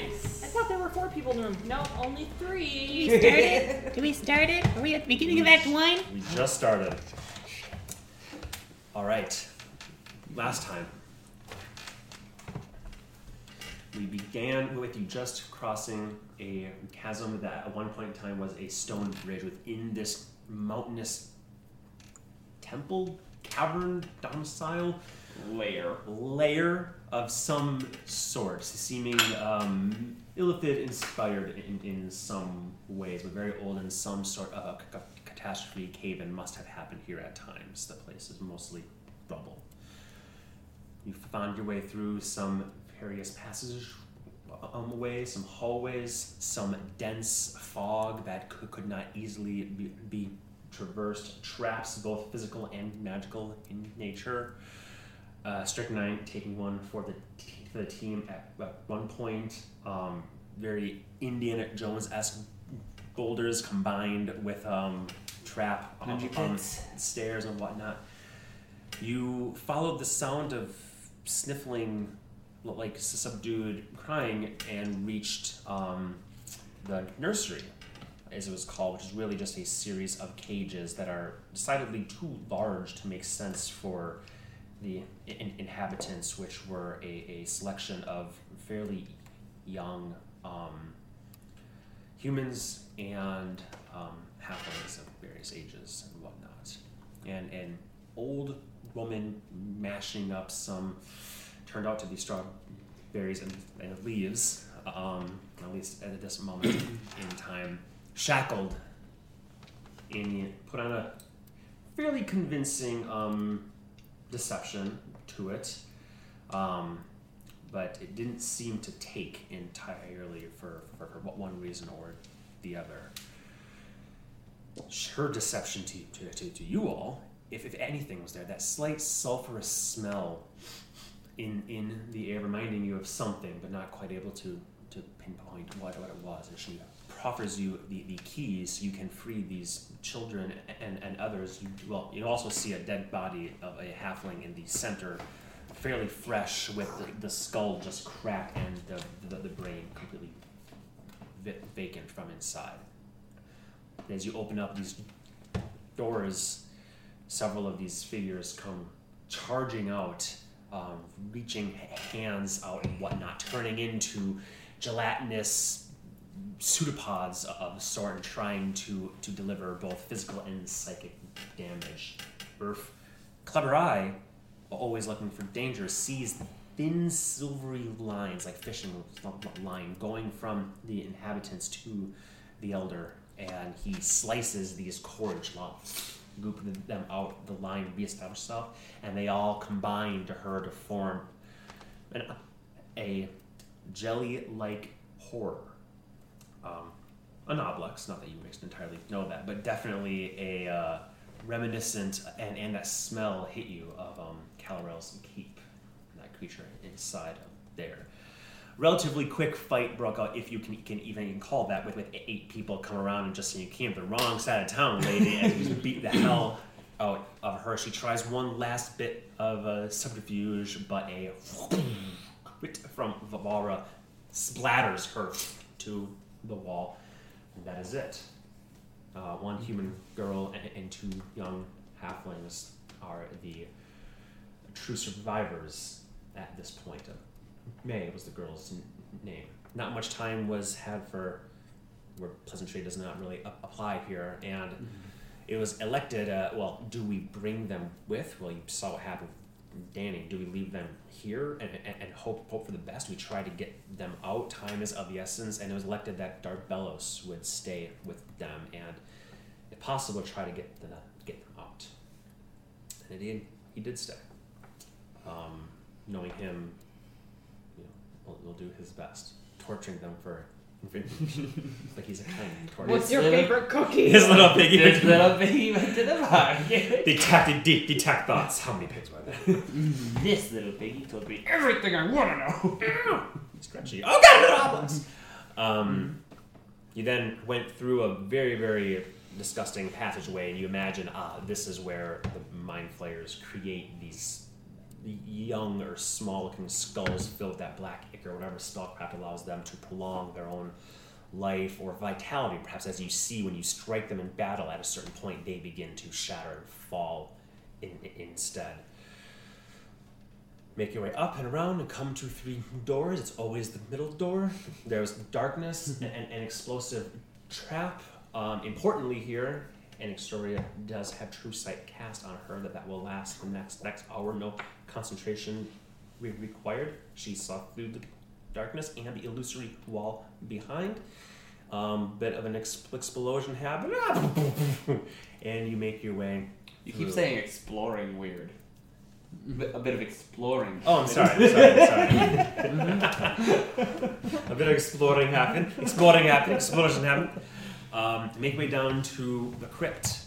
thought there were four people in the room. No, only Do three. we start it? Do we start it? Are we at the beginning of Act One? We just started. All right. Last time, we began with you just crossing a chasm that at one point in time was a stone bridge within this mountainous temple, cavern, domicile, layer. layer of some sort, seeming um, Illithid inspired in, in some ways, but very old and some sort of a c- catastrophe cave in must have happened here at times. The place is mostly rubble. You found your way through some various passages on the way, some hallways, some dense fog that could, could not easily be, be traversed, traps, both physical and magical in nature uh, Strychnine taking one for the t- for the team at, at one point. Um, very Indiana Jones esque boulders combined with um, trap on, Ninja on kicks. stairs and whatnot. You followed the sound of sniffling, like subdued crying, and reached um, the nursery, as it was called, which is really just a series of cages that are decidedly too large to make sense for the in- inhabitants, which were a, a selection of fairly young um, humans and um, halflings of various ages and whatnot, and an old woman mashing up some turned out to be strawberries and, and leaves, um, at least at this moment in time, shackled and put on a fairly convincing um, deception to it, um, but it didn't seem to take entirely for, for one reason or the other. Her deception to, to, to, to you all, if, if anything was there, that slight sulfurous smell in in the air, reminding you of something, but not quite able to to pinpoint what, what it was. And she proffers you the, the keys so you can free these children and, and others. You, well, you also see a dead body of a halfling in the center, fairly fresh, with the, the skull just cracked and the, the, the brain completely vi- vacant from inside. As you open up these doors, several of these figures come charging out, um, reaching h- hands out and whatnot, turning into gelatinous pseudopods of a sort and trying to, to deliver both physical and psychic damage. Burf, clever eye, always looking for danger, sees thin silvery lines, like fishing line, going from the inhabitants to the elder, and he slices these cords off, gooping them out, the line reestablish itself, and they all combine to her to form an, a jelly-like horror um, an oblux. Not that you guys entirely know that, but definitely a uh, reminiscent and and that smell hit you of um, Calorel's keep, that creature inside of there. Relatively quick fight broke out, if you can, can even call that, with, with eight people come around and just saying, You came to the wrong side of town, lady, and you just beat the hell out of her. She tries one last bit of uh, subterfuge, but a crit from Vavara splatters her to the wall, and that is it. Uh, one human girl and, and two young halflings are the true survivors at this point. Uh, May was the girl's n- name. Not much time was had for where pleasantry does not really a- apply here, and it was elected. Uh, well, do we bring them with? Well, you saw what happened. with Danny, do we leave them here and, and, and hope hope for the best? We try to get them out. Time is of the essence, and it was elected that Dark Bellows would stay with them and, if possible, try to get them get them out. And he did. He did stay. Um, knowing him, you know, will will do his best, torturing them for. like he's a kind of torture. What's your Little- favorite cookie? His little piggy. This little piggy went to the market. Detected deep detect thoughts. How many pigs were there? This little piggy told me everything I want to know. Stretchy. Oh god, the obelisks! Um, you then went through a very, very disgusting passageway, and you imagine, ah, this is where the mind flayers create these young or small looking skulls filled with that black ichor, whatever spellcraft allows them to prolong their own life or vitality. Perhaps as you see when you strike them in battle at a certain point, they begin to shatter and fall in, in- instead. Make your way up and around and come to three doors. It's always the middle door. There's darkness and an explosive trap. Um, importantly, here, and Anaxoria does have true sight cast on her that that will last the next next hour. No concentration re- required. She saw through the darkness and the illusory wall behind. Um, bit of an ex- explosion happened, and you make your way. You through. keep saying exploring weird. B- a bit of exploring. Oh, I'm sorry. I'm sorry. I'm sorry. a bit of exploring happened. Exploring happened. Explosion happened. Um, make way down to the crypt.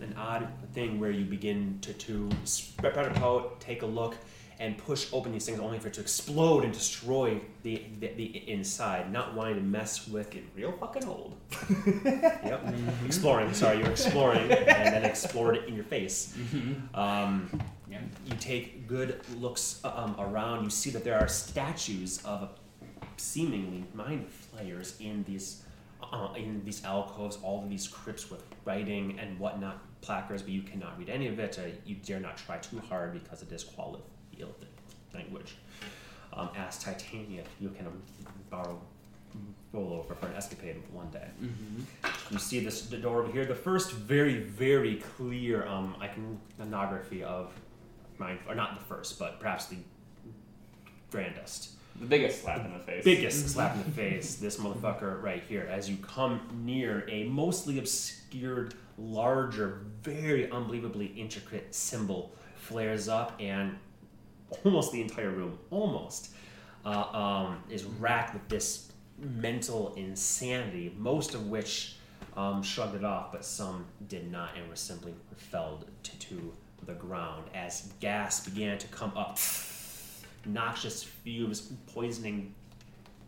An odd thing where you begin to, to spread out, take a look, and push open these things only for it to explode and destroy the, the, the inside, not wanting to mess with it. Real fucking old. yep. Exploring. Sorry, you're exploring, and then explored it in your face. Um, Yeah. you take good looks um, around. You see that there are statues of seemingly mind flayers in these uh, in these alcoves, all of these crypts with writing and whatnot, placards, but you cannot read any of it. Uh, you dare not try too hard because it is qualified language. Um, ask Titania if you can um, borrow roll over for an escapade one day Mm-hmm. you see this the door over here. The first very very clear um iconography of mine, or not the first, but perhaps the grandest, The biggest slap in the face. biggest slap in the face. This motherfucker right here. As you come near a mostly obscured, larger, very unbelievably intricate symbol flares up and almost the entire room, almost, uh, um, is racked with this mental insanity, most of which um, shrugged it off, but some did not and were simply felled to, to the ground as gas began to come up. Noxious fumes, poisoning,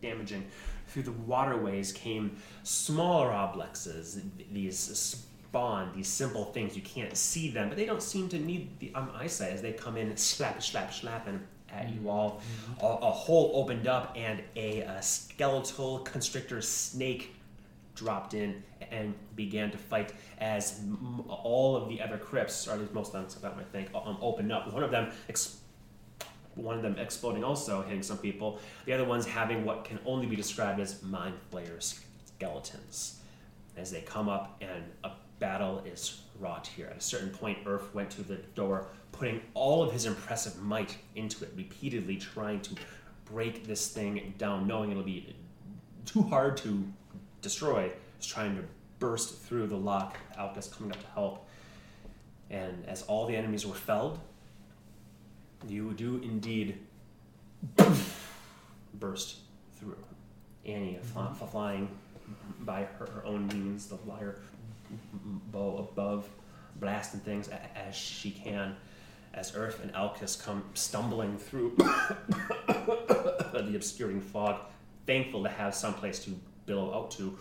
damaging. Through the waterways came smaller oblexes, these spawn, these simple things. You can't see them, but they don't seem to need the um, eyesight as they come in, slap, slap, slapping at you all. A, a hole opened up and a, uh skeletal constrictor snake dropped in and began to fight as m- all of the other crypts, or at least most of them, except that one, I think, um, opened up. One of them ex- one of them exploding also hitting some people the other one's having what can only be described as mind flayers skeletons as they come up and a battle is wrought here at a certain point earth went to the door putting all of his impressive might into it repeatedly trying to break this thing down knowing it'll be too hard to destroy is trying to burst through the lock alcus coming up to help and as all the enemies were felled you do indeed burst through. Annie, fly- flying by her, her own means, the lyre bow above, blasting things a- as she can, as Earth and Alcus come stumbling through the obscuring fog, thankful to have someplace to billow out to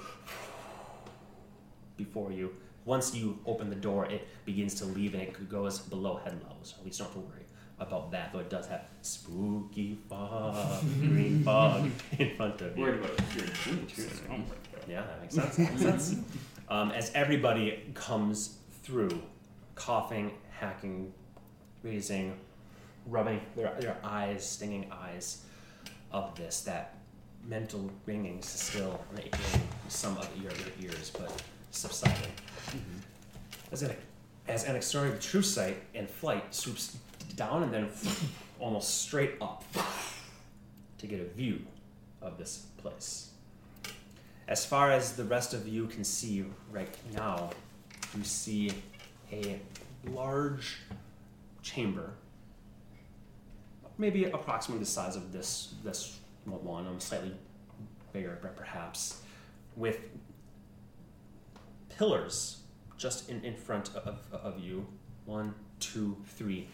before you. Once you open the door, it begins to leave and it goes below head level, so at least don't have to worry about that, though it does have spooky fog, green fog in front of you. Worried about your dreams. Oh my God. Yeah, that makes sense. That makes sense. Um, as everybody comes through, coughing, hacking, raising, rubbing their, their eyes, stinging eyes of this, that mental ringing is still in some of your, your ears, but subsiding. As, an, as Anaxoria with true sight and flight swoops down and then almost straight up to get a view of this place. As far as the rest of you can see right now, you see a large chamber, maybe approximately the size of this this one, um, slightly bigger per- perhaps, with pillars just in, in front of, of you. One, two, three,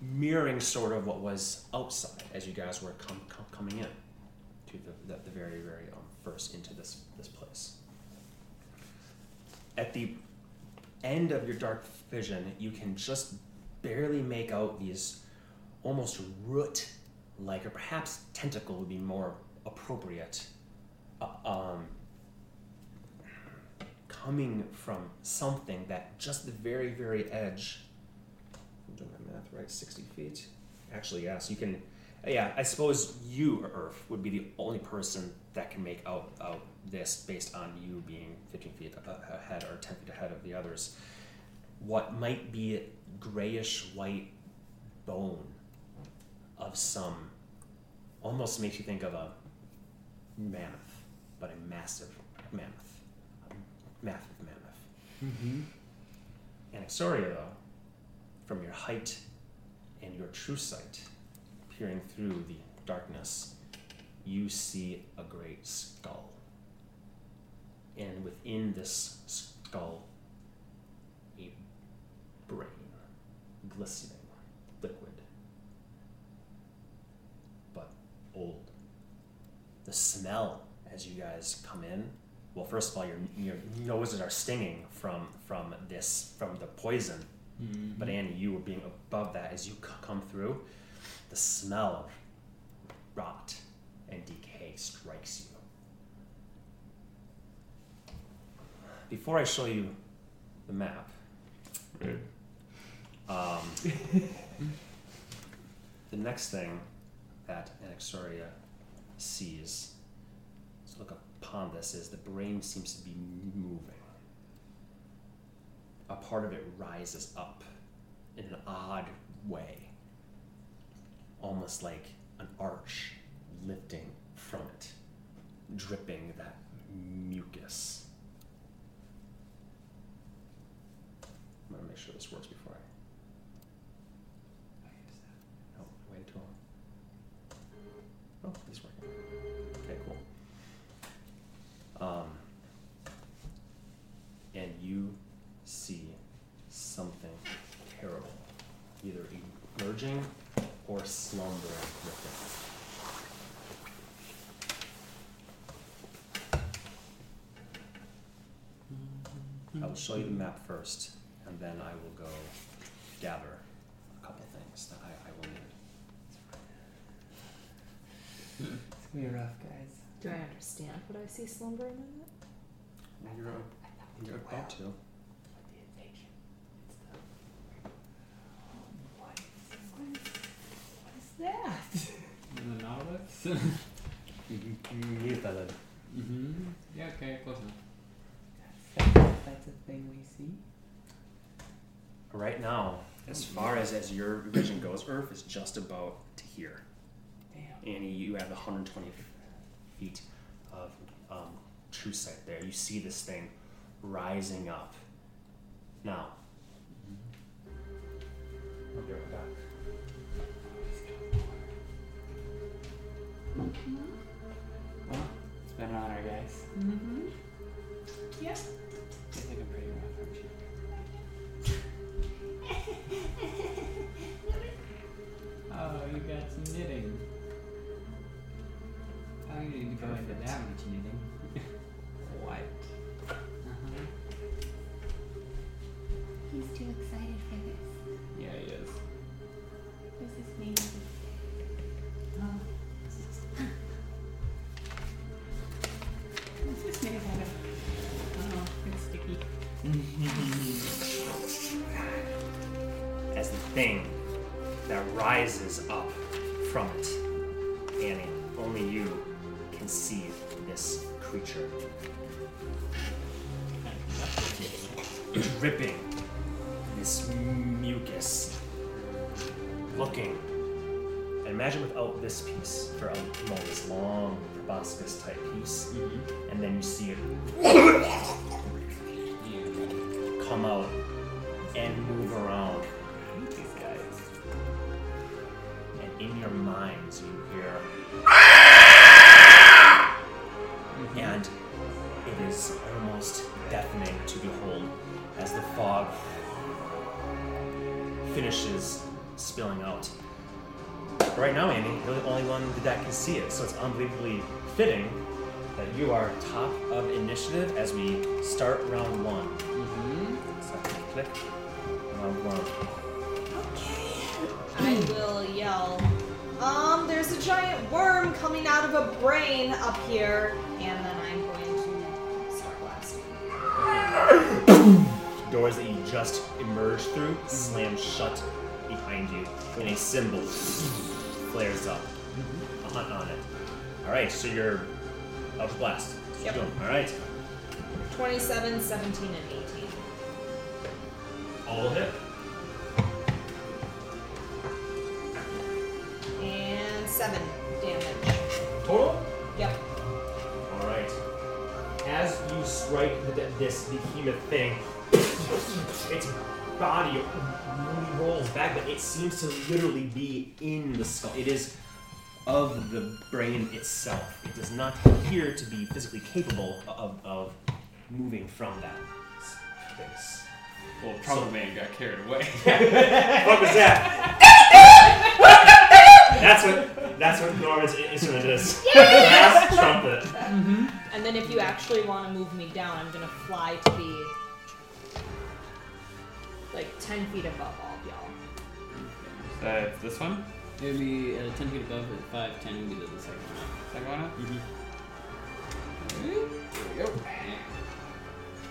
mirroring sort of what was outside as you guys were com- com- coming in to the, the, the very, very um, first into this, this place. At the end of your dark vision, you can just barely make out these almost root like, or perhaps tentacle would be more appropriate, uh, um, coming from something that just the very, very edge. I'm doing my math right, 60 feet. Actually, yeah, so you can. Yeah, I suppose you, Earth, would be the only person that can make out, out this based on you being 15 feet a- ahead or 10 feet ahead of the others. What might be grayish white bone of some almost makes you think of a mammoth, but a massive mammoth. A massive mammoth. Mm-hmm. Anaxoria, though, from your height and your true sight, peering through the darkness, you see a great skull. And within this skull, a brain, glistening, liquid, but old. The smell as you guys come in. Well, first of all, your, your noses are stinging from from this from the poison. But Annie, you were being above that as you c- come through. The smell of rot and decay strikes you. Before I show you the map, um, the next thing that Anaxoria sees, so look upon this, is the brain seems to be moving. A part of it rises up in an odd way, almost like an arch lifting from it, dripping that mucus. I'm gonna make sure this works before I. Oh, wait too long. Oh, it's working. Okay, cool. Um, and you see something terrible, either emerging or slumbering with it. I will show you the map first, and then I will go gather a couple things that I, I will need. It's gonna be rough, guys. Do I understand what I see slumbering in it? I You're, thought we you're did well about to. with the invasion. It's the- What is- what is- what is that? The Nautilus? uh, mm-hmm. Yeah, okay, close enough. That's, that's a thing we see. Right now, as far as, as your vision goes, Earth is just about to here. Damn. Annie, you have 120 feet of um, true sight there. You see this thing rising up. Now, I'll be right back. Well, it's been an honor, guys. Mm-hmm. You're looking pretty rough, aren't you? Oh, you got some knitting. I need to go into that much knitting. What? Uh-huh. He's too excited for this. Yeah, he is. What's his name? Oh, What's this made out of? Oh, it's sticky. as the thing that rises up from it. Annie, only you can see this creature. Dripping this mucus. Looking. Imagine without this piece for a moment, this long proboscis type piece, and then you see it come out and move around These guys. and in your minds you hear and it is almost deafening to behold as the fog finishes spilling out right now andy you're the only one that can see it so it's unbelievably fitting that you are top of initiative as we start round one Mm-hmm. so click round one Okay. I I will yell. Um, there's a giant worm coming out of a brain up here, and then I'm going to start blasting. Doors that you just emerged through slam shut behind you, and a symbol flares up on, on it. All right, so you're up to blast. Keep Yep. going. All right, 27, 17, and 18. all hit. And 7 damage. Total. Yep. All right. As you strike the, this behemoth thing, its body really rolls back, but it seems to literally be in the skull. It is of the brain itself. It does not appear to be physically capable of, of moving from that space. Well, Proper Man got carried away. What was that? that's what that's what Norman's instrument is. Last trumpet. And then if you actually want to move me down, I'm gonna fly to be like 10 feet above all of y'all. Uh, this one? It would be at a 10 feet above, at 5, 10 would be the second one. Second one? up? Mm-hmm.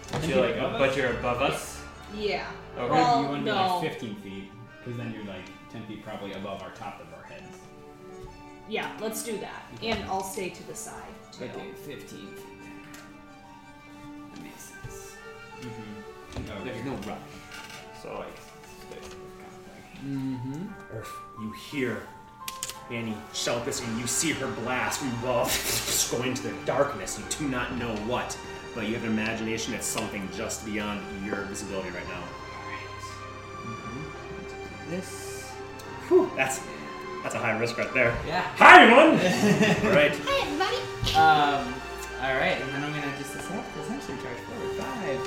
Ten So feet you're like, uh, above but us? you're above us? Yeah. Okay. Or Well, you want to no. be like 15 feet, because then you're like 10 feet probably above our top of our heads. Yeah, let's do that. And I'll stay to the side. Too. Okay, 15 feet. That makes sense. Mm-hmm. There's no rush. So, like, Mm-hmm. Earth, you hear Annie shout this, and you see her blast revolve, go into the darkness. You do not know what, but you have an imagination that's something just beyond your visibility right now. this. Whew, that's that's a high risk right there. Yeah. Hi, everyone. All right, Um, alright, and then I'm gonna just attack this actually charge forward. 5,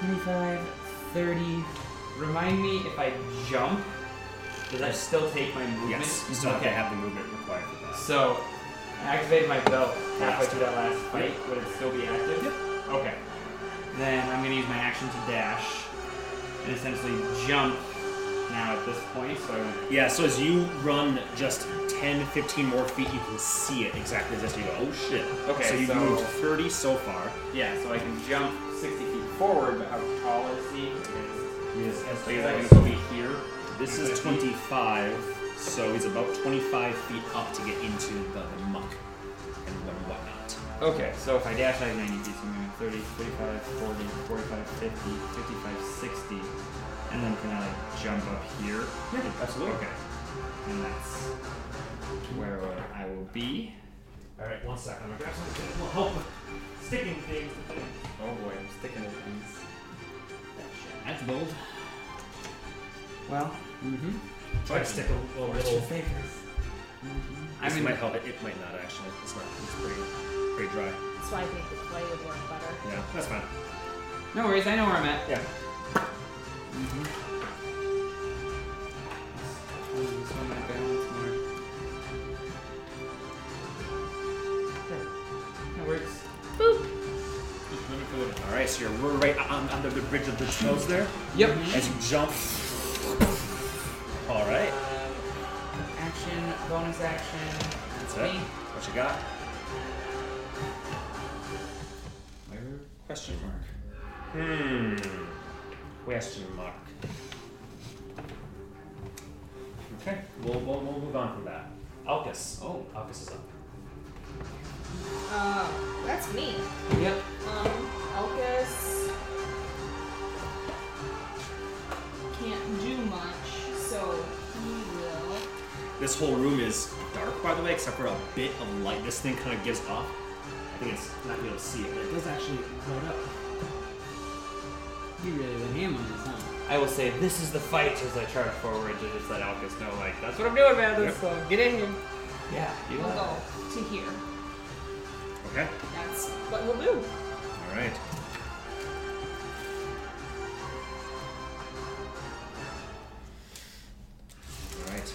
25, 30. Remind me if I jump, does that still take my movement? yes, you still have to okay. have the movement required for that. So, I activate my belt halfway Yes. through that last fight. Would it still be active? Okay. Then I'm gonna use my action to dash and essentially jump now at this point. So I'm Yeah, so as you run just 10, 15 more feet, you can see it exactly as this. You go, oh shit. Okay, so you've so- moved 30 so far. Yeah, so I can jump 60 feet forward, but how tall is he? Yes, as Because I can still be here. This is 25, so he's about 25 feet up to get into the, the muck and what- whatnot. Okay, so if I dash, I have 90 feet, so I'm going 30, 35, 40, 45, 50, 55, 60. And then can I like, jump up here? Yeah, absolutely. Okay. And that's where I will be. All right, one second. I'm gonna grab something that will help with sticking things to things. Oh boy, I'm sticking to things. That's bold. Well, mm-hmm. Try to stick a little. little this I mean, might help. It, it might not actually. It's not. It's pretty, pretty dry. That's why I think the play would work better. Yeah, that's fine. no worries, I know where I'm at. Yeah. That works. Just let me put it- All right, so you're right on, on the, the bridge of the trails there. Yep. As you jump. All right, Action, bonus action. that's it. Me. What you got? Question mark. Hmm. Question mark. Okay, we'll, we'll, we'll move on from that. Alcus. Oh. Alcus is up. Uh, that's me. Yep. Um, Elkus can't do much, so he will. This whole room is dark, by the way, except for a bit of light. This thing kind of gives off. I think it's not able to see it, but it does actually light up. You really went ham on this, huh? I will say, this is the fight as I charge forward to just let Alcus know, like, that's what I'm doing, man. Let's uh, get in here. Yeah, you We'll know. go to here. Okay. That's what we'll do. All right. All right.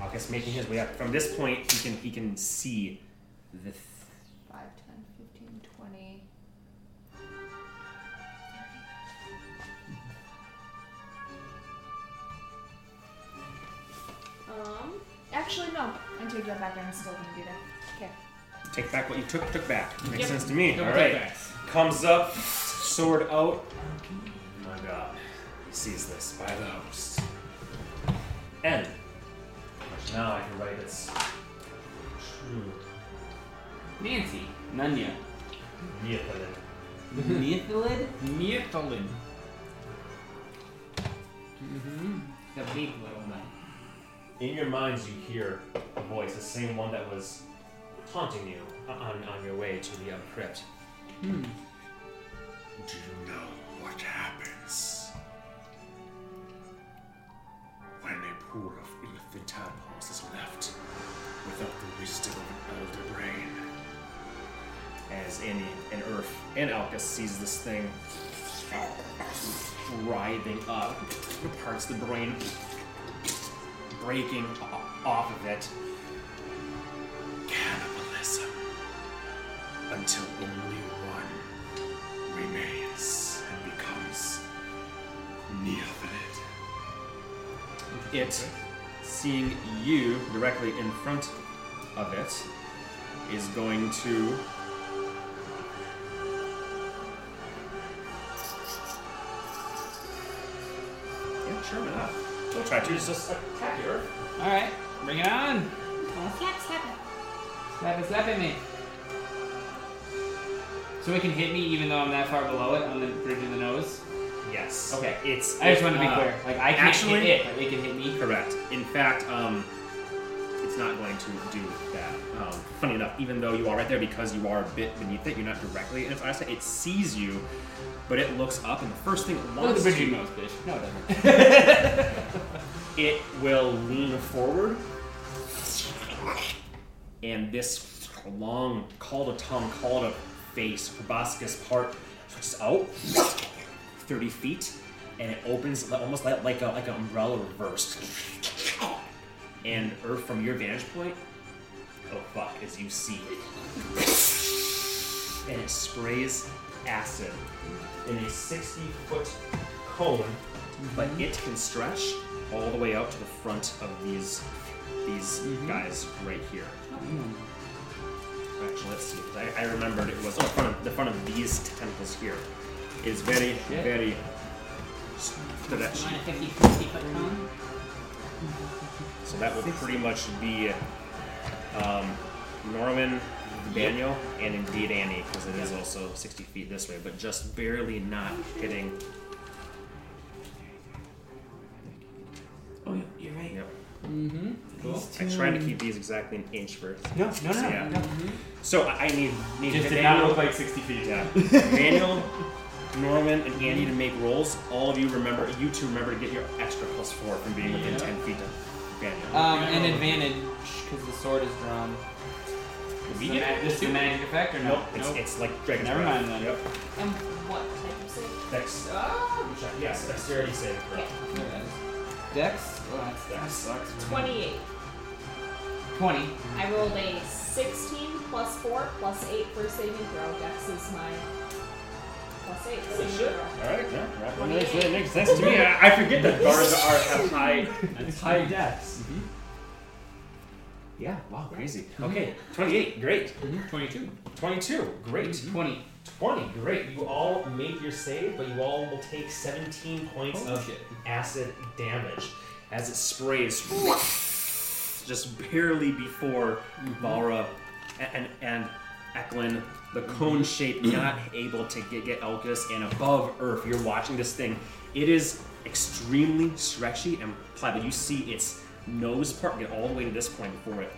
Alcus making his way up. From this point, he can he can see the. Th- 5, 10, 15, 20. 30. Um, Actually, no. I take that back. I'm still gonna do that. Okay. Take back what you took took back. Makes Yep. sense to me. Double All right. takebacks. Comes up, sword out. Oh my god. He sees this by the host. And now I can write this. Nancy. Nanya. Neophyte. Mm-hmm. Neophyllid? Neophyllid. Mm-hmm. The big little man. In your minds, you hear a voice, the same one that was taunting you o- on, on your way to the other crypt. Hmm. Do you know what happens when a pool of infant tadpoles is left without the wisdom of an elder brain? As Annie and Earth and Alka sees this thing writhing up, parts the brain breaking o- off of it. Cannibalism. Until only one remains and becomes Neophyt. It, seeing you directly in front of it, is going to. Yeah, sure enough. We'll try to just attack your. Alright, bring it on! Slap it, slap at me! So it can hit me even though I'm that far below it on the bridge of the nose? Yes. Okay. It's. I just want to be uh, clear. Like, I can't actually- hit it, but it can hit me. Correct. In fact, um, it's not going to do that. Um, funny enough, even though you are right there because you are a bit beneath it, you're not directly in its eyesight. It sees you, but it looks up, and the first thing it Look at wants the bridge of to, your nose, bitch. No, it doesn't. it will lean forward, and this long call to tongue, call to face, proboscis part switches out 30 feet, and it opens li- almost like like, a, like an umbrella reversed. And Earth, from your vantage point, oh fuck, as you see, and it sprays acid in a 60 foot cone, but it can stretch all the way out to the front of these these guys right here. Actually, let's see. 'cause I, I remembered it was oh, front of, the front of these tentacles here is very, Yeah. very stretchy. Mine, 50, 50 foot cone. So that will pretty much be um, Norman, Daniel, and indeed Annie, because it is also 60 feet this way, but just barely not hitting. Oh, yeah, you're right. Yep. Mm-hmm. Cool. I'm trying to keep these exactly an inch first. No, no, no, So, no. yeah. no. mm-hmm. So I I need, need Just did not Daniel, look like 60 feet. yeah. Daniel, Norman, and Andy to make rolls. All of you remember, you two remember to get your extra plus four from being within Yeah. 10 feet of Daniel. Um, an advantage because the sword is drawn. Did This we is the get ma- this is the magic effect or no? Nope, it's, it's like Dragon's Never Breath. mind then. Yep. And what type of save? Dex. Oh, Yes, dexterity save. throw. okay. There it is. Dex. Oh, Well, that's Dex. sucks. 28. Twenty. I rolled a 16 plus 4 plus 8 for saving throw. Dex is my plus 8 saving throw. All right, yeah, right. Well, 28. makes, that makes sense to me. I, I forget that bars are have high. That's high dex. Mm-hmm. Yeah, wow, crazy. Okay, 28, great. Twenty-two. 22, great. Twenty. 20, great. You all made your save, but you all will take 17 points Holy of shit. acid damage as it sprays just barely before Valra and, and Eklund, the cone shape not able to get, get Elkus, and above Earth, you're watching this thing. It is extremely stretchy and pliable. You see its nose part get all the way to this point before it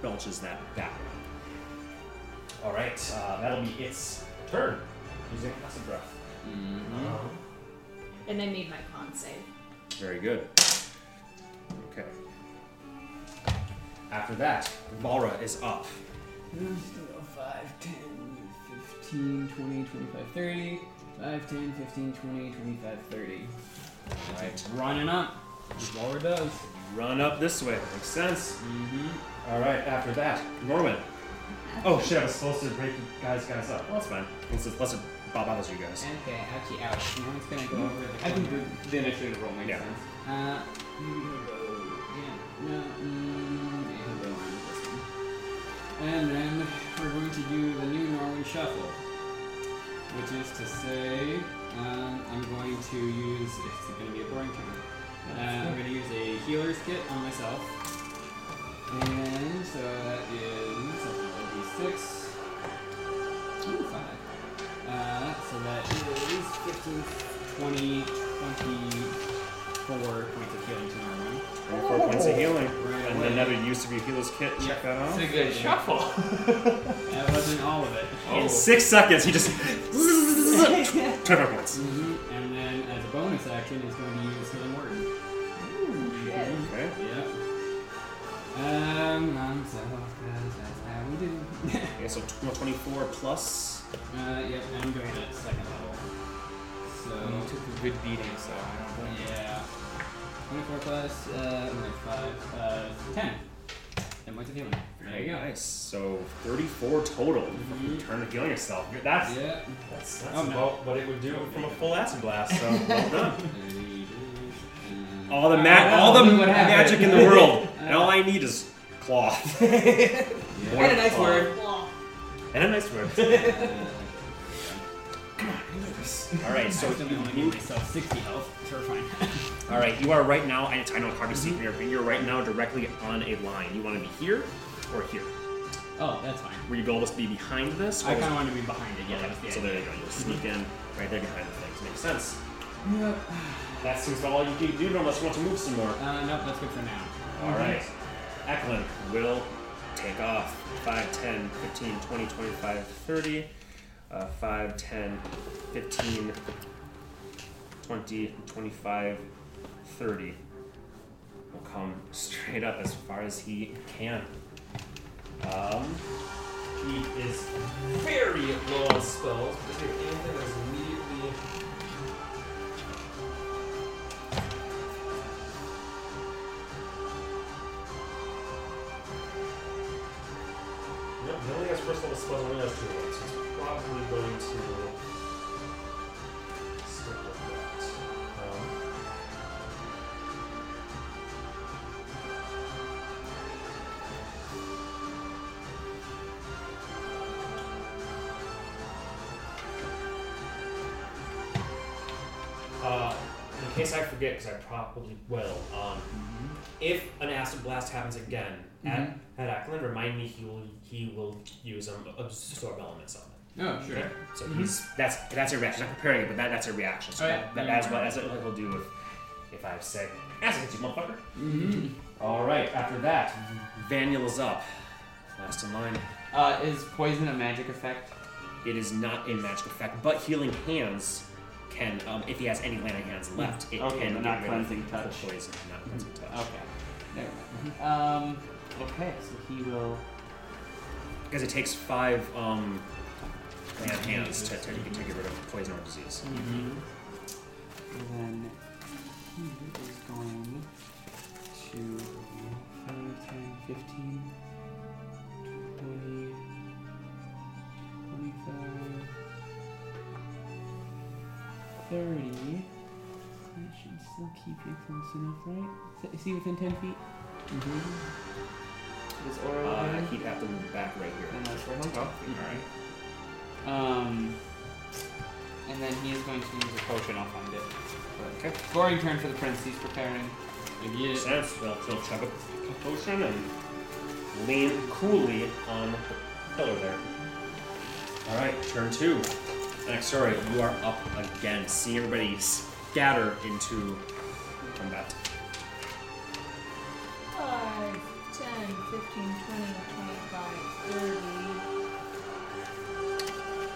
belches that back. All right, uh, that'll be its turn. Using acid breath. Um, And I made my con save. Very good. Okay. After that, Valra is up. 5, 10, 15, 20, 25, 30. 5, 10, 15, 20, 25, 30. Right. Running up. That's all it does. Run up this way. Makes sense. Mm-hmm. All right. After that, Norman. Oh shit! I was supposed to break you guys guys up. Well, that's fine. Let's let's Bob bothers you guys. Okay, ouchie, ouch. Now it's gonna go over the I think the, the initiative roll makes Yeah. sense. Uh, yeah, Mountain and Bowman. this one. And then we're going to do the new Norway Shuffle, which is to say, um, I'm going to use. It's going to be a boring turn. Uh, I'm going to use a healer's kit on myself, and so that is a d6. Ooh, five. Uh, so that is 15, 20, 24 points of healing to Norway. Four points of healing. Right And away. another use of your healer's kit. Check Yep. that out. It's a good shuffle. that wasn't all of it. In six seconds, he just. Trevor points. hmm And then as a bonus action, he's going to use Healing Word. Okay. Yep. Um, I'm so cause that's how we do. Okay, so tw- 24 plus. uh, yep, I'm going at second level. You So, took a good beating, so I don't blame yeah. 24 plus, uh, I'm like 5, uh, 10. 10 points of healing. There you go. Nice. So 34 total. Mhm. Turn to healing yourself. You're- That's, Yep. that's, that's Oh, no. about what it would do from a full acid blast. So well done. And- All the ma- Oh, all the we would have magic it. in the world, and all I need is cloth Yeah. And a nice word. Blah. and a nice word. All right, so So I'm only you- give myself 60 health. So we're fine. All right, you are right now, and it's, I know it's hard to Mm-hmm. see from here, but you're right now directly on a line. You want to be here or here? Oh, that's fine. Were your goal was to be behind this? Or I kind of wanted to be behind it. Yeah, that was the so idea. there you go. You'll sneak in right there behind the things. Makes sense. Yep. That seems to all you can do unless you want to move some more. Uh, nope, that's good for now. All right. Eklund will take off 5, 10, 15, 20, 25, 30. Uh, 5, 10, 15, 20, 25, 30. Will come straight up as far as he can. Um, He is very low on spells. Does he have anything that's immediately. Nope, he only has first level spells, only has two ones. He's probably going to stick with that. Um, Uh, in case I forget, because I probably will, um, if an acid blast happens again at, Mm-hmm. at Ackland, remind me he will he will use um, absorb elements on it. Oh, sure. so Mm-hmm. he's that's that's a reaction. I'm preparing it, but that, that's a reaction. So Oh, yeah. that, that, that's what that's what he'll do if if I've said acid, you motherfucker. Mm-hmm. All right. After that, Vaniel is up. Last in line. Uh, is poison a magic effect? It is not a magic effect, but healing hands can, um, if he has any land hands left, it Okay, can but not get rid of cleansing the touch. poison, not cleansing touch. Okay. Never mind. Um, okay, so he will. Because it takes five um, land hands to, to, to get rid of poison or disease. And then he is going to 5, 10, 15, 20, 25, 30. That should still keep you close enough, right? Is- Is he within 10 feet? Mm-hmm. Is Aura Uh, within? he'd have to move back right here. And that's where he'll Oh, alright. um, and then he is going to use a potion. I'll find it. Okay. Scoring turn for the prince. He's preparing. Makes sense. They'll, they'll chug a p- potion and lean coolly on the pillar there. All right, turn two. Next story. You are up again. See everybody scatter into combat. 5, 10, 15, 20, 25, 30. 35,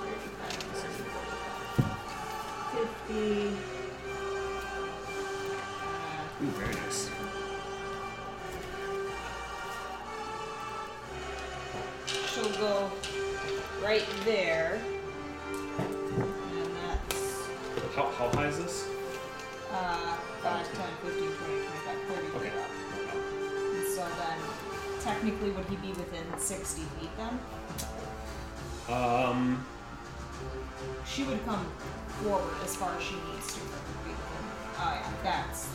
40, 50. Ooh, very nice. She'll go right there. And that's How, how high is this? uh, 5, 10, 15, 20, 25, 30 feet Okay. up. And So then, technically, would he be within 60 feet then? Um, She would come forward as far as she needs to. for her to be within- Oh, yeah, that's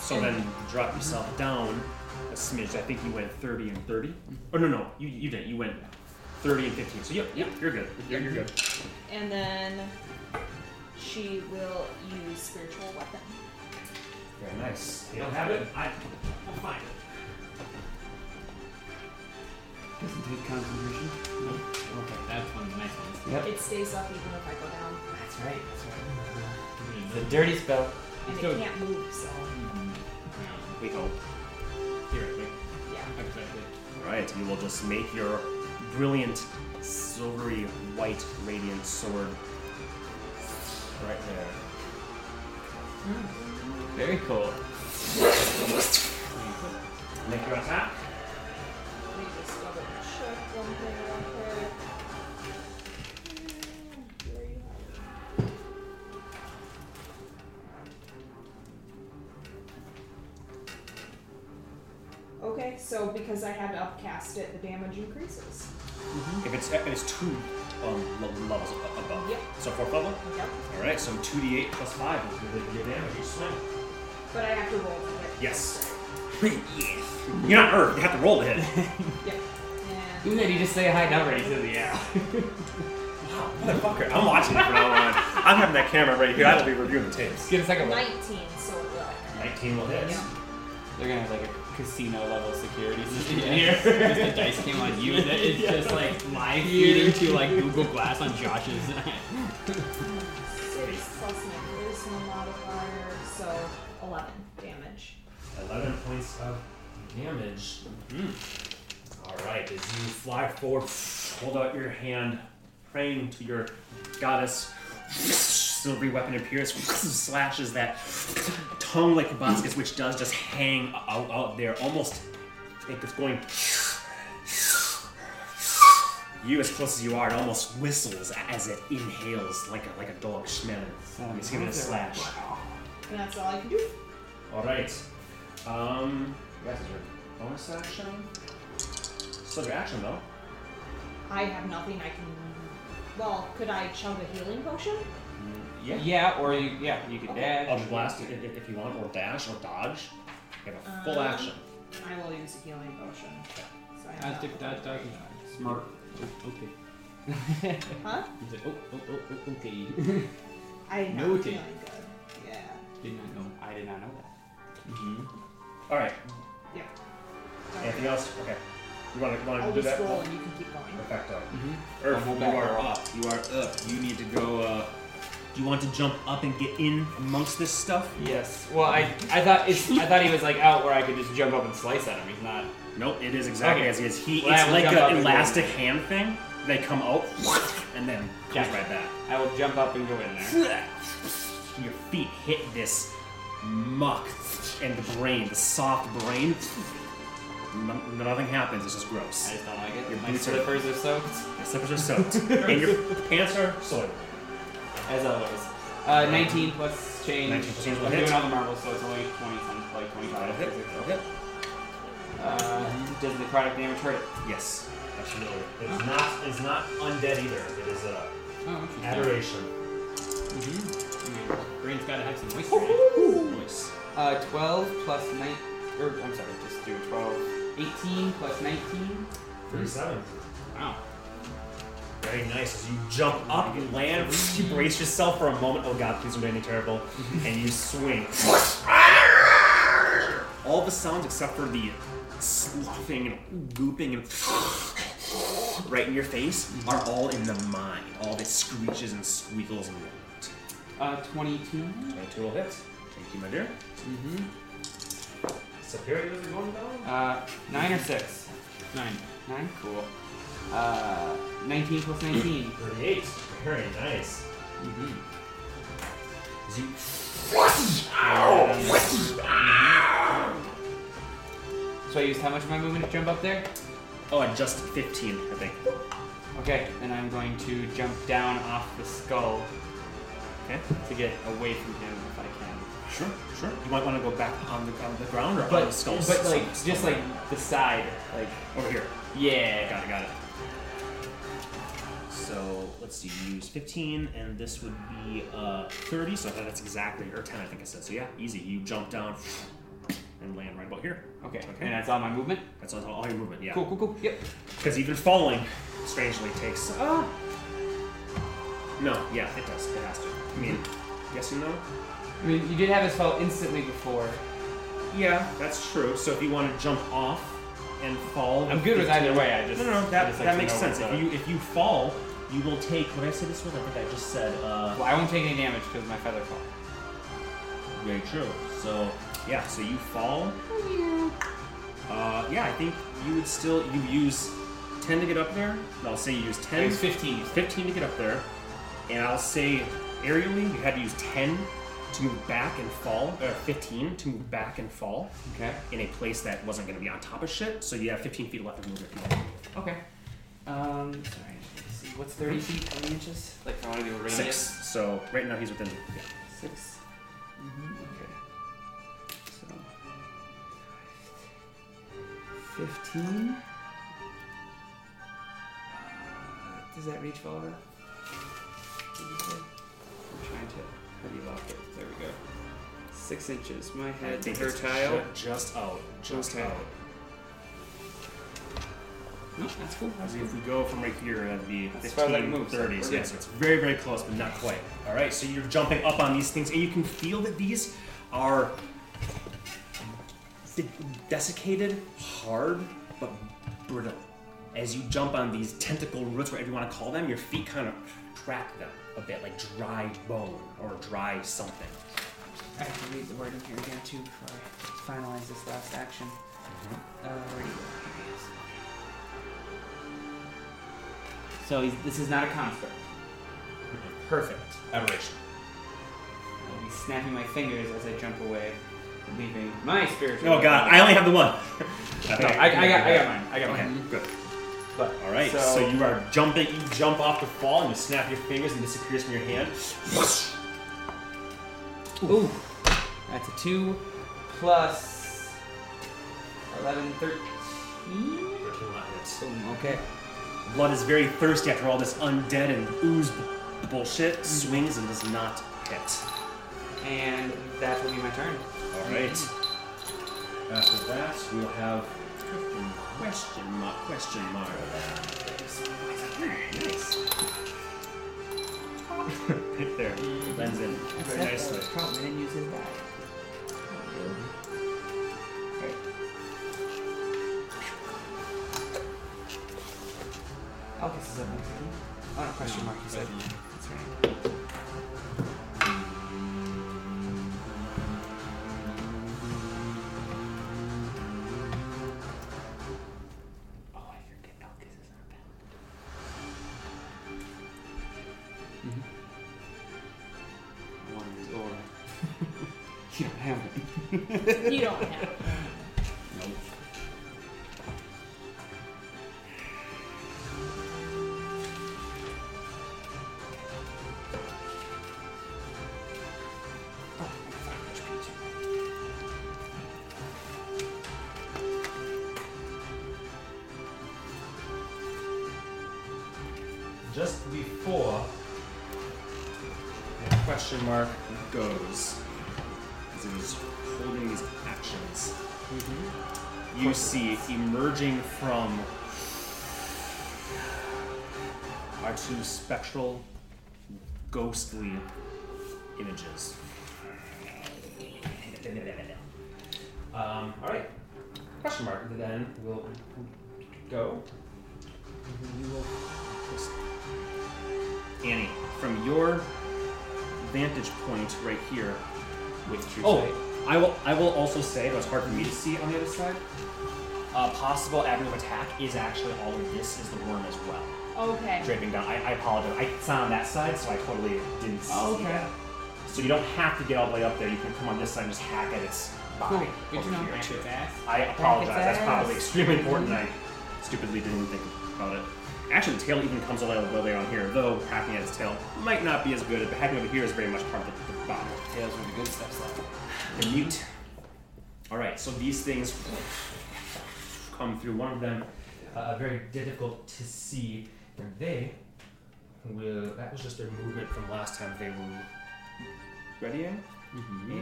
So then drop yourself down a smidge. I think you went 30 and 30. Mm-hmm. Oh, no, no. You, you didn't. You went 30 and 15. So, yep, yep, you're good. You're, you're good. And then she will use spiritual weapon. Very nice. You don't have it? I, we'll find it. Doesn't take concentration. Okay, that's one of the nice ones. It stays up even if I go down. That's right. That's right. It's a dirty spell. And Still- it can't move, so We hope. Theoretically. yeah. Hypothetically. Alright, you will just make your brilliant, silvery, white, radiant sword right there. Very cool. Make your attack. Let me just double check one thing real quick. Very high. Okay, so because I had to upcast it, the damage increases. If it's, if it's two um, level- levels a- above. Yep. So, fourth level? Yep. Alright, so 2d8 plus 5 is your- your damage. You swing. But I have to roll for it. Yes. yes. You're not hurt. You have to roll to hit. Yep. Do And that, you just say a high number, and he says, yeah. Motherfucker, I'm watching it from now on. I'm having that camera right here. I'll be reviewing the tapes. Get a second one. 19, so it will. 19 will hit. They're gonna have like a casino level security system in here. Just the dice came on you. That it's just like live feeding to like Google Glass on Josh's. 6 plus my charisma modifier, so 11 damage. 11 points of damage. All right, as you fly forward, Hold out your hand, praying to your goddess. Silvery weapon appears, slashes that tongue like proboscis, which does just hang out, out there, almost like it's going. You, as close as you are, it almost whistles as it inhales like a like a dog smelling. It's giving it a slash. And that's all I can do. All right. Um, that's your bonus action. Still your action though. I have nothing I can. Well, could I chug a healing potion? Yeah. Yeah, or you, yeah, you could dash. I'll just blast it if, if you want, or dash, or dodge. You have a full Um, action. I will use a healing potion. So I have That's that. dick, that's dark. Smart. Okay. Huh? Oh, He's like, oh, oh, oh, oh, okay. I am Noted. not feeling good. Yeah. Did not know. I did not know that. All right. Yeah. Anything else? Okay. You want to want I'll to do just that? roll and you can keep going. Perfecto. Mm-hmm. I'll Earth, hold you back. are up. You are up. You need to go. uh... Do you want to jump up and get in amongst this stuff? Yes. Well, I, I thought it's, I thought he was like out where I could just jump up and slice at him. He's not. Nope. It is exactly Okay. as it is. He. Well, I it's will like jump up an and go. elastic hand thing. They come out and then comes Gotcha. right back. I will jump up and go in there. Your feet hit this muck and the brain, the soft brain. No- nothing happens. It's just I gross. just don't like it. Your My boots are- slippers are soaked, Your slippers are soaked, and your pants are soiled. as always. Uh, 19 plus change. 19 plus change will I'm hit. doing all the marbles, so it's only 20 something, like 25. That'll hit. That'll hit. Uh, does the necrotic damage hurt it? Yes. That's your little- it's not Ah. it's not undead either. It is uh, a Oh, interesting. adoration. Mm-hmm. I mean, brain's gotta have some moisture. in Oh. it. Nice. Uh, 12 plus 9. Or, I'm sorry, just do 12. 18 plus 19. 37. Wow. Very nice. As you jump up, you land, you brace yourself for a moment. Oh god, please don't do anything terrible. And you swing. All the sounds except for the sloughing and gooping and right in your face are all in the mind. All the screeches and squeals and whatnot. Uh, 22. 22 will hit. Mm-hmm. Thank you, my dear. Mm-hmm. Superiors are going down? Uh, 9 or 6? 9. 9? Cool. Uh, 19 plus 19. 38. Very nice. mm-hmm. As you So I used how much of my movement to jump up there? Oh, and just 15, I think. Okay, then I'm going to jump down off the skull Okay. to get away from him if I can. Sure, sure. You might want to go back on the, on the ground or on But the skull. but like just like the side, like over here. yeah. Got it, got it. So let's see, you use 15, and this would be uh, 30, so that's exactly, or 10, I think I said. So yeah, easy. You jump down, and land right about here. Okay. Okay. And that's all my movement. That's all, all your movement, yeah. Cool, cool, cool. Yep. Because even falling, strangely, takes. Uh, no, yeah, it does. It has to. I mean, yes and no? I mean, you did have us fall instantly before. Yeah, that's true. So if you want to jump off and fall. I'm good with 15 either way. I just No, no, no. I That, just like that to makes know sense. what's If up. you if you fall, you will take. What did I say this was? I think I just said. Uh, Well, I won't take any damage because my feather fall. Very true. So yeah, so you fall. Uh, yeah, I think you would still you use ten to get up there. No, I'll say you use It ten. was 15. You said. 15 to get up there, and I'll say aerially you had to use ten to move back and fall, or fifteen to move back and fall Okay. in a place that wasn't going to be on top of shit. So you have fifteen feet left to move if you want. Okay. Um, sorry. let's see, What's 30 feet, 20 inches? Like, if I want to do a radius. Six. So right now he's within. Yeah. 6 Mm-hmm. Okay. So. 15. Uh, Does that reach Volga? Did you say? I'm trying to. How do you lock it? There we go. Six inches. My I head, think her it's tile. ju- Just out. Just Okay. out. No, that's cool. That's Because cool. if we go from right here, that'd be That's why I like 15, moves, so 30. we're So, good. yeah, so it's very, very close, but not quite. All right, so you're jumping up on these things, and you can feel that these are de- desiccated, hard, but brittle. As you jump on these tentacle roots, whatever you want to call them, your feet kind of track them a bit, like dry bone or dry something. I have to read the word in here again too before I finalize this last action. Mm-hmm. Uh, where do you go? Here it is. So he's, this is not a construct. Perfect. Aberration. I'll be snapping my fingers as I jump away, leaving my spiritual. Oh, God, I only have the one. No, I, I got, I got mine. I got Okay, mine. good. But All right, Mm-hmm. so, you are jumping. You jump off the fall, and you snap your fingers, and it disappears from your hand. Ooh, that's a two plus 11, 13. Boom, okay. Blood is very thirsty after all this undead and ooze b- bullshit. Swings and does not hit. And that will be my turn. All right. After that, we'll have question mark. Question mark. Nice. right there. Blends in very nicely. Problem, I didn't use it back. Oh, this is up next time. Oh, no, question mark, you said. That's right. Oh, I forget. Oh, 'cause it's not bad. One is aura. you don't have it. You don't have. Just before And question mark goes as it is holding these actions. You see emerging from our two spectral, ghostly images. Um, all right. Question mark. Then we'll go. We will just Annie, from your vantage point right here with true Oh. sight. I will. I will also say though it's hard for me to see on the other side. A possible avenue of attack is actually all of this is the worm as well, Okay. draping down. I, I apologize. I, it's not on that side, so I totally didn't see Oh, okay. that. So you don't have to get all the way up there. You can come on this side and just hack at its body Good Oh, to over know. here too. It's ass. I apologize. That's probably ass. extremely important. I stupidly didn't think about it. Actually, the tail even comes all the way down here, though hacking at its tail might not be as good, but hacking over here is very much part of the, the bottom. Tails were the good steps left. The mute. All right, so these things come through. One of them uh, very difficult to see, and they will. That was just their movement from last time. They were readying.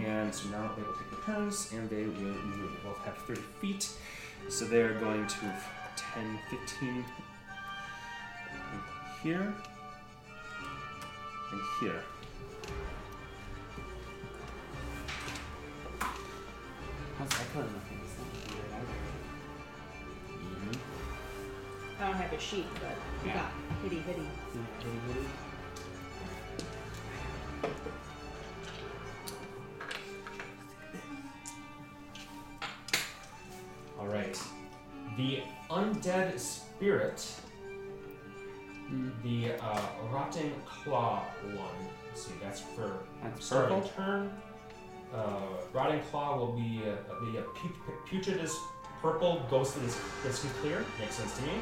And so now they will take their turns, and they will move. They both have 30 feet. So they are going to 10, 15 here and here. How's that color looking? It's not weird either. I don't have a sheet, but we got hitty hitty. Isn't it pretty good? All right. The undead spirit, the uh, rotting claw one. Let's see, that's for That's her purple. turn. Uh, rotting claw will be uh, the uh, pu- putrid is purple, ghostly is basically clear. Makes sense to me.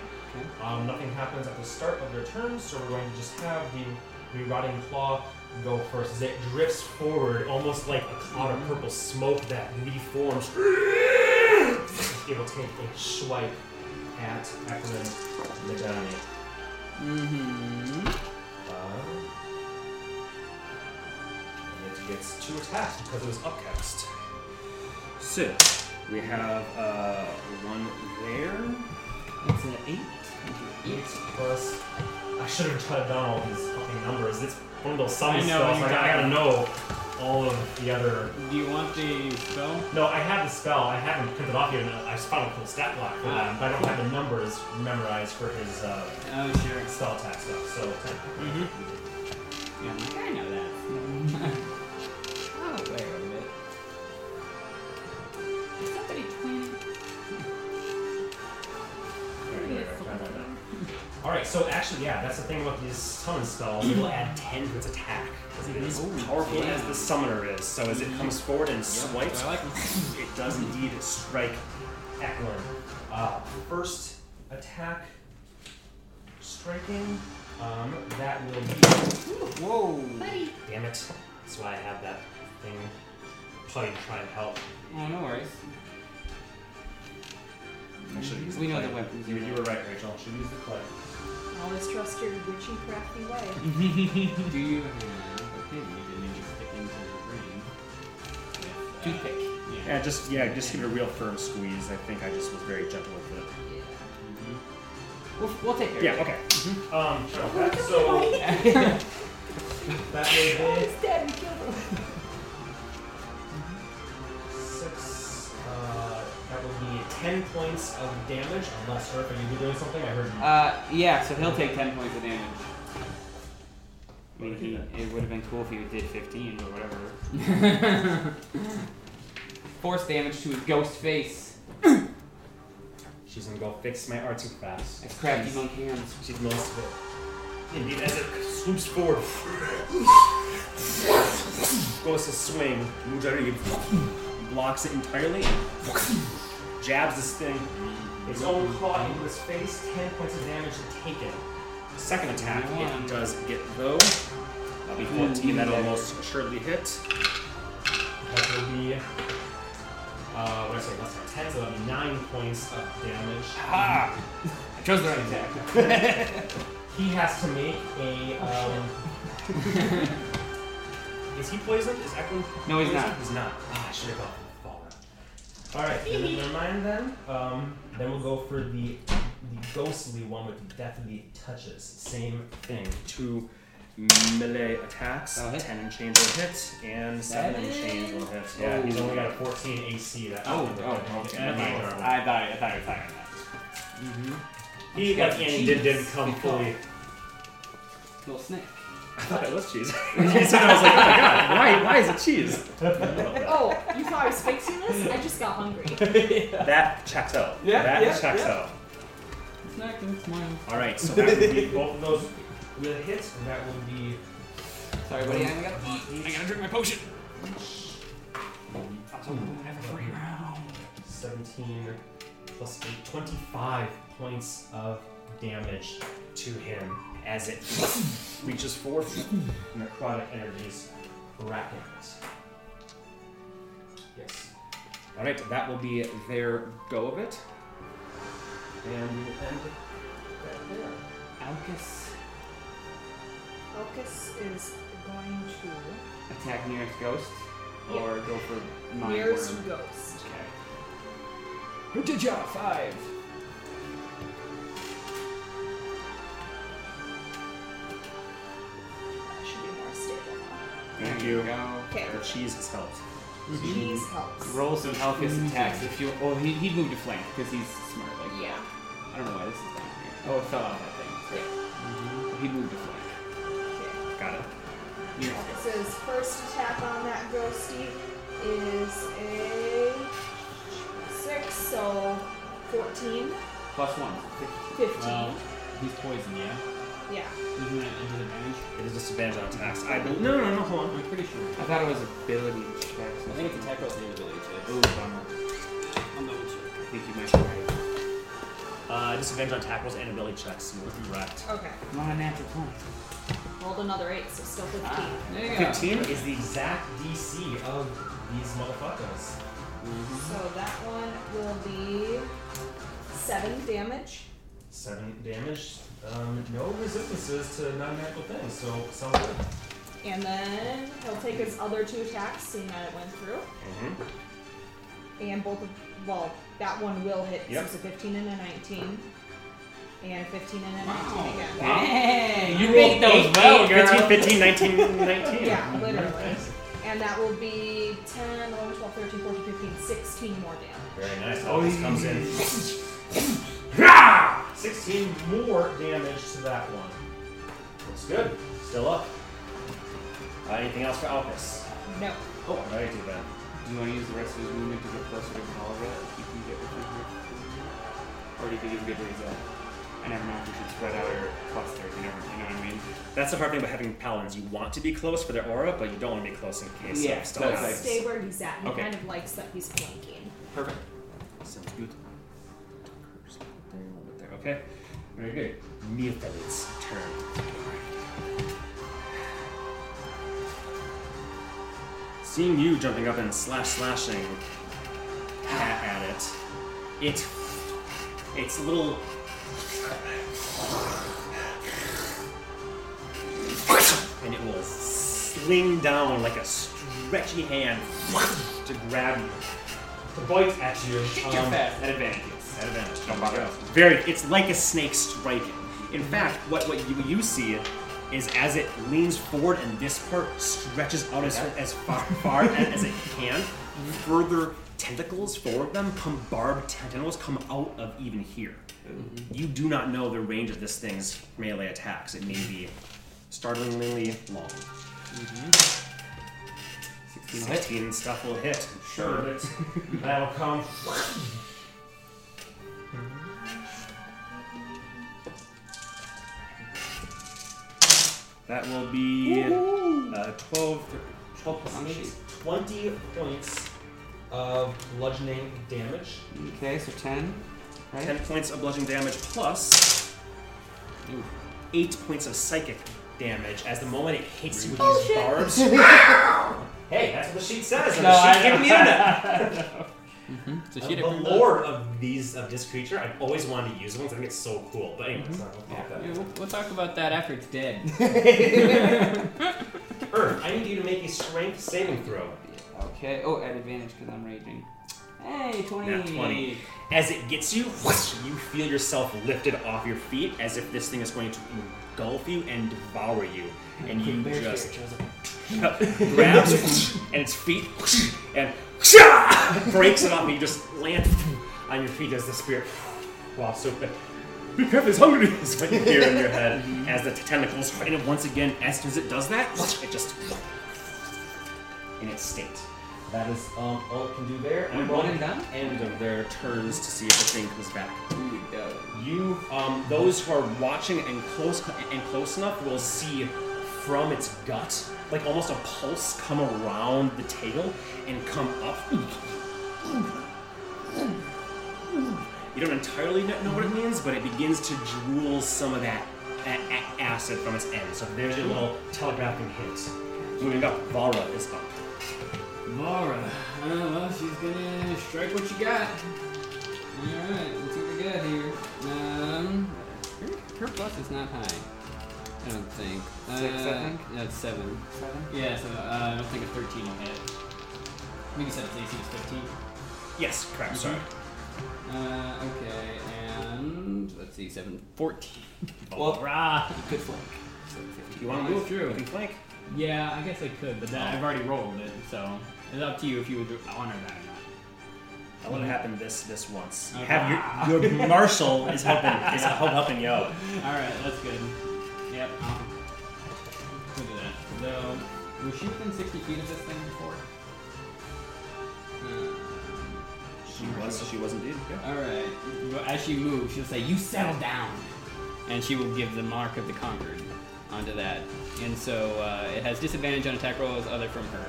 Um, nothing happens at the start of their turn, so we're going to just have the, the rotting claw go first as it drifts forward, almost like a cloud of purple smoke that reforms. It will take a swipe at Eklund Medani. Mm-hmm. Uh, and it gets two attacks because it was upcast. So we have uh, one there. That's an eight. Eight plus. I should have jotted down all these fucking numbers. It's one of those I sums know, spells. you Like, got I gotta it. know all of the other. Do you want the spell? No, I have the spell. I haven't printed off yet. and I just found a cool stat block for Ah. that, but I don't have the numbers memorized for his uh, Oh, sure. spell attack stuff. So Mm-hmm. Yeah, I'm like, I know that. Oh, I'm aware of it. Is somebody cleaning? All right, so actually, yeah, that's the thing about these summon spells. It will add ten to its attack because it is Ooh, powerful yeah. as the summoner is. So as it comes forward and swipes, I like 'em. it does indeed strike Eklund. Uh, first attack, striking. Um, that will be. Whoa! Buddy. Damn it! That's why I have that thing. Trying to try and help. Oh, no worries. I should use We the know clay. the weapons You, are you there. were right, Rachel. I should use the clay. Always trust your witchy crafty way. Do you have a pin you can maybe stick into your ring? with, uh, Yeah. Yeah, just yeah, just give it a real firm squeeze. I think I just was very gentle with it. We'll, we'll take care Yeah, of it. okay. Um, okay, so that will be It's dead, we killed him. six. Uh, that will be ten points of damage, unless Herc, are you doing something? I heard. you- Uh, yeah, so he'll take 10 points of damage. I mean, he, Okay. it would have been cool if he did 15 or whatever. Force damage to his ghost face. She's gonna go fix my arts and crafts. His crabby monk hands. She's most of it. Indeed, as it swoops forward, Goes to swing. Mujari blocks it entirely. Jabs this thing. its own claw into his face, ten points of damage taken. Second attack. Yeah. It does get though. That'll be 14. That'll almost assuredly hit. That will be. Uh, what did I say? Less than ten, so that'll be nine points of damage. Ah! I chose the right attack. He has to make a. Um, is he poisoned? Is Eklund? No, he's not. poisoned? He's not. Ah, I should have gone All right. then never mind then. Um, then we'll go for the the ghostly one with the deathly touches. Same thing. Two melee attacks. That'll hit. 10 and change will hit, and 7 and change will hit. Oh. Yeah, Yeah. he's only got a 14 AC. That Oh, that- oh, that- okay. that- Never that- I thought, I thought you were firing that. He like Andy did didn't come fully. Little snake. I thought it was cheese. He said, I was like, oh my god, why, why is it cheese? Oh, you thought I was fixing this? I just got hungry. That checks out. Yeah, that yeah, checks yeah. out. It's not good, it's mine. All right, so that would be Both of those will hit, and that will be Sorry, buddy, I gotta, I gotta drink my potion. 17 plus 8, 25 points of damage to him as it reaches forth necrotic energies wrapping it. Yes. All right, that will be their go of it. And we will end that there. Alcus, Focus is going to. attack nearest ghost. or go for mind Mirrors worm. ghost. Okay. Good job. Five. That should be more stable. Thank you. Okay. The cheese has helped. Cheese helps. Roll some Helcus attacks if you. Oh, he he moved to flank because he's smart. Like that. Yeah. I don't know why this is down here. Oh, it fell off that thing. Right. He moved to flank. Okay. Got it. Mirrors ghost. So his first attack on that ghosty is a six, so 14, Plus one. 15. Well, he's poisoned, yeah? yeah. Isn't that a disadvantage? It is disadvantage on attacks. I believe. No, no, no, hold on. I'm pretty sure. I thought it was ability checks. I think it's attack rolls and ability checks. Ooh, bummer. I'm double I check. think you might be right. Uh, disadvantage on tackles and ability checks. You are correct. Okay. Not a natural point. Rolled another eight, so still 15. There you go. 15 is the exact DC of these motherfuckers. So that one will be seven damage. Seven damage. Um, no resistances to non-magical things, so sounds good. And then he'll take his other two attacks, seeing that it went through. And both of, well, that one will hit. Yep. So it's a 15 and a 19. And 15 and a 19 Wow. again. Hey, you rolled those well, girl. 15, 15, 19, 19. Yeah, literally. And that will be 10, 11, 12, 13, 14, 15, 16 more damage. Very nice. Oh, this comes in. 16 more damage to that one. Looks good. Still up. Uh, anything else for Alpus? No. Oh, alrighty then. Do you want to use the rest of his movement to get closer to Calvra if you can get within her? Or do you think he's good where he's at? I never know if we should spread out or cluster. You never, you know what I mean? That's the hard thing about having paladins. You want to be close for their aura, but you don't want to be close in case Yeah, stuff that's happens. Stay where he's at. He Okay. kind of likes that he's flanking. Perfect. Sounds good. Just put it there, put it there. Okay. Very good. Neophyte's turn. Seeing you jumping up and slash slashing at, at it, it its little and it will sling down like a stretchy hand to grab you To bite at you. Um, At advantage. at advantage. Don't bother. Very. It's like a snake striking. In fact, what what you, you see is as it leans forward and this part stretches out as, as far, far as, as it can, further tentacles, four of them, come barbed tentacles come out of even here. You do not know the range of this thing's melee attacks. It may be startlingly long. 16, and stuff will hit. Sure. that's- That'll come. That will be uh, 12, 12 plus 8. 20 points of bludgeoning damage. Okay, so 10. Right? 10 points of bludgeoning damage plus Ooh. 8 points of psychic damage as the moment it hits you with these barbs. Hey, that's what the sheet says. No, I know. So Uh, she did the lore of these of this creature, I've always wanted to use one. 'cause I think it's so cool. But anyways, I don't Mm-hmm. Yeah, talk about it. we'll, we'll talk about that after it's dead. Earth, I need you to make a strength saving throw. okay. Oh, at advantage because I'm raging. Hey, 20. Nat 20. As it gets you, whoosh, you feel yourself lifted off your feet as if this thing is going to engulf you and devour you. And you just grabs it and its feet whoosh, and whoosh, breaks it off and you just land on your feet as the spirit walks so Be careful, he's hungry! is what you hear in your head as the tentacles, and it once again, as soon as it does that, whoosh, it just in its state. That is um, all it can do there. And rolling one and done? end of their turns to see if the thing comes back. Ooh, dope. You, um, those who are watching and close and close enough will see from its gut, like almost a pulse, come around the tail and come up. You don't entirely kn- know what it means, but it begins to drool some of that, that a- acid from its end. So there's your little telegraphing hint. Moving up, Vara is up. Mara. Oh, well, she's gonna strike what you got. Alright, let's see what we got here. Um, her, her buff is not high. I don't think. Six, I uh, think? No, it's seven. Seven. Yeah, so uh, I don't think a 13 will hit. I think you said its AC was 15. Yes, correct. Sorry. Uh, okay, and let's see, 7, 14. Well, Good flank. you want to Nice. move True. You can flank. Yeah, I guess I could, but then I've already rolled it, so it's up to you if you would honor that or not. I want to happen this this once. Uh-huh. Okay. Have your your marshal is helping is help helping you out. All right, that's good. Yep. Um, we'll do that. So, was she within 60 feet of this thing before? Uh, She was she was indeed. Yeah. all right. Well, As she moves, she'll say, "You settle down," and she will give the mark of the conquered onto that. And so uh, it has disadvantage on attack rolls other from her.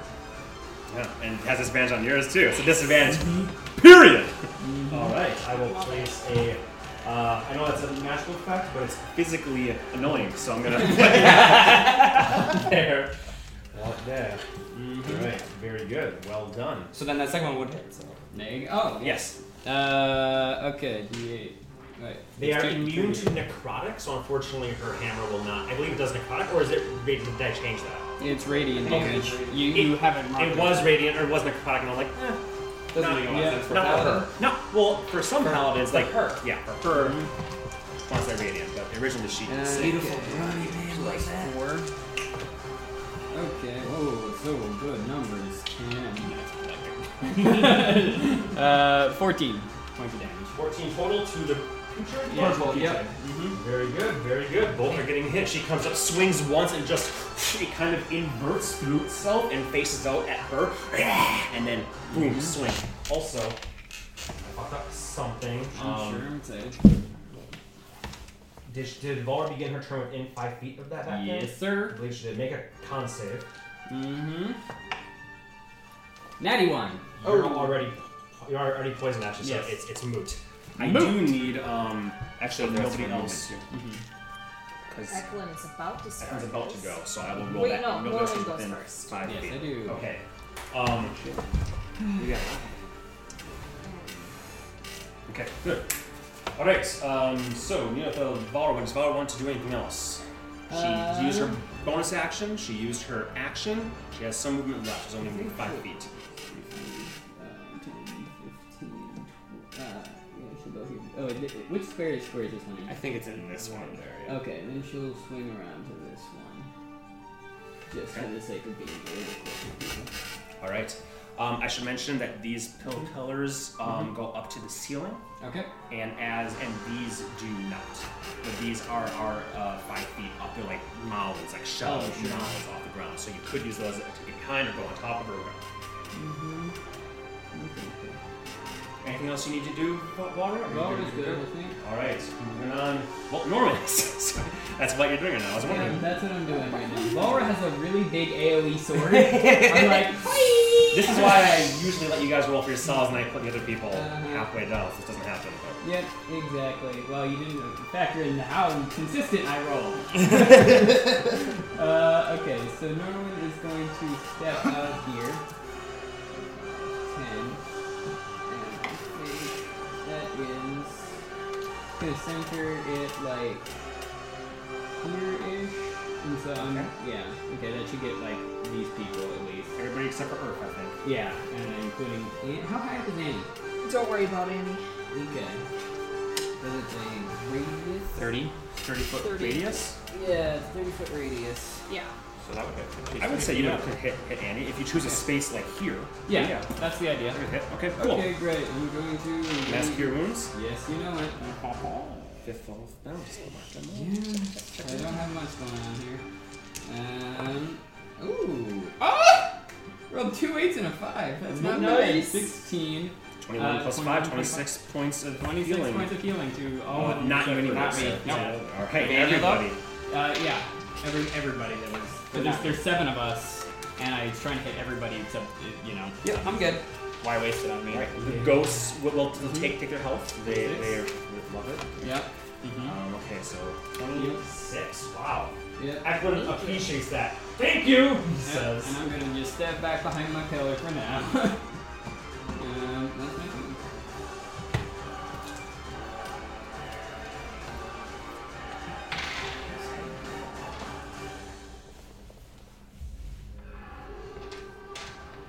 yeah. And has disadvantage on yours too. It's a disadvantage. Period. Mm-hmm. All right, I will place a. Uh, I know that's a magical effect, but it's Physically annoying, so I'm gonna put there. Not there. Mm-hmm. All right, very good. Well done. So then that second one would hit. So. There you go. Oh yes. Uh, okay. D8. Wait. They It's are two- immune three. to necrotic, so unfortunately her hammer will not. I believe it does necrotic, or is it? Did I change that? It's radiant Okay. damage. You, you It- haven't marked It was radiant, or it was necrotic, and I'm like, eh, Doesn't Not- make a lot yeah, of sense for not for paladin. her. No. Well, for some paladins, like her. Yeah, for her. Mhm. Plus they're radiant, but originally she. Uh, didn't. Beautiful running man like Four. Okay. Oh, so good numbers. Ten. uh, fourteen points of damage. 14 total to the creature. Yeah, Large well, creature. Mm-hmm. yep. Mm-hmm. Very good, very good. Both are getting hit. She comes up, swings once, and just It kind of inverts through itself and faces out at her, and then boom, Mm-hmm. swing. also. I fucked up something. Um, I'm sure I'm safe. Did, did Var begin her turn within five feet of that? back then? Yes, I sir. believe she did. Make a con save. Mm-hmm. Natty one. You're Oh. already you're already poisoned actually, Yes. so it's it's moot. I do need um. Actually, nobody else. Because Eklund is about to start. Eklund's about to go, so I will roll Wait, that. no, Nobody else Norman is goes within first. Five Yes, feet. I do. Okay. Um You got it. Okay, good. All right. Um, so Neothel Valor, does Valor want to do anything else? She used her bonus action. She used her action. She has some movement left. She's only moving five feet. Uh, 10, 15, tw- uh, yeah, she'll go here. Oh, th- which square is square is this one? in? think it's in this one there. Okay, then she'll swing around to this one. Just for the sake of being really close to people. All right. Um, I should mention that these pill pillars um, go up to the ceiling, Okay. and as and these do not. But these are are uh, five feet up. They're like mounds, like shells, Oh, sure. mounds off the ground. So you could use those to get behind or go on top of her. Mm-hmm. Anything else you need to do, Wa- Walter? Are you Well, good? it's good, I think. All right, moving on. Well, Norman, so that's what you're doing now. I was Yeah, wondering. that's what I'm doing right now. Laura has a really big AoE sword. I'm like, "Hi!" This is why I usually let you guys roll for yourselves, and I put the other people Uh-huh. halfway down. So this doesn't happen. Yep, exactly. Well, you didn't factor in how consistent I roll. uh, okay, so Norman is going to step out here. Ten. And I think that is gonna center it like here-ish. And so I'm yeah. Okay, that should get like these people at least. But everybody except for Earth, I think. Yeah, and including Annie. How high up is Annie? Don't worry about Annie. Okay. Does it say radius? 30, 30 foot 30. radius. Yeah, it's 30 foot radius. Yeah. So that would hit. I would say you know could hit, hit Annie if you choose a space like here. Yeah, yeah. that's the idea. that would hit. Okay, cool. Okay, great. I'm going to. Mask your wounds. Yes, you know it. Fifth level. No, just mark them off. I don't have much going on here. Um. Ooh. Ah! Rolled two eights and a five. That's not bad. Nice. 16. 21 Uh, plus 21, 5, 26 points of 26 healing. points of healing to all Uh, of them not you except for- anymore. Not me. so- Nope. All right, Vanilla? everybody. Uh, yeah. Every, everybody that was. But there's, there's seven of us, and I was trying to hit everybody except, uh, you know. Yeah, I'm good. Why waste it on me? All right, the ghosts will, will take, take their health. They, they would love it. Yep. Um, okay, so Six. Wow. Yep. Eklund appreciates that. Thank you. He Yeah, says. And I'm gonna just step back behind my pillar for now. um, that's my turn.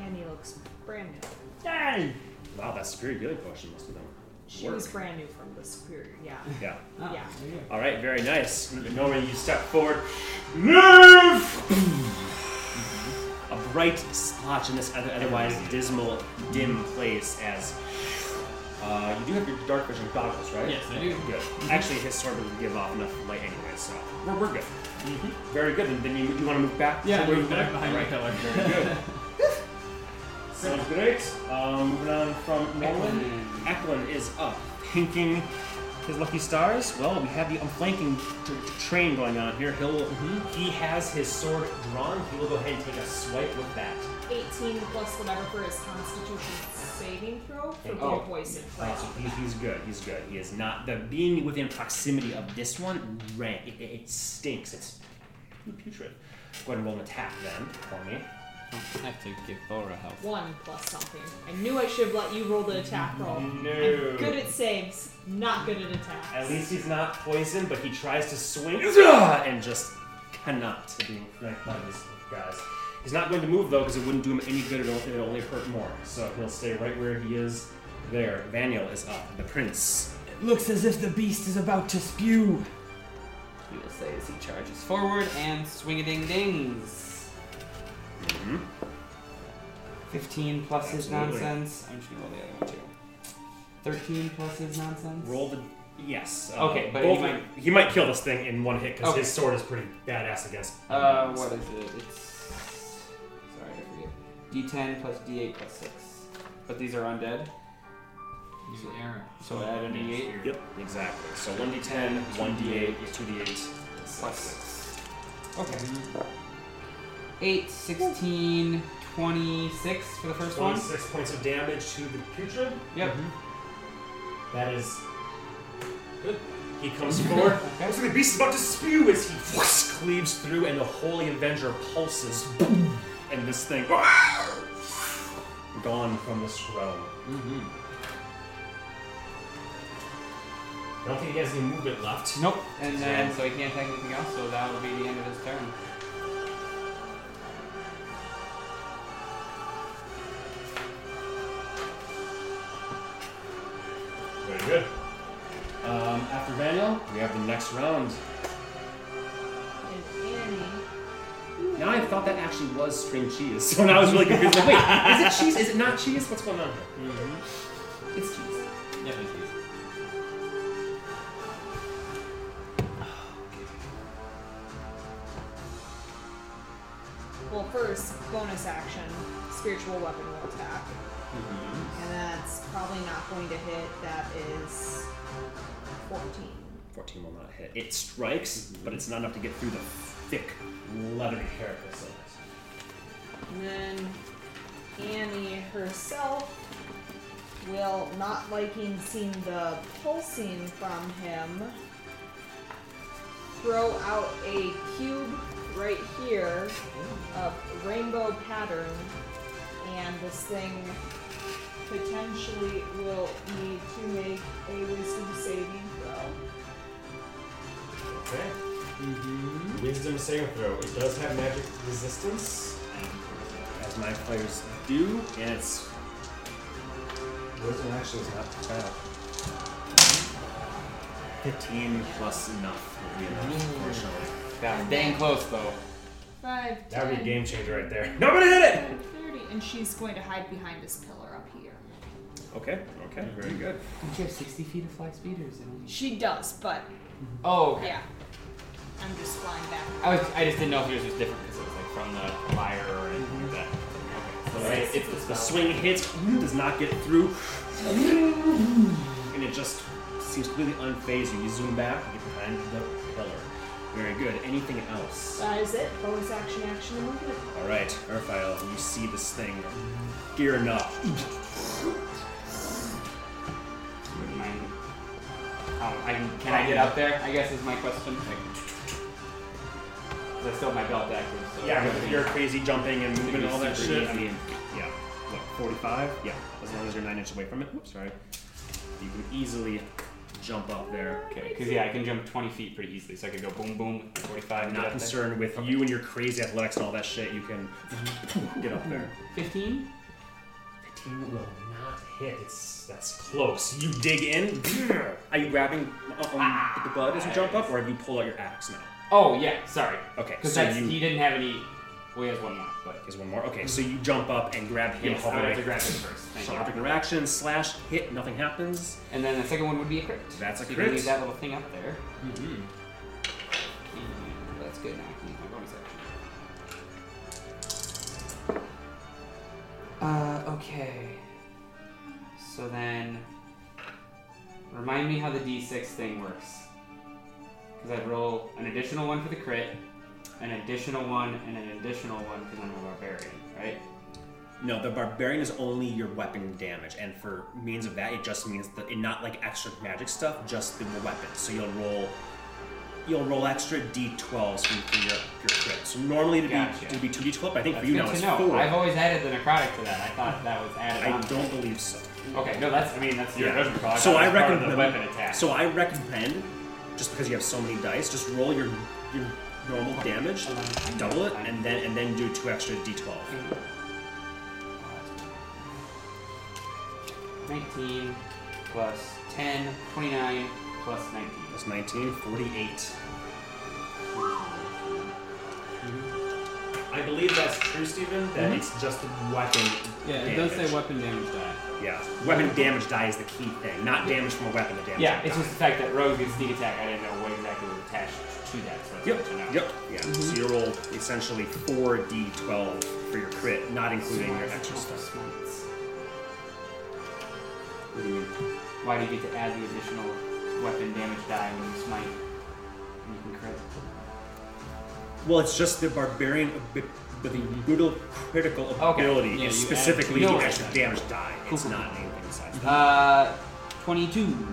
Annie looks brand new. Hey! Wow, that superior Gilly potion must have done. She was brand new from the superior. Yeah. Yeah. Ah, Yeah. there you go. All right, very nice. Normally you step forward. Move! A bright splotch in this other, otherwise dismal, dim place as uh, you do have your dark vision goggles, right? Yes, I do. Good. Mm-hmm. Actually, his sword would give off enough light anyway, so we're, we're good. Very good. And then you, you want to move back? Mm-hmm. Yeah, to where move you back were? behind the Right. pillar. Very good. Sounds great. Um, moving on from Norland. Eklund is up, pinking his lucky stars. Well, we have the flanking t- t- train going on here. He'll Mm-hmm. he has his sword drawn. He will go ahead and take a swipe with that. 18 plus whatever for his constitution saving throw for And- being oh. poisoned. All right, so he's, he's good. He's good. He is not the being within proximity of this one rank. It, it, it stinks. It's putrid. Go ahead and roll an attack then for me. I have to give Bora help. One plus something. I knew I should have let you roll the attack roll. I'm good at saves, not good at attacks. At least he's not poisoned, but he tries to swing and just cannot to be flanked by these guys. He's not going to move though because it wouldn't do him any good. It'll, it'll only hurt more. So he'll stay right where he is. There, Vaniel is up. The prince. Looks as if the beast is about to spew. He will say as he charges forward and swing a ding dings. Mm-hmm. 15 plus his Absolutely. nonsense. I'm just gonna roll the other one too. 13 plus his nonsense. Roll the. Yes. Okay, but both he of- might- he might kill this thing in one hit because Okay. his sword is pretty badass against. Uh, what is it? It's. Sorry, I forget. D10 plus D8 plus 6. But these are undead, Use an arrow. so add an D8 Yep. Exactly. So one d10, one d8, two d8. plus 6. Okay. 8, 16, 26 for the first one. Twenty-six points of damage to the putrid. Yep. Mm-hmm. That is good. He comes forward. And So the beast is about to spew as he cleaves through, and the Holy Avenger pulses. Boom! And this thing. Gone from this realm. Mm-hmm. I don't think he has any movement left. Nope. And then, so he can't attack anything else, so that will be the end of his turn. Very good. Um, after Vaniel, we have the next round. And Annie. Now I thought that actually was string cheese, so now I was really confused. Like, wait, is it cheese? Is it not cheese? What's going on here? It's cheese. Yeah, it's cheese. Well, first, bonus action, spiritual weapon will attack. Mm-hmm. And that's probably not going to hit. That is 14. 14 will not hit. It strikes, but it's not enough to get through the thick, leathery carapace of it. And then Annie herself will, not liking seeing the pulsing from him, throw out a cube right here of rainbow pattern, and this thing potentially will need to make a wisdom saving throw. Okay. Mm-hmm. Wisdom saving throw. It does have magic resistance. As my players do, and it's. Wisdom actually is not. uh, 15 plus enough will be Mm. enough, unfortunately. Got dang close though. 5, That would be a game changer right there. Nobody hit it! 30, and she's going to hide behind this pillar up here. Okay, okay, very good. Don't you have 60 feet of fly speeders? And only... She does, but Oh, okay. yeah. I'm just flying back. I, was, I just didn't know if yours was different because it was like from the fire or anything like that. Mm-hmm. Okay, so Right, it's, it's the The spell. swing hits, does not get through, and it just seems completely unfazed. You zoom back, you get behind the pillar. Very good. Anything else? That Uh, is it. Bonus action, action, and movement. All right, Urfile, you see this thing gearing up. Wouldn't mind. Um, I, can- can I get up there? I guess is my question. Like, 'cause I still have my belt active. So Yeah, with your crazy jumping and movement and all that Super shit. I easy. mean, yeah, what, 45? Yeah, as long as you're nine inches away from it. Oops, sorry. You can easily jump up there. Okay, because yeah, I can jump 20 feet pretty easily, so I could go boom, boom, 45. I'm get not up there. concerned with you and your crazy athletics and all that shit. You can get up there. 15? 15 You will not hit. It's that's close. You You dig in. Are you grabbing uh, um, the blood as you jump up, or have you pulled out your axe now? Oh yeah, sorry. Okay, Because so you- he didn't have any. Well, he has one more, but There's one more. Okay, so you jump up and grab him. yes, I hovering. would have to grab him first. Thank So you. object interaction slash hit. Nothing happens. And then the second one would be a crit. That's a So you can crit. Mm-hmm. leave that little thing up there. And That's good. Now I can use my bonus action. Uh, okay. So then, remind me how the d6 thing works. Because I'd roll an additional one for the crit, an additional one, and an additional one because I'm a barbarian, right? No, the barbarian is only your weapon damage, and for means of that, it just means that it not like extra magic stuff, just the weapon. So you'll roll, you'll roll extra d12s for, for your, your crit. So normally it'd Gotcha. be it'd be two d12, but I think That's for you good now to it's know. four. I've always added the necrotic to that. I thought that was added I on. don't believe so. Okay, no, that's. I mean, that's your judgment call. So thought I it was part of recommend the weapon attack. So I recommend, just because you have so many dice, just roll your your normal damage, double it, and then and then do two extra d12. 19 plus 10, 29 plus 19. That's 19, 48. I believe that's true, Stephen. Mm-hmm. That it's just a weapon. Yeah, it does say weapon damage die. Yeah. Weapon damage die is the key thing, not damage from a weapon. The damage. Yeah, from it's die. just the fact that Rogue is sneak attack. I didn't know what exactly was attached to that, so that's Yep. good to know. Yep. Yeah. So you roll essentially four d12 for your crit, not including your extra stuff. What do you mean? Why do you get to add the additional weapon damage die when you smite? And you can crit. Well, it's just the barbarian ab- with the brutal critical Okay. ability Yeah, you add- is specifically you know the what I extra said. damage die. It's Cool. not anything besides that. Uh, 22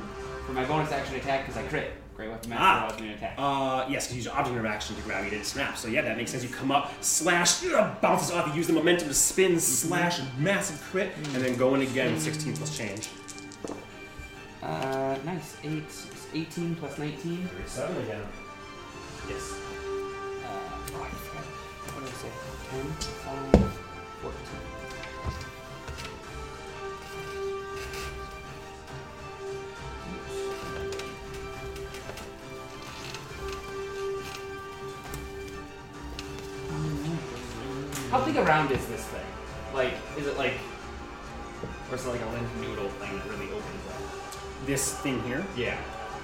for my bonus action attack because I crit. Great weapon master Ah. allows me to attack. Uh, yes, because you use object interaction to grab, you didn't snap. So yeah, that makes sense. You come up, slash, ugh, bounces off, you use the momentum to spin, Mm-hmm. slash, massive crit, and then go in again, 16 plus change. Uh, nice. Eight, 18 plus 19. Seven again. Yes. Uh, oh, I forgot. What did I say? 10, 5, 14. How big around is this thing? Like, is it like, or is it like a lint noodle thing that really opens up? This thing here, Yeah.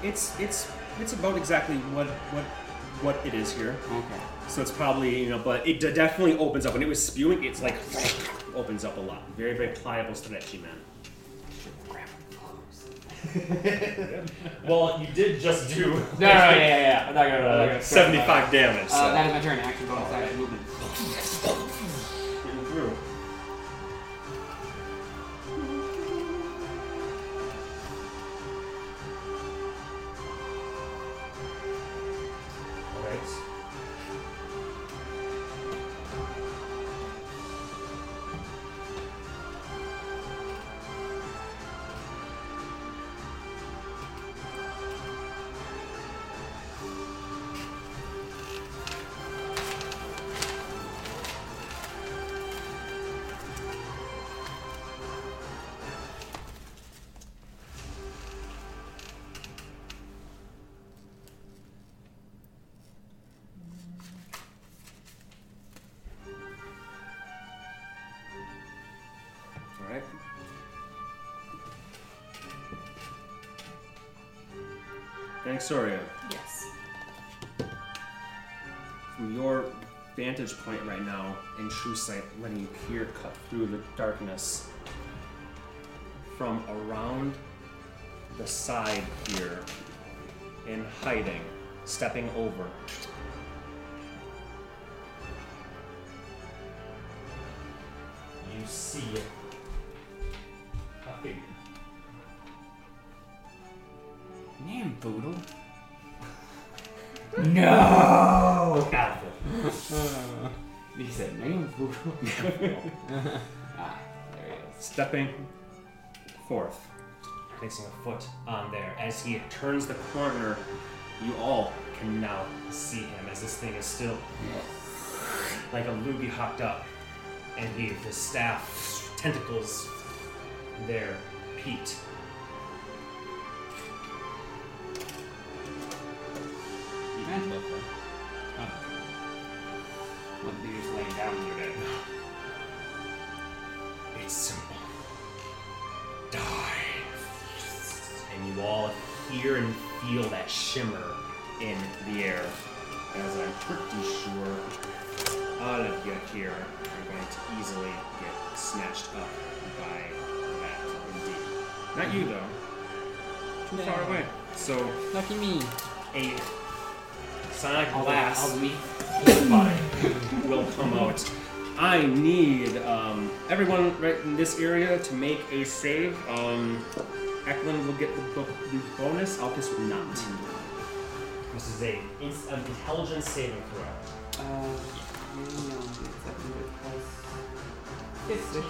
it's it's it's about exactly what what what it is here. Okay. So it's probably you know, but it d- definitely opens up. When it was spewing, it's like opens up a lot. Very very pliable, stretchy man. Well, you did just do. No, no, yeah, yeah, yeah. I'm not gonna. I'm not Uh, gonna 75 damage. Uh, so- that is my turn. Action bonus, action movement. Alright. Alright. Thanks, Soria. Yes. From your vantage point right now, in true sight, letting you peer cut through the darkness from around the side here in hiding, stepping over. You see a figure. Name Boodle. Oh, Alpha. He said, "Name Voodoo." ah, there he is. Stepping forth, placing a foot on there. As he turns the corner, you all can now see him as this thing is still like a loogie hopped up, and he the staff tentacles there, Pete. And look like- oh. Look, they're just laying down in their bed. It's simple. Die. And you all hear and feel that shimmer in the air. as I'm pretty sure all of you here are going to easily get snatched up by that indeed. Not you though. Too far away. So Lucky me. a Sonic All the- all blast the meat. will come out. I need um, everyone right in this area to make a save. Um, Eklund will get the, bo- the bonus. Alpis will not. This is a it's an intelligence saving throw. Uh, yeah. 15.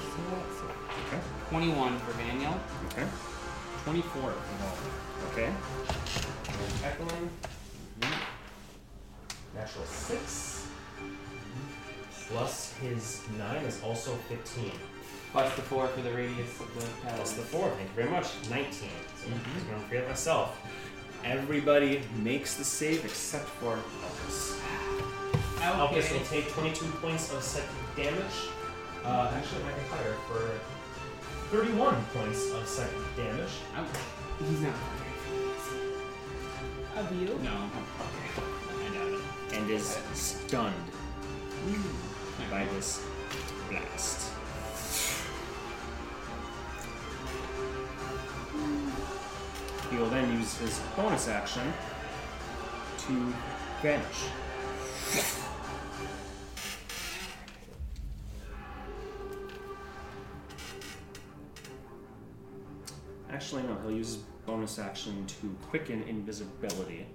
21 for Daniel, Okay. 24 for Walt. Okay. Echoing. Natural six. Plus his nine is also fifteen. Plus the 4 for the radius of the Plus the pattern. four. Thank you very much. Nineteen. So I'm gonna forget myself. Everybody Makes the save except for Alpis. Alpus will take 22 points of psychic damage. Uh, actually, I can higher for 31 points of psychic damage. He's not. Of you? No. I doubt it. and is stunned by this blast. He will then use his bonus action to vanish. Actually, no, he'll use his bonus action to quicken invisibility,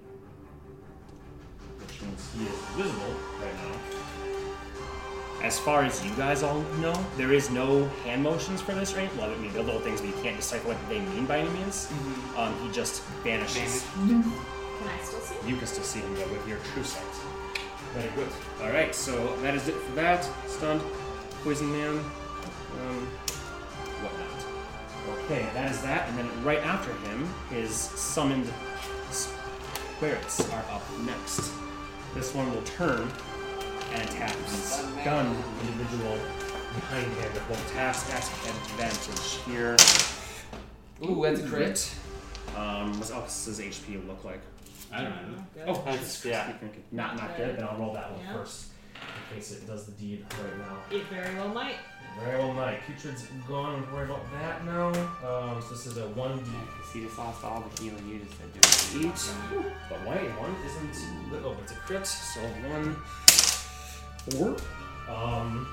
which means he is Visible right now. as far as you guys all know, there is no hand motions for this, right? Well, I mean, the little things, but you can't decipher what they mean by any means. Um, he just vanishes. Can I still see? You can still see him, though, with your true sight. Very good. All right, so that is it for that. Stunned, poison man, um, whatnot. Okay, that is that. And then right after him, his summoned spirits are up next. This one will turn and attack the stunned individual behind him. Will task at advantage here. Ooh, that's a crit. Um, what's Alex's HP look like? I don't know. Oh, That's- yeah. Not not good. Then I'll roll that one Yeah. first, in case it does the deed right now. It very well might. Very well, Mike. Putrid's gone. Don't worry about that now. Um, so this is a 1d. Because he just lost all the healing you just said doing. Eight. But wait, 1 isn't. li- Oh, it's a crit. So one, four. Um,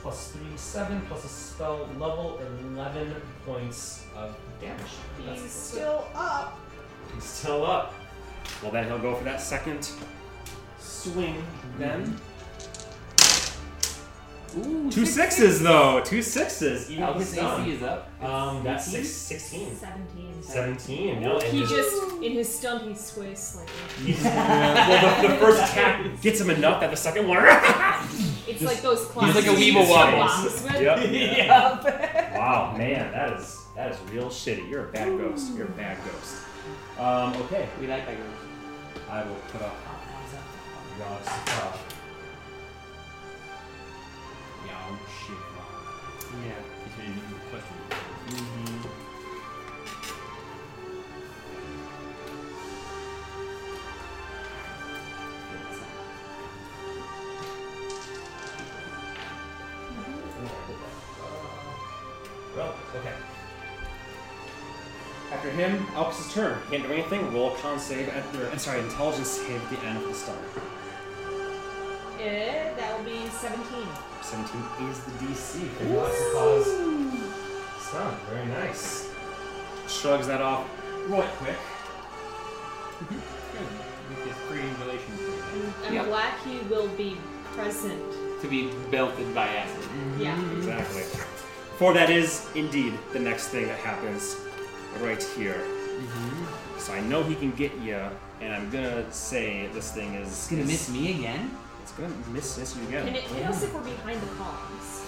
plus 3, 7, plus a spell level, 11 points of damage. That's He's it. still up. He's still up. Well, then he'll go for that second swing. Then Ooh, two sixes though. Two sixes. Even Alpha with AC stun. is up. Um, that's Sixteen? six, 16. 17. 17. No, and He his- just, in his stun, he sways slightly. he's- well, the, the first attack Gets him enough that the second one. It's like those clowns. like a you Weeble used to Wobble. box with. Yep. Yep. Wow, man, that is that is real shitty. You're a bad ghost. You're a bad ghost. Um, okay, We like that girl. I will put up. God's uh, Yeah, shit. Yeah. It's been a question. Well, okay. After him, Alex's turn. Can't do anything. Roll a con save at the. I'm sorry, intelligence save at the end of the start. Eh, that will be 17. 17 is the DC. And lots of cause. Stun. Very nice. Shrugs that off. Roll it quick. With this pre-relation. And Yep. black, he will be present. To be belted by Mm, acid. Yeah. Mm-hmm. Exactly. For that is indeed the next thing that happens right here. So I know he can get you, and I'm gonna say this thing is. It's gonna miss me again? It's gonna miss, miss you again. Can it hit us if we're behind the columns?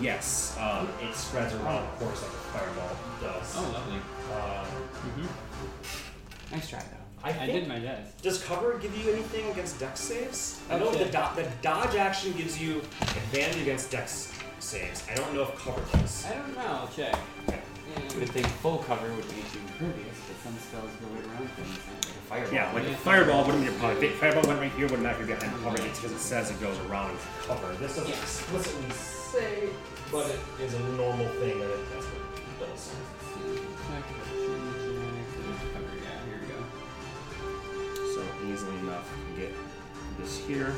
Yes, um, it spreads around, of course, like a fireball does. Oh, lovely. Uh, Um, Nice try, though. I I think- did my best. does cover give you anything against dex saves? I know Okay. the, do- the dodge action gives you advantage against dex saves. I don't know if cover does. I don't know. I'll check. Okay. I would think full cover would make you impervious, but some spells go right around things, like a fireball. Yeah, like a fireball wouldn't be probably. Fireball went right here, would not be behind cover. It's because it says it goes around Cover. This doesn't Yeah. explicitly say, but it is a normal thing that it, that's what it does. Let's see, check, check, there's cover, yeah, here we go. so easily enough to get this here.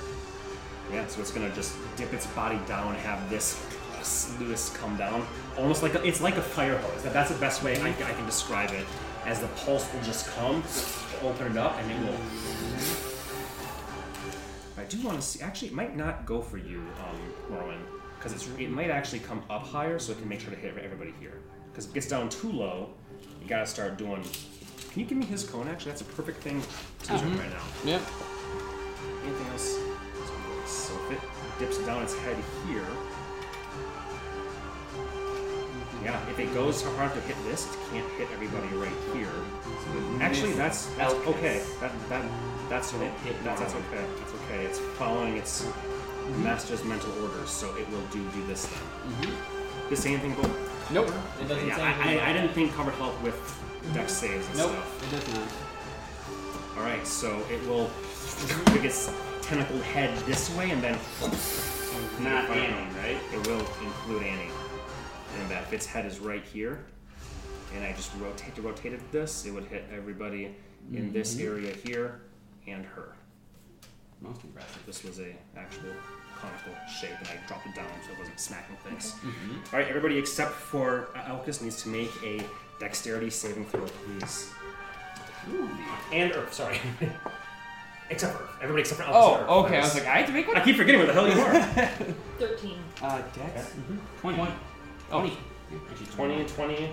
Yeah, so it's gonna just dip its body down, have this sluice come down, almost like a, it's like a fire hose. That- That's the best way I, I can describe it. As the pulse will just come, open it up, and it will. I do want to see. Actually, it might not go for you, um, Rowan, because it's it might actually come up higher, so it can make sure to hit everybody here. Because if it gets down too low, you gotta start doing. Can you give me his cone? Actually, that's a perfect thing to Uh-huh. do right now. Yep. Anything else? So if it dips down its head here. Yeah, if it goes hard to hit this, it can't hit everybody right here. Actually, that's, that's Elkis. okay. That that that's what hit that's, that's okay. That's okay. It's following its Mm-hmm. master's mental orders, so it will do do this thing. The same thing. About, Nope. It doesn't yeah, I, I, say anything I Mm-hmm. about didn't think covered help with dex saves and Nope. stuff. It does not. All right, so it will pick its tentacled head this way, and then Not Fire Annie, right? It will include Annie. And that if its head is right here, and I just rotate rotated this, it would hit everybody in this area here and her. Most impressive. This was a actual conical shape, and I dropped it down so it wasn't smacking things. Mm-hmm. All right, everybody except for uh, Elkus needs to make a dexterity saving throw, please. And Earth, sorry. except for Earth. Everybody except for Elvis. and Earth. Oh, okay. I That was like, I have to make one. I keep forgetting where the hell you are. Thirteen. Uh, Dex. Twenty. Oh. yeah, actually 20, 20,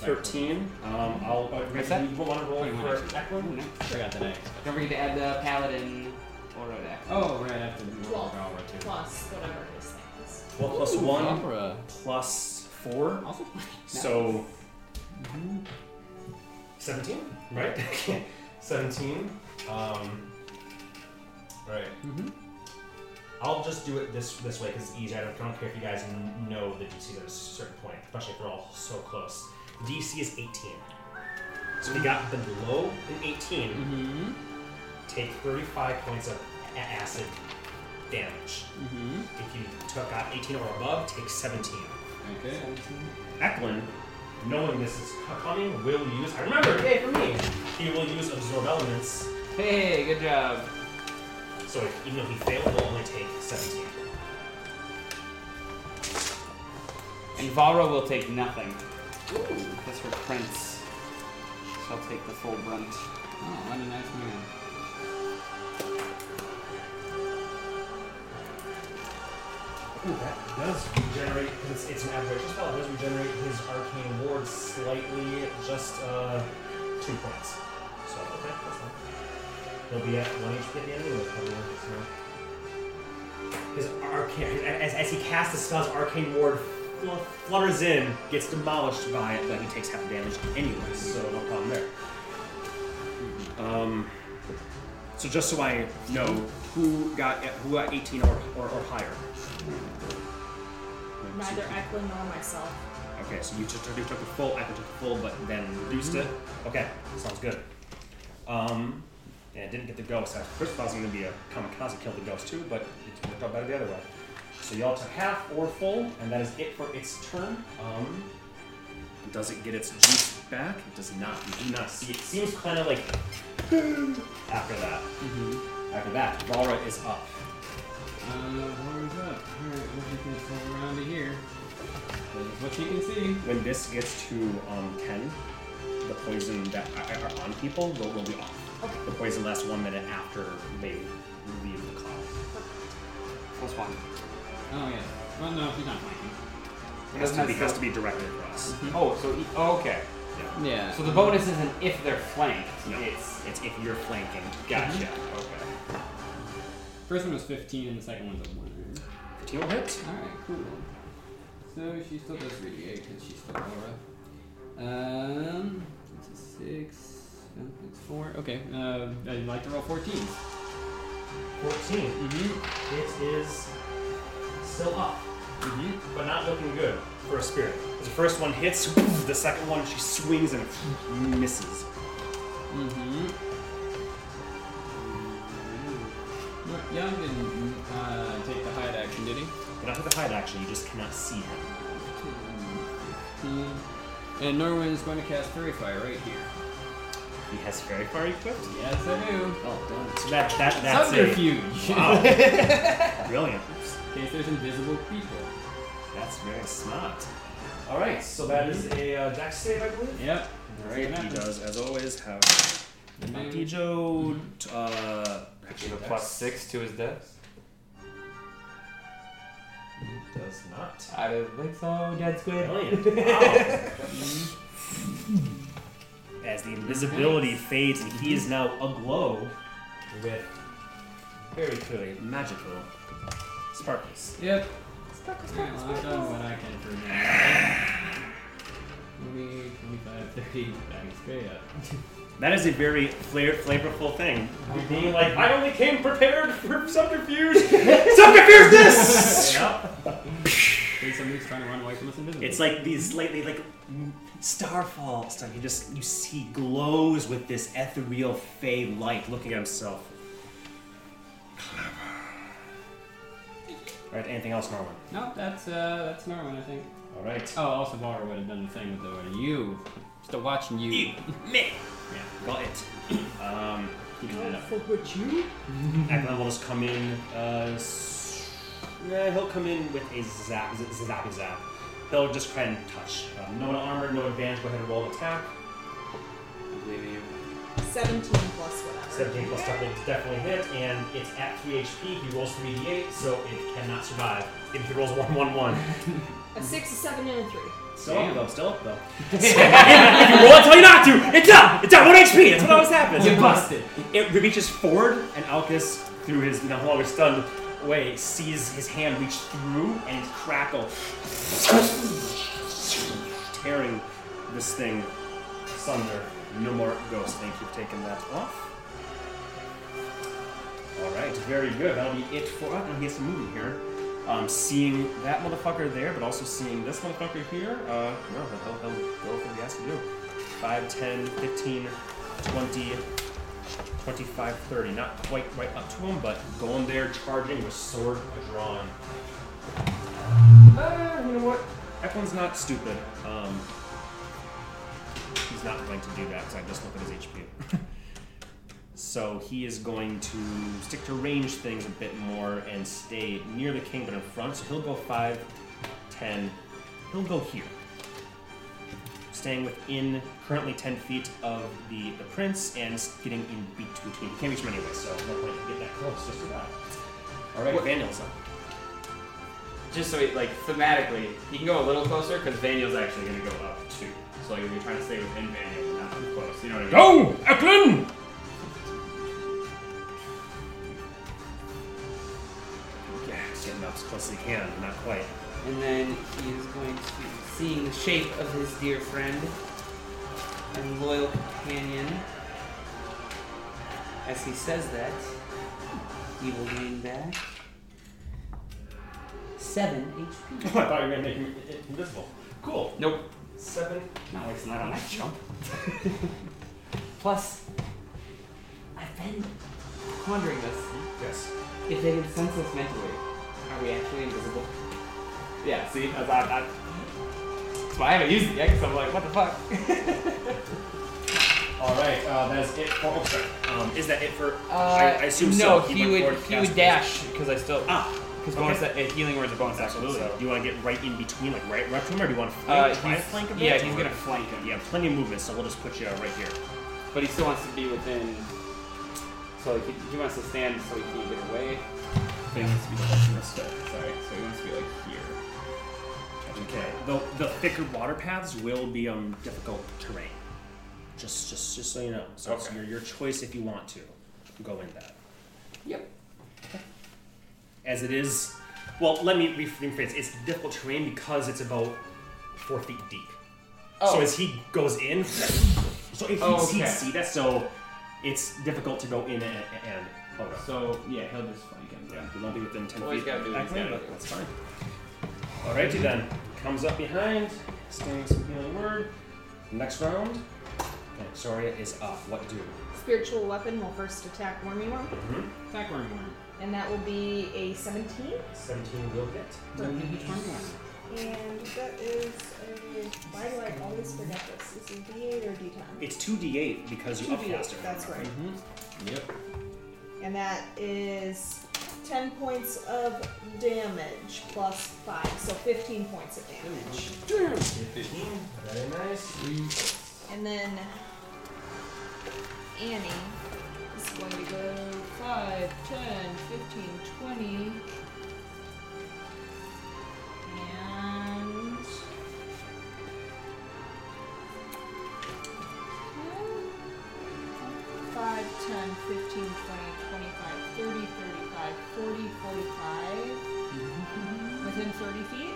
13. Um, I'll, uh, What's that? Oh, You want to roll 21 for actually. Eklund? Forgot the X. Don't forget to add the paladin aura deck. Oh, right after the Twelve. Aurora too. Plus whatever his thing is. Well, plus one, Aurora. plus four. Also. So 17, Mm-hmm. right? 17. Um, right. Mhm. I'll just do it this this way because it's easier. I don't, I don't care if you guys n- know the DCs at a certain point, especially if we're all so close. The DC is 18. So if you got below an 18, Mhm. take 35 points of a- acid damage. Mhm. If you took out 18 or above, take 17. Okay. Eklund, Knowing this is c- coming, will use. I remember, yay for me! He will use absorb elements. Hey, good job. So if, even though he failed, he'll only take 17. And Vara will take nothing. Because her prince shall take the full brunt. Oh, what a nice move. Ooh, that does regenerate, because it's, it's an aberration spell, it does regenerate his arcane ward slightly, just uh, two points. So, okay, that's fine. He'll be at one HP at the end anyway, probably. So. His arcane, as, as he casts the spell, his arcane ward fl- flutters in, gets demolished by it, but he takes half damage anyway, so no problem there. Um, so just so I know who got who got 18 or, or, or higher. Neither Eklund nor myself. Okay, so you took, you took the full, I took the full, but then reduced it. Okay, sounds good. Um, and I didn't get the ghost. I first thought it was going to be a kamikaze kill the ghost too, but it worked out better the other way. So y'all took half or full, and that is it for its turn. Um, does it get its juice back? It does not. You do not see. It seems kind of like boom after that. After that, Valra is up. Uh, Aurora's up. Alright, we'll just gonna fall around to here. This is what you can see. When this gets to um, 10, the poison that are are on people will, will be off. The poison lasts one minute after they leave the cloud. Plus one. Oh, yeah. Well, no, she's not flanking. It has to be, Doesn't that has still- to be directed for us. Hmm. Oh, so e- oh, okay. Yeah. So the bonus isn't if they're flanked. No. It's It's if you're flanking. gotcha. Okay. First one was 15, and the second one's a 1. 15 will hit. Alright, cool. So she still does 3d8 because she's still Laura. Um, it's a 6. No, it's 4. Okay, uh, I'd like to roll 14. 14. Mm-hmm. It is still up, Mm-hmm. but not looking good for a spirit. The first one hits, the second one she swings and misses. Mm-hmm. Young didn't uh, take the hide action, did he? But after the hide action, you just cannot see him. Mm. And Norwin is going to cast Fairy Fire right here. He has very far equipped. Yes, I do. Well done. So that, that, that's it. Subterfuge. Wow. Brilliant. In case there's invisible people. That's very smart. All right, so that is a uh, dex save, I believe. Yep. Right, he does, as always, have Dijo, uh, Give a plus six to his dex. Does not. I don't think so, Dead Squid. Brilliant. Wow. as the invisibility fades and he is now aglow With very clearly. with magical sparkles. Yep. Alright, well, I've done what I can for now. 20, 25, 30, back is straight up. That is a very flair- flavorful thing. You're being like, I only came prepared for subterfuge. subterfuge this! Think somebody's trying to run away from us invisible. It's like these slightly like mm, starfall stuff. You just you see glows with this ethereal fey light looking at himself. All right, anything else, Norman? Nope, that's, uh, that's Norman, I think. All right. Oh, also, Laura would have done the thing with the word you. Still watching you. You, me. Yeah, got it. Um, keeping that up. Fuck with you? Ackland will just come in. Uh, s- yeah, he'll come in with a zap, z- zap, zap. He'll just try and touch. Um, no armor, no advantage. Go ahead and roll attack. Seventeen plus whatever. 17 plus toughness is definitely hit, and it's at 3 HP. He rolls 3d8, so it cannot survive. If he rolls 1 1 1. A six, a seven, and a three. Still up though, still up though. if you roll it, tell you not to! It's up! It's up! 1 HP! That's what always happens. You It busts. busted. It reaches forward, and Alcus, through his no longer stunned way, sees his hand reach through and crackle, tearing this thing asunder. No more ghosts. Thank you for taking that off. All right, very good. That'll be it for us. And he has to move in here. Um, seeing that motherfucker there, but also seeing this motherfucker here, uh, no, he'll, he'll, he'll go for what he has to do. 5, 10, 15, 20, 25, 30. Not quite right up to him, but going there, charging with sword drawn. Uh, you know what? Eklund's not stupid. Um, he's not going to do that because I just looked at his HP. so he is going to stick to range things a bit more and stay near the king but in front. So he'll go 5, 10. He'll go here. Staying within currently 10 feet of the, the prince and s- getting in between. He can't reach him anyway, so no point in getting that close just to die. Alright, What- Vandal's up. Just so it, like thematically, you can go a little closer because Vaniel's actually gonna go up too. So like, if you're trying to stay within Vaniel, but not too close. You know what I mean? Go, Eklund! Yeah, he's getting up as close as he can, but not quite. And then he is going to, seeing the shape of his dear friend and loyal companion, as he says that, he will gain back seven I HP. thought you were gonna make him i- invisible. Cool. Nope, Seven. not like it's not on that jump. Plus, I've been pondering this. Yes. If they can sense us mentally, are we actually invisible? Yeah, see, that's, I, I, that's why I haven't used it yet, because I'm like, what the fuck? All right. Uh, that is it for. Oh, sorry. Um, is that it for? Uh, I, I assume no, so. he, went would forward to he cast would dash because I still because Ah, bonus a- a uh, healing word's a bonus action. absolutely. So. Do you want to get right in between, like right up to him, or do you want to flank, Uh, try to he's, flank him? yeah, he's gonna flank him. Yeah, plenty of movement, so we'll just put you uh, right here. But he still wants to be within. So like, he, he wants to stand so he can't get away. But he wants to be touching this way. Sorry, so he wants to be like here. Okay. The, the thicker water paths will be um difficult terrain. Just just just so you know. So it's Okay. your, your choice if you want to go in that. Yep. As it is Well, let me rephrase. It's difficult terrain because it's about four feet deep. Oh. So as he goes in, so if he'd, Oh, he'd okay. see that, so it's difficult to go in and, and out of. So yeah, he'll just flank him. Yeah, we won't be within 10 Well, he's feet. gotta do what he's Actually, gotta but do. That's fine. Alrighty then. Comes up behind, standing some healing word. Next round. And Soria is up. What do? Spiritual weapon will first attack Wormyworm, Attack wormworm. and that will be a 17. 17 will hit. Don't hit the wormworm. And that is a. Why do I always forget this? Is it D8 or D10? It's 2d8 because you up 2d8, faster. That's Mm-hmm. right. Yep. And that is 10 points of damage plus 5, so 15 points of damage. 15. Very nice. And then Annie is going to go 5, 10, 15, 20. And. Five, 10, 15, 20, 25, 30, 35, 40, 45. Within 30 feet.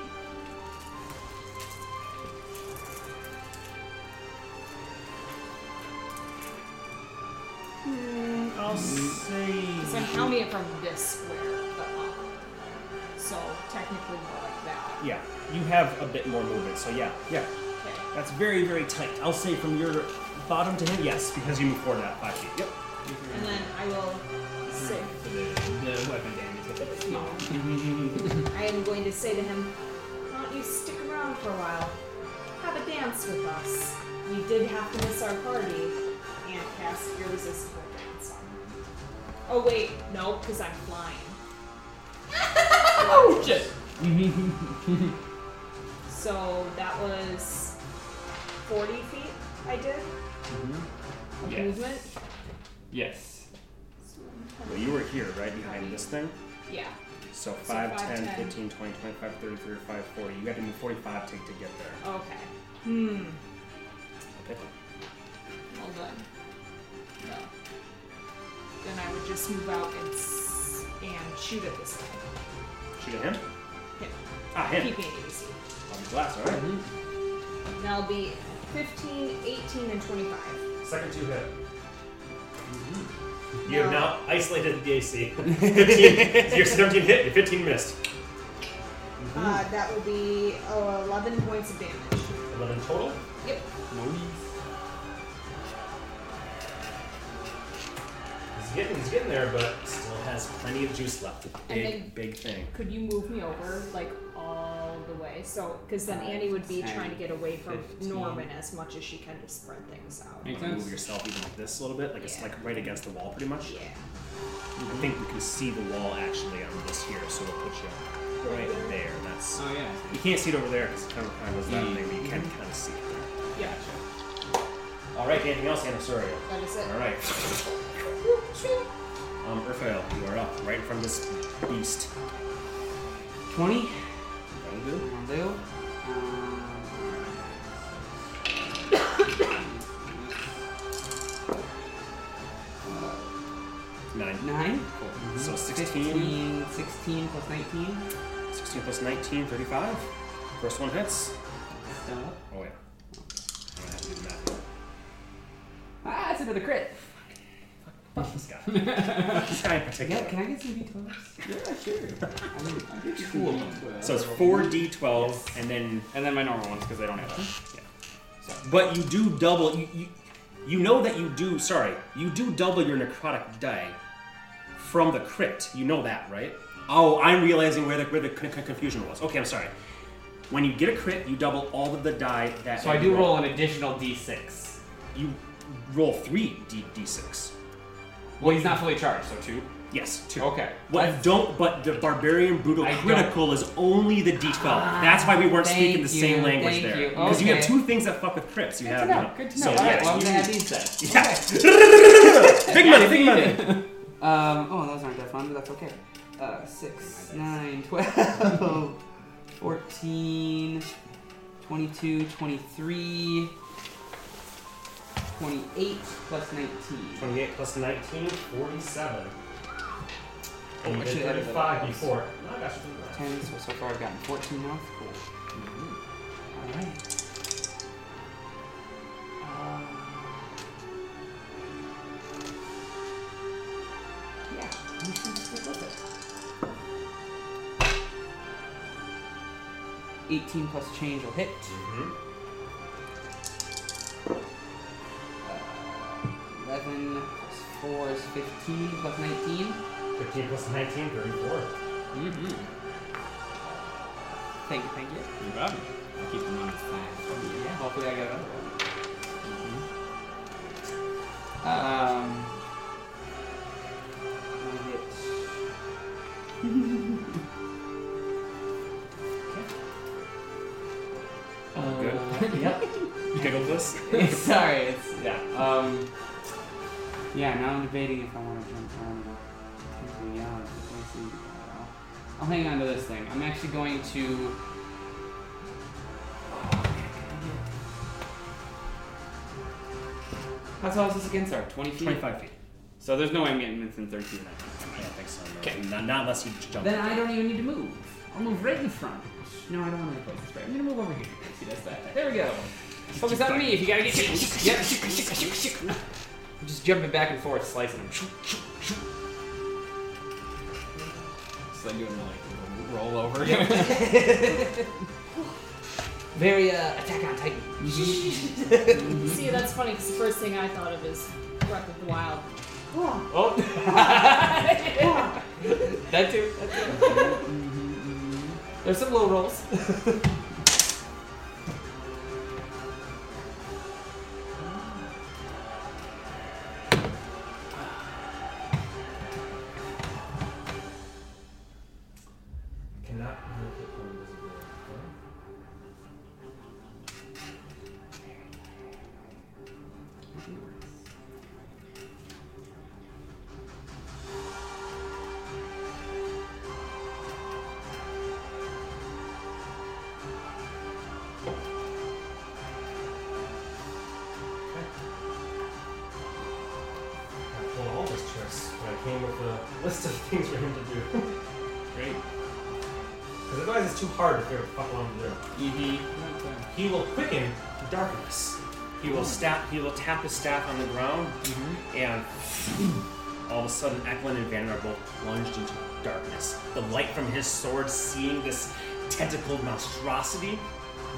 I'll say. Because I'm counting it from this square, but up. So technically more like that. Yeah, you have a bit more movement, so yeah, yeah. Okay. That's very, very tight. I'll say from your bottom to him, yes, because you move forward at 5 feet. Yep. And then I will say, The weapon damage. But it's not. I am going to say to him, why don't you stick around for a while? Have a dance with us. We did have to miss our party and cast irresistible dance on him. Oh wait, no, because I'm flying. Oh, shit! So that was 40 feet I did Mm-hmm. of Yes. movement. Yes. Well, you were here, right behind this thing? Yeah. So 5, five, 10, 10. 15, 20, 25, 30, 35, 40. You had to move 45 to, to get there. Okay. Hmm. Okay. Well done. No. Then I would just move out and s- and shoot at this guy. Shoot at him? Him. Ah, him. Keeping it easy. On the glass, alright. That'll be 15, 18, and 25. Second two hit. You have now isolated the AC. 15, your 17 hit, your 15 missed. Mm-hmm. Uh, that will be oh, 11 points of damage. 11 total. Yep. He's getting, he's getting there, but still has plenty of juice left. And Big, then- big thing. Could you move me over, like, all the way? So, because then Annie would be trying to get away from 15. Norman as much as she can to spread things out. Makes You move sense. yourself even like this a little bit, like it's Yeah. like right against the wall, pretty much. Yeah. I think we can see the wall actually on this here, so we'll put you right there. and That's Oh yeah. you can't see it over there because it kind of kind of goes that way, but you can kind of see it. Yeah. There. All right, anything else, Anasario? That is it. All right, um, Urfael, you are up right from this beast. 20? That'll do. One deal. Um, Nine. Nine. So Mm-hmm. 16, 16, 16 plus 19. 16 plus 19, 35. First one hits. Stop. Oh yeah. I'm gonna have to do the math. Ah, it's another crit. Fuck this guy. this guy in particular. Yeah, can I get some d12s? Yeah, sure. I mean, I get you Cool. some d12s. So it's four d12, and then And then my normal ones because I don't have them. but you do double. You, you you know that you do. Sorry, you do double your necrotic die from the crit. You know that, right? Oh, I'm realizing where the where the con- con- confusion was. Okay, I'm sorry. When you get a crit, you double all of the die that. So I do roll an additional d6. You roll three d d6. Well, he's not fully charged, so two. Yes, two. Okay. What That's- don't, but the barbarian brutal I don't- critical is only the d12. That's why we weren't Ah, thank speaking the same you, language thank there. you. Because you have Okay. two things that fuck with crits. You Good to have. know. Good to know. So, All right, yes, well, I'm you- glad these set. Yeah. big money, money, big big money. Um, oh, those aren't that fun, but that's okay. Uh, 6, 9, 12, 14, 22, 23, 28 plus 19. 28 plus 19, 47. Oh, I I should did have 35 before. No, I got you. 10, so so far I've gotten 14 health. Cool. Mm-hmm. Alright. Uh, yeah, we should stick with it. 18 plus change will hit. Mm-hmm. 11 plus 4 is 15 plus 19. 15 plus 19, 34. Mm-hmm. Thank you, thank you. No problem. I'll keep them on the flag. Yeah, hopefully I get another one. Um, I'm gonna hit. Good. Uh, yep. Giggle this. It's- Uh, Sorry, it's yeah. Um, yeah. Now I'm debating if I want to jump on something else. Let's see. Uh, I'll hang on to this thing. I'm actually going to. How tall is this again, sir? 20 feet? 25 feet. So there's no way I'm getting within 13 of that. I don't think so. no. Not, not unless you jump. Then I don't even need to move. I'll move right in front. No, I don't want to replace the spray. I'm gonna move over here. See, that's that. There we go. Focus on me if you gotta get. yep. I'm just jumping back and forth, slicing them. It's like doing like a roll over. Yeah. Very uh, Attack on Titan. See, that's funny because the first thing I thought of is Breath of the Wild. Oh. that too. That too. Mm-hmm. There's some low rolls. Cannot move it from invisibility. I pulled all his tricks, but I came with uh, a list of things for him to do. Great. Because otherwise it's too hard to figure out what I'm doing. Evie, He will quicken the darkness. he will staff. He will tap his staff on the ground, Mm-hmm. and all of a sudden, Eklund and Vanner are both plunged into darkness. The light from his sword, seeing this tentacled monstrosity,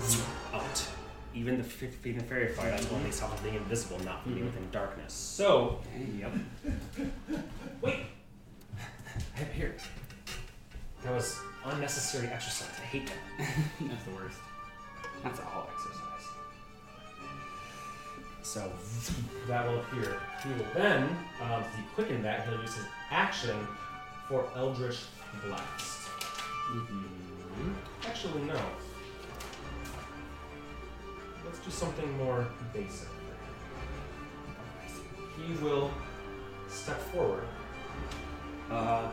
zoom out. Even the f- even the fairy fire, that's Mm-hmm. when they saw something invisible, not from being within darkness. So, yep. Wait, I have here. That was unnecessary exercise. I hate that. That's the worst. That's a whole exercise. So, That will appear. He will then, um, to quicken that, he'll use his action for Eldritch Blast. Mm-hmm. Actually, no. Let's do something more basic. He will step forward. Uh,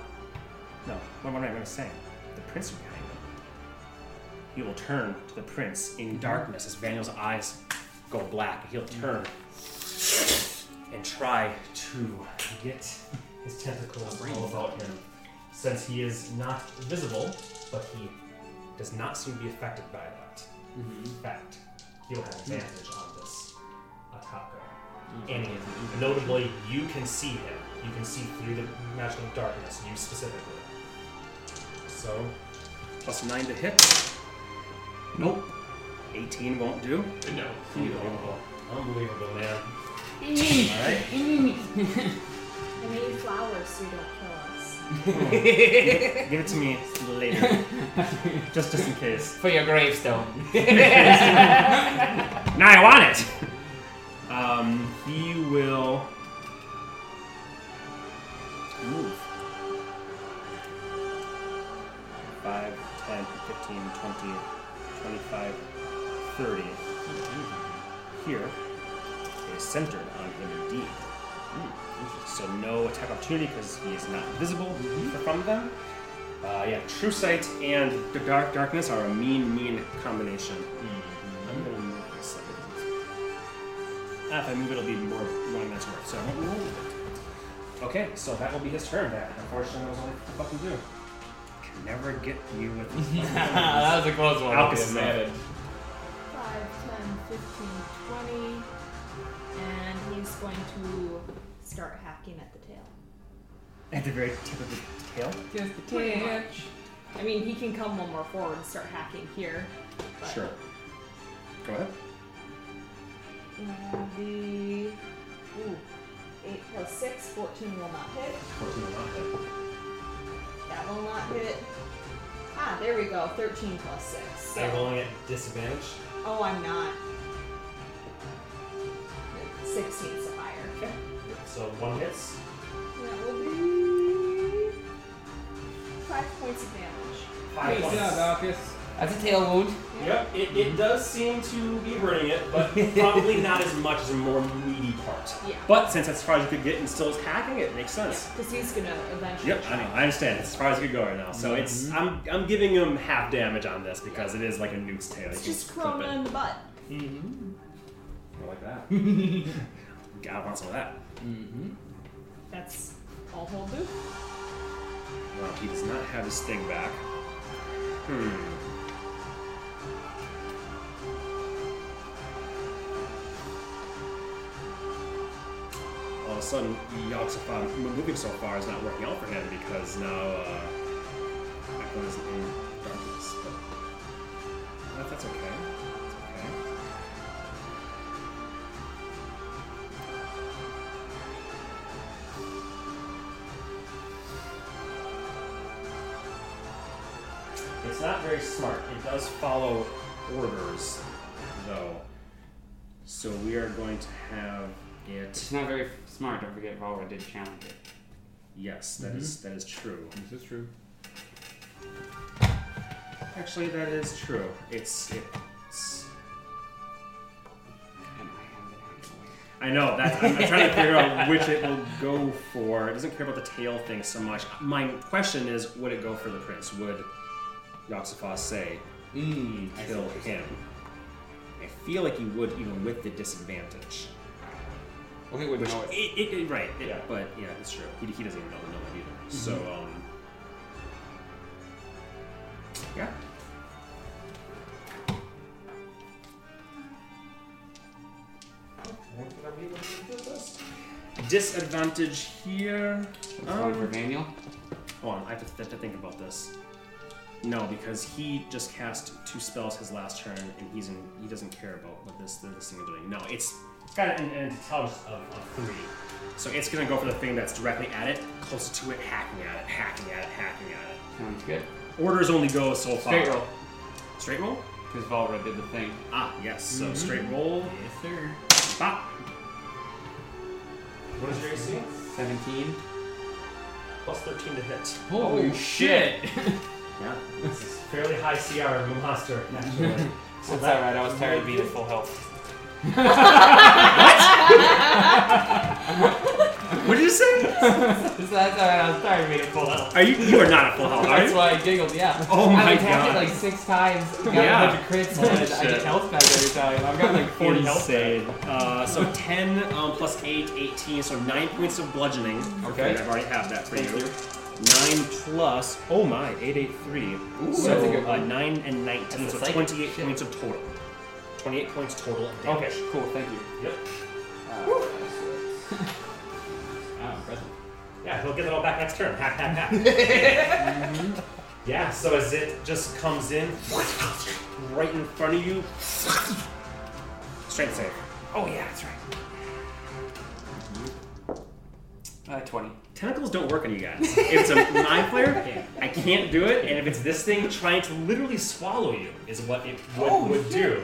no. What am I going to say? The prince are behind him. He will turn to the prince Mm-hmm. in darkness as Vaniel's eyes go black. He'll turn and try to Get his tentacles all about him. Since he is not visible, but he does not seem to be affected by that fact. He'll have advantage on this attacker. Any of you. Notably, you can see him. You can see through the magical darkness, you specifically. So, plus nine to hit. Nope. 18 won't do. no. Unbelievable. Unbelievable, man. All right. I made flowers so you don't kill us. Give it to me later, just just in case. For your gravestone. Now I want it. Um, he will move. 5, 10, 15, 20, 25, 30. Here is centered on him indeed. So no attack opportunity because he is not visible from them. Uh, yeah, true sight and the dark darkness are a mean, mean combination. I'm gonna move this slightly. Ah, if I move it, it'll be more one dimensional. So I won't move it. Okay, so that will be his turn. That unfortunately that was all he could fucking do. Can never get you with this. that was a close one. Alcus is Okay, up. 5, 10, 15, 20. And he's going to start hacking at the tail. At the very tip of the tail. Just the Pretty tail. much. I mean, he can come one more forward and start hacking here. But Sure. Go ahead. uh, The. Ooh. 8 plus 6, 14 will not hit. 14 will not hit. That will not hit. Ah, there we go. 13 plus 6. Is that rolling at disadvantage? Oh, I'm not. 16's a higher. So one hits. That will be five points of damage. Five Good points. job, Alcus. That's a tail wound. Yep, it, it does seem to be burning it, but probably not as much as a more meaty part. Yeah. But since that's as far as you could get and still is hacking, it makes sense. Because he's gonna eventually. Yep, I know. I understand. It's as far as you could go right now. So it's I'm I'm giving him half damage on this because it is like a newt's tail. It's You can just clip Corona it. in the butt. I like that. God, I want some of that. That's all he'll do. Well, he does not have his thing back. Hmm. All of a sudden, Yoxifon moving so far is not working out for him because now uh, Eklund is in darkness. But but that's okay. That's okay. It's not very smart. It does follow orders, though. So we are going to have It's it. not very smart. Don't forget, Valra did challenge it. Yes, that is that is true. This is true. Actually, that is true. It's it's. And I have it actually. I know that I'm, I'm trying to figure out which it will go for. It doesn't care about the tail thing so much. My question is, would it go for the prince? Would Yoxifos say Mm, I kill see. him? I feel like you would even with the disadvantage. Well, he wouldn't Which know it. it, it, it- right, it- Yeah. but yeah, that's true. He, he doesn't even know the number either. So um, yeah, disadvantage here. It's um, for Um, Vaniel. Hold on, I have to, have to think about this. No, because he just cast two spells his last turn, and he's in, he doesn't care about what this this thing is doing. No, it's It's got an, an intelligence of, of three. so it's gonna go for the thing that's directly at it, close to it, hacking at it, hacking at it, hacking at Sounds good. it. Orders only go so far. Straight roll. Straight roll. Because Valra did the thing. Ah, yes. So Mm-hmm. straight roll. Yes, sir. Bop. What is your AC? 17. Plus 13 to hit. Oh, Holy shit! Yeah. This is fairly high CR in monster, naturally. That's alright, I was tired of being at full health. What did you say? That's alright, I was tired of being at full health. Are you? You are not at full health, are That's you? why I giggled, yeah. Oh my I've attacked God. it like six times, got Yeah. a bunch of crits, and I Shit. get health back every time. I've got like 40 health back. Insane. Uh, so 10 um, plus 8, 18, so 9 points of bludgeoning. Okay. I've already have that for Thank you. 9 plus, oh my, 883. Ooh, so that's a good uh, one. 9 and 19, That's a so psychic. 28 Shit. points of total. 28 points total of damage. Okay, cool, thank you. Yep. Uh, so it's- Ah, impressive. Yeah, he'll get it all back next turn. Hack, hack, hack. yeah, so as it just comes in, Right in front of you. Strength save. Oh, yeah, that's right. Uh, 20. Tentacles don't work on you guys. If it's a mind flare, I can't do it, and if it's this thing trying to literally swallow you, is what it would, would do.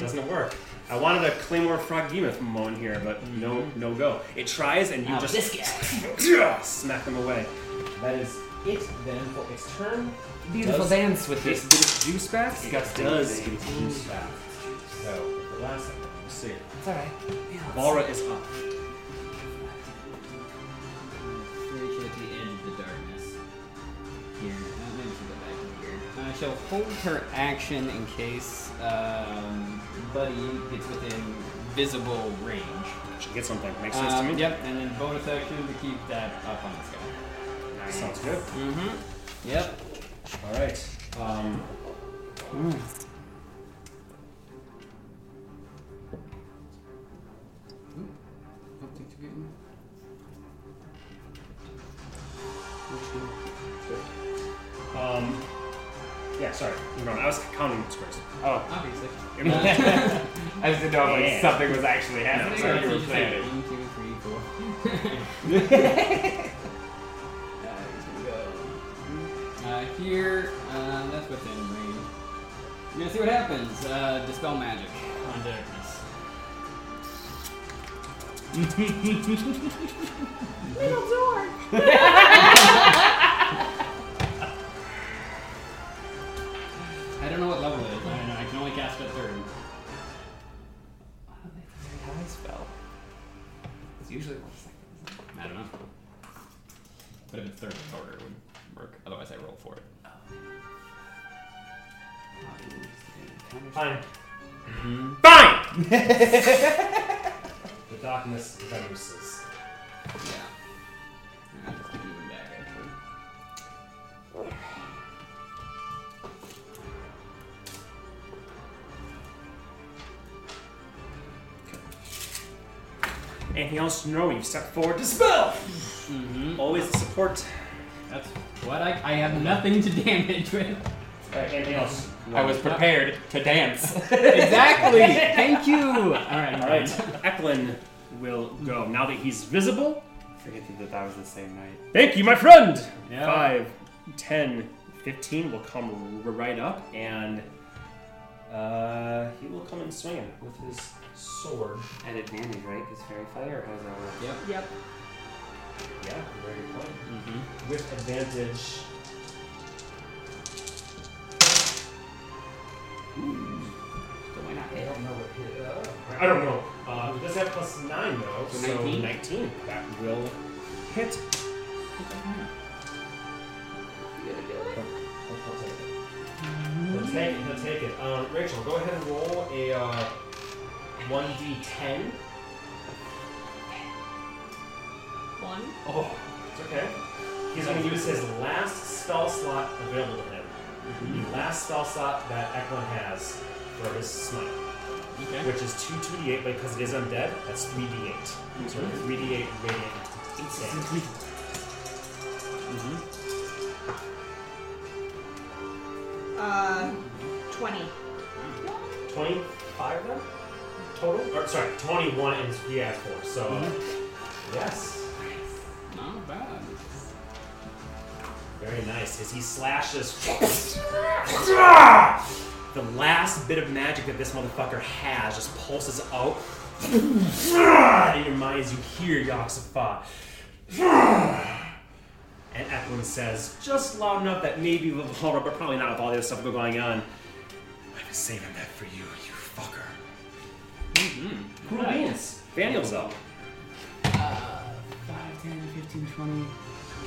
Doesn't work. I wanted a Claymore Frog Behemoth moment here, but Mm-hmm. no, no go. It tries, and you Ow, just biscuit. smack them away. That is it then for its turn. Beautiful Does- dance with this. its juice back? It Disgusting does thing. get its juice back. So, the last thing, we'll see. It's alright. Balra is up. Reach at the end of the darkness. Here, uh, maybe she'll go back in here. Uh, she'll hold her action in case um, Buddy gets within visible range. Should get something. Makes sense Um, to me. yep, and then bonus action to keep that up on this guy. Um, Sounds good. Mm-hmm. Yep. All right. Um, Don't think to get in. um, yeah, sorry. No, I was counting squares. Oh, Obviously. I just didn't know if like Yeah. something was actually happening. Sorry, or you were just playing it. like, one, two, three, four. Uh, he's gonna go. Uh, here, uh, that's within range. We're gonna see what happens. Uh, dispel magic Oh, on darkness. Little door. I don't know what level it is. I don't know. I can only cast at third. High spell. It's usually one second. I don't know. But if it's third it's order, it would work. Otherwise, I roll for it. Fine. Mm-hmm. Fine! The darkness vanishes. Yeah. I'll just keep moving back, actually. Anything else to know? You step forward to spell! Mm-hmm. Always the support. That's what I, I have nothing to damage with. Alright, Uh, anything else? I was prepared to dance. exactly. Thank you. All right. Mm-hmm. All right, Eklund will go. Now that he's visible, Forget that that was the same night. thank you, my friend! Yeah. Five, ten, fifteen will come r- right up, and uh, he will come and swing him with his sword. At advantage, right? Because fairy fire or how's that work? Yep. Yep. Yeah, very good point. Mm-hmm. With advantage. But why not I hit? don't know what hit. Uh, I don't know. Uh, it does have plus nine though. So So 19? 19. That will hit. He'll, he'll take it. He'll take it. He'll take it. Um, Rachel, go ahead and roll a uh, 1d10. One. Oh, it's okay. He's going to use his last spell slot available to him. The last spell slot that Eklund has for his smite, Okay. which is 2 2d8, but because it is undead, that's 3d8. So 3d8 radiant damage. Uh, twenty. 25 then? Total? Or, sorry, 21 and he has 4, so. Yes. Not bad. Very nice. As he slashes the last bit of magic that this motherfucker has just pulses out. In your mind, as you hear Yoxafa. And Eklund says, Just loud enough that maybe we'll hold up, but probably not with all the other stuff going on. I've been saving that for you, you fucker. Mm-hmm. Cool beans. Daniel's up. 5, 10, 15, 20.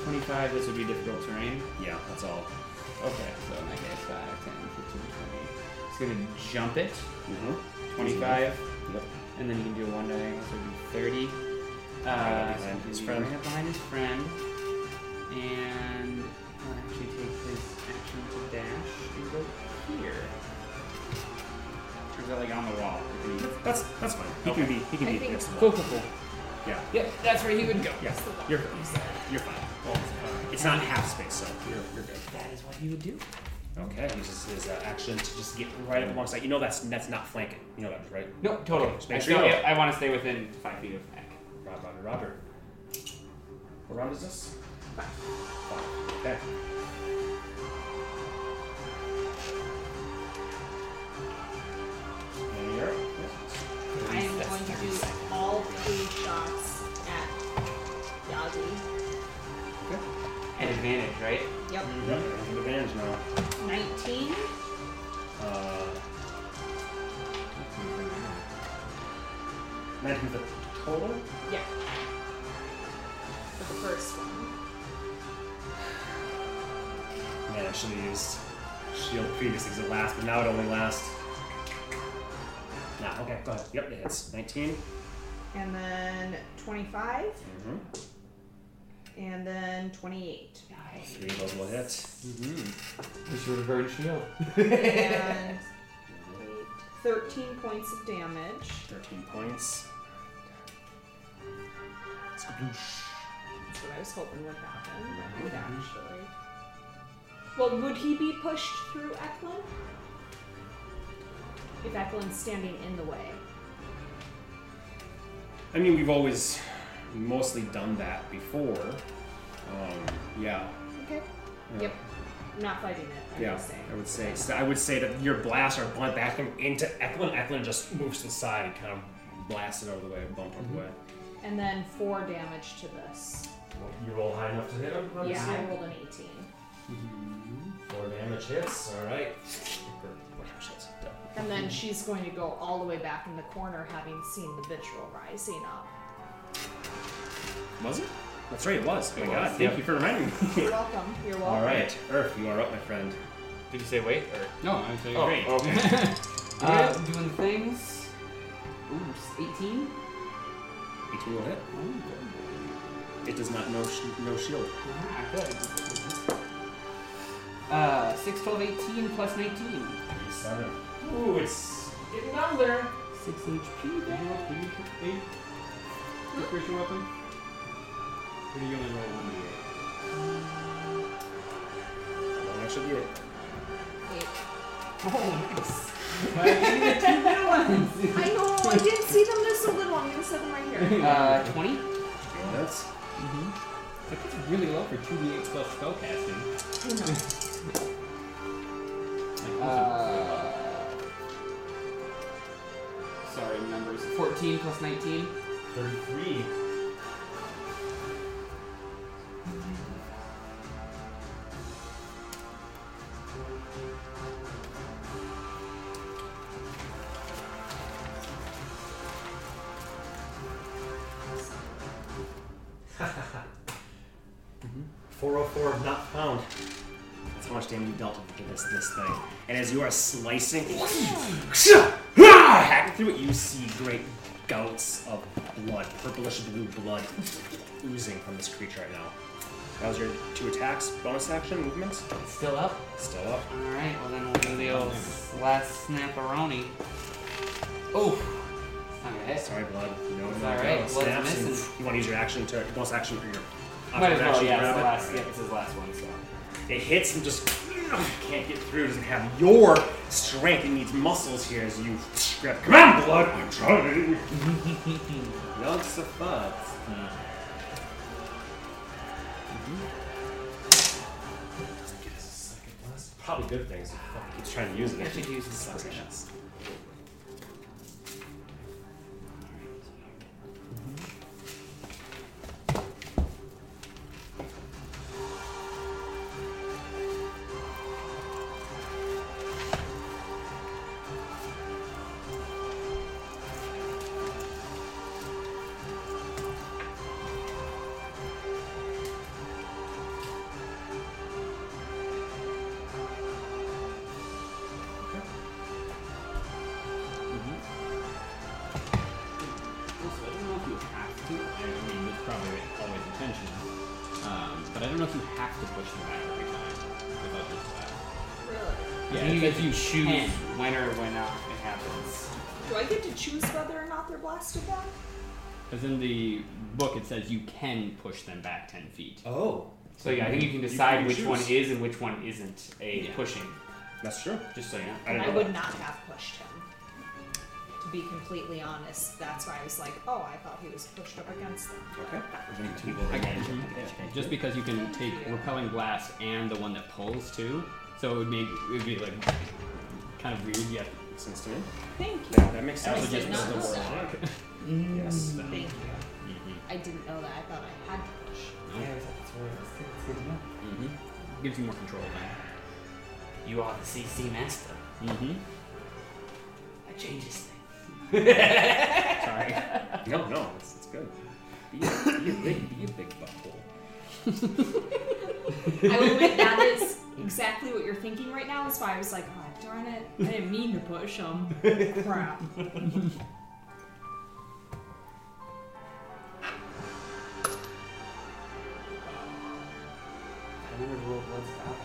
25, this would be difficult terrain. Yeah, that's all. Okay, so in that case, 5, 10, 15, 20. It's gonna jump it. Mm-hmm. 25. Yep. And then you can do a 1 die, so it'd be 30. Right Uh, up so behind he'd his be friend. Right up behind his friend. And I'll actually take his action to dash and go here. Or is that like on the wall? Could be- That's that's fine. He can be he can be next to the Cool, wall. cool, cool. Yeah. Yep, that's where he would go. Yeah. You're you're fine. uh, it's not half space, so you're you're good. That is what he would do. Okay. Uses his uh, action to just get right up alongside. You know that's that's not flanking. You know that right? No, totally. just I, make sure you still- know. I, want to stay within five feet of Mac. Rob, Roger, Roger. What round is this? Five. Okay. And you're up. I am going to do all three shots at Yagi. At advantage, right? Yep. Yep, I have advantage now. Nineteen. Uh, 19 for total? Yeah. For the first one. Man, I should have used shield previously because it lasts, but now it only lasts Nah, okay, go ahead. Yep, it hits. 19. And then 25, Mm-hmm. and then 28. Three of those will hit. We should burn shield. and 13 points of damage. 13 points. That's what I was hoping would happen. That would Mm-hmm. actually. Well, would he be pushed through Eklund? If Eklund's standing in the way. I mean, we've always mostly done that before. Um, yeah. Okay. Yeah. Yep. I'm not fighting it. I'm Yeah, just saying. I would say. So I would say that your blasts are blunt back him into Eklund. Eklund just moves to the side and kind of blasts it over the way, bumped over Mm-hmm. the way. And then 4 damage to this. You roll high enough to hit him. let's yeah, see. I rolled an 18. Four damage hits. All right. And then she's going to go all the way back in the corner having seen the vitriol rising up. Was it? That's right, it was. Oh my god, thank yeah. you for reminding me. You're welcome. You're welcome. All right, Earth, you are up, my friend. Did you say wait or? No, I'm saying Oh, great. okay. Uh, doing things. Oops, 18? 18 will hit. Oh, It does not know sh- no shield. I could. Uh, 6, 12, 18 plus 19. Seven. Ooh, it's getting down there. 6 HP Did you roll- did you tr- eight? Secret your weapon? Or do you only roll one d8? Well, that should be it. Wait. Why I know, I didn't see them. There's a little. I'm gonna set them right here. Uh, 20? That's That's really low for 2d8 plus spellcasting. Like, Uh, sorry, numbers. 14 plus 19. Thirty-three. Four oh four not found. That's how much damage you dealt to this this thing. And as you are slicing, hacking through it, you see great gouts of blood, purplish blue blood, oozing from this creature right now. That was your two attacks, bonus action, movements. It's still up. Oh, Still up. Alright, well then we'll do the old last snapperoni. Oh! It's not gonna hit. Sorry, blood. No, It's no, all no. right. Blood's Snaps and missing. You want to use your action to bonus action or your Might as well, option action to yeah, it's the grab last, it? yeah, it's his last one, so. It hits and just can't get through. Doesn't have your strength. It needs muscles here as you grab. Come on, blood. I'm trying. Not so fast. Probably good things. Keeps trying to use it. Actually, use this Sucks one. ass. Also, I don't know if you have to. I mean, it's probably always intentional. Um, but I don't know if you have to push them back every time without just that. Really? I think Yeah, it's you like get you to choose can. when or when not it happens. Do I get to choose whether or not they're blasted back? Because in the book it says you can push them back 10 feet. Oh, So yeah, I think you can decide can which one choose. is and which one isn't a Yeah. pushing. that's true. Just so you know. I And didn't I know would that. not have pushed him. To be completely honest, that's why I was like, oh, I thought he was pushed up against them. Okay. I got you. Just because you can take repelling blast and the one that pulls too, so it would make it would be like kind of weird. Yeah. Makes sense to me. Thank you. That makes sense. Also just Doesn't build work. up. Mm. Yes. Thank you. Mm-hmm. I didn't know that. I thought I had to push. Mm-hmm. Gives you more control then. You are the CC master. Mm-hmm. I change this thing. Sorry. No, no, it's, it's good. Be a, be a big, be a big butthole. I would admit that is exactly what you're thinking right now. That's why I was like, oh, I Darn it. I didn't mean to push him. Crap. I remember to roll blood stop.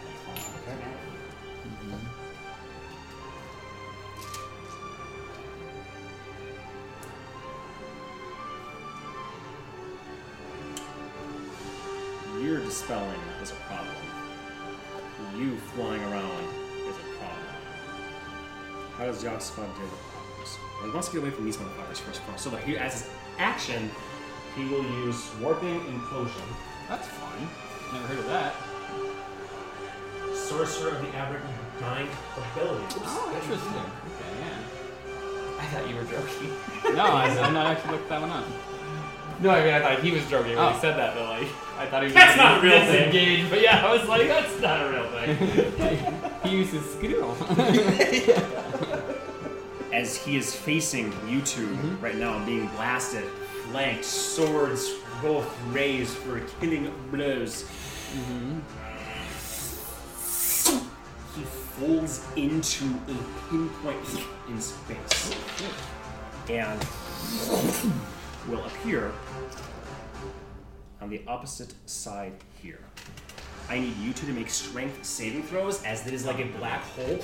Your dispelling is a problem. You flying around is a problem. How does Yogsfun deal with problems? Well, he wants to get away from these motherfuckers first of all. So like he as his action, he will use warping implosion. That's fun. Never heard of that. Sorcerer of the Aberrant Mind ability. Oops. Oh, interesting. Okay, yeah. I thought you were joking. No, I, I'm not actually looked that one up. No, I mean I thought he was joking when Oh. he said that, but like I thought he was That's not a real thing. disengaged. But yeah, I was like, that's not a real thing. He uses skill. As he is facing you 2 right now and being blasted, flanked, swords both raised for killing blows. He folds into a pinpoint in space. and will appear on the opposite side here. I need you two to make strength saving throws as it is like a black hole.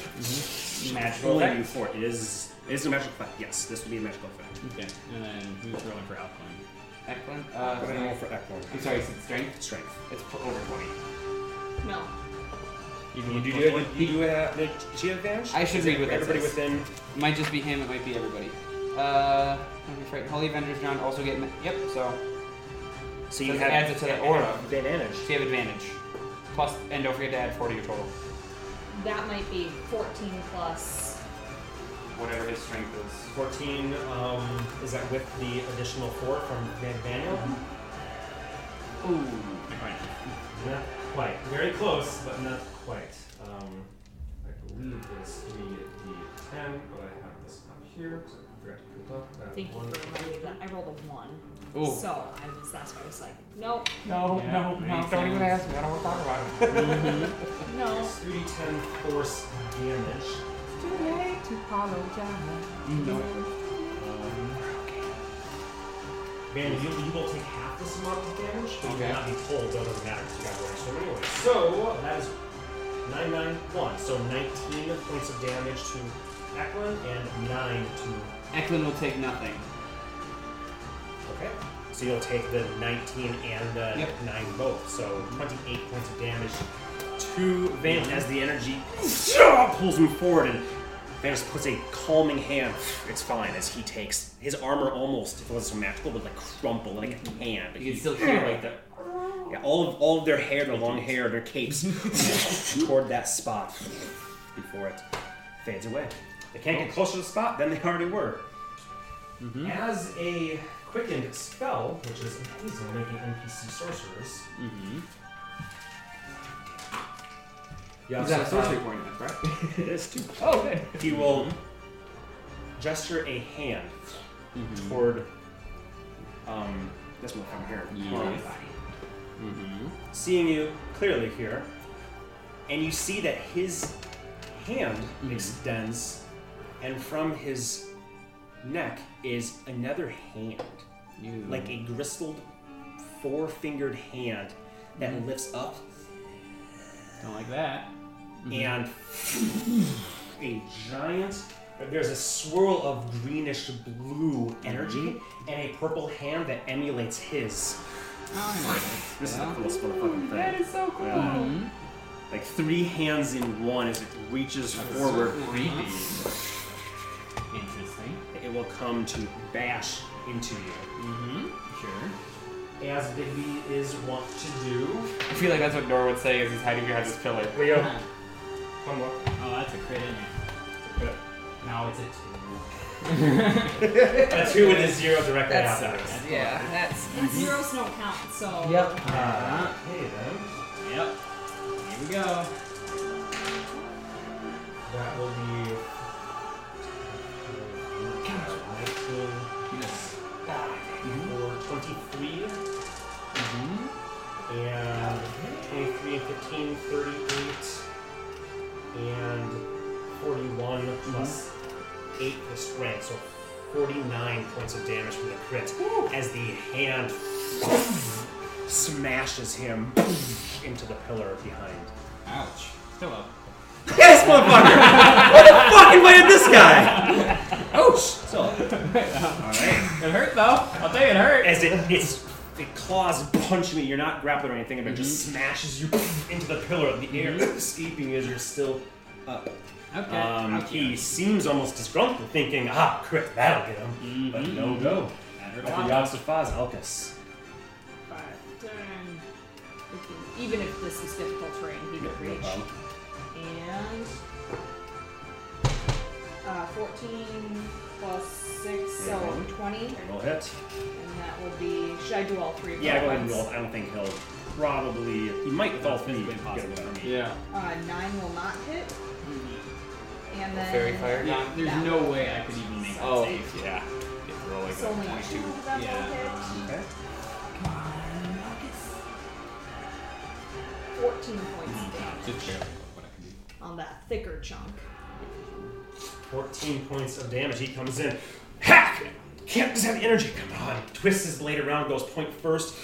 Magical effect? you for it. It is it is a magical effect. Yes, this would be a magical Uh, effect. okay, and then who's rolling for Alpine? Excellent. Uh, I'm gonna roll strength. for Eklund. I'm sorry, you said strength. Strength. It's p- over twenty. No. Even You with do plus do one? it. You do have. Did she have advantage? I should Is read it what for that everybody says. within. It might just be him. It might be everybody. Uh, don't be frightened. Holy Avengers John also get. Ma- yep. So So So you it have adds it to the aura. advantage. so you have advantage. Plus, and don't forget to add four to your total. That might be 14 plus. Whatever his strength is. 14, um, is that with the additional 4 from Van Daniel? Ooh. Not quite. Very close, but not quite. Um, I believe it's 3d10, but I have this up here, so I forgot to put it up. Uh, Thank you one. for reminding me that. I rolled a 1. Ooh. So I was, that's why I was like, nope, No, Yeah, no, makes no. Don't even sense. ask me. I don't want to talk about it. no. It's 3d10 force damage. Um, Man, you, you will take half this amount of damage, but you Okay. will not be told, so it doesn't matter because you got one extra anyway. So, that is 991, so 19 points of damage to Eklund and 9 to. Eklund will take nothing. Okay. So you'll take the 19 and the Yep. 9 both, so 28 points of damage to Van Mm-hmm. Vayne, as the energy pulls him forward, and Vayne just puts a calming hand. It's fine as he takes his armor almost, if it wasn't so magical, would like crumple like a can. But You he- can still hear like the. yeah, all of all of their hair, their long hair, their capes toward that spot before it fades away. They can't get closer to the spot than they already were. As a quickened spell, which is amazing, making NPC sorcerers. Mm-hmm. Yeah, Is that a so, uh, sorcery point, that's right? It is too. Oh, good. He will gesture a hand toward um, this one from here. Yes. Seeing you clearly here, and you see that his hand extends, and from his neck is another hand, You. like a gristled, four-fingered hand that lifts up Don't like that. and Mm-hmm. a giant. There's a swirl of greenish blue energy Mm-hmm. and a purple hand that emulates his. Oh, This Wow. Mm-hmm. is the coolest motherfucking thing. That is so cool. Like three hands in one as it reaches forward. Creepy. Interesting. It will come to bash into you. Mm-hmm. Sure. As Bigby is wont to do. I feel like that's what Nora would say is he's hiding behind this pillar. We go. Uh-huh. Come look. Oh, that's a crit in it. Now it's a two. A two with a zero directly That after. sucks. Yeah, that's. Mhm. And zeros don't count, so. Yep. Uh, okay then. Yep. Here we go. That will be. Nineteen Yes. or twenty-three. Mm-hmm. And twenty-three and fifteen, thirty-eight, and 41 plus 8 for strength, so 49 points of damage from the crit as the hand smashes him into the pillar behind. Ouch. Still up. Yes, motherfucker! what the fucking way did this guy? Oh, Ouch! So, It hurt though. I'll tell you, it hurt. As it, it's, it claws punch me, you're not grappled or anything, but it just smashes you into the pillar. The air Mm-hmm. escaping as you're still up. Okay. Um, Ouch. he seems almost disgruntled, thinking, ah, crit, that'll get him. But no go. That hurt a At lot. the odds of Faz, Elkus. Five, ten. If you- um, Even if this is difficult terrain, he No could reach. problem. And uh, 14 plus 6, so Mhm. 20. And Roll hit. that will be. Should I do all three? of Yeah, them go at ahead and roll. once? I don't think he'll probably. He might with all three. physically get away impossible. from me. Yeah. Uh, 9 will not hit. Mm-hmm. And then. Fairy fire. Yeah, there's Yeah. no way I could even make that Oh. save. Yeah. If we're like It's only 2 that will hit. Yeah. um, Okay. 14 points of yeah, damage just barely what I can do. on that thicker chunk. 14 points of damage. He comes in. Hack! Can't just have the energy. Come on. Twists his blade around, goes point first.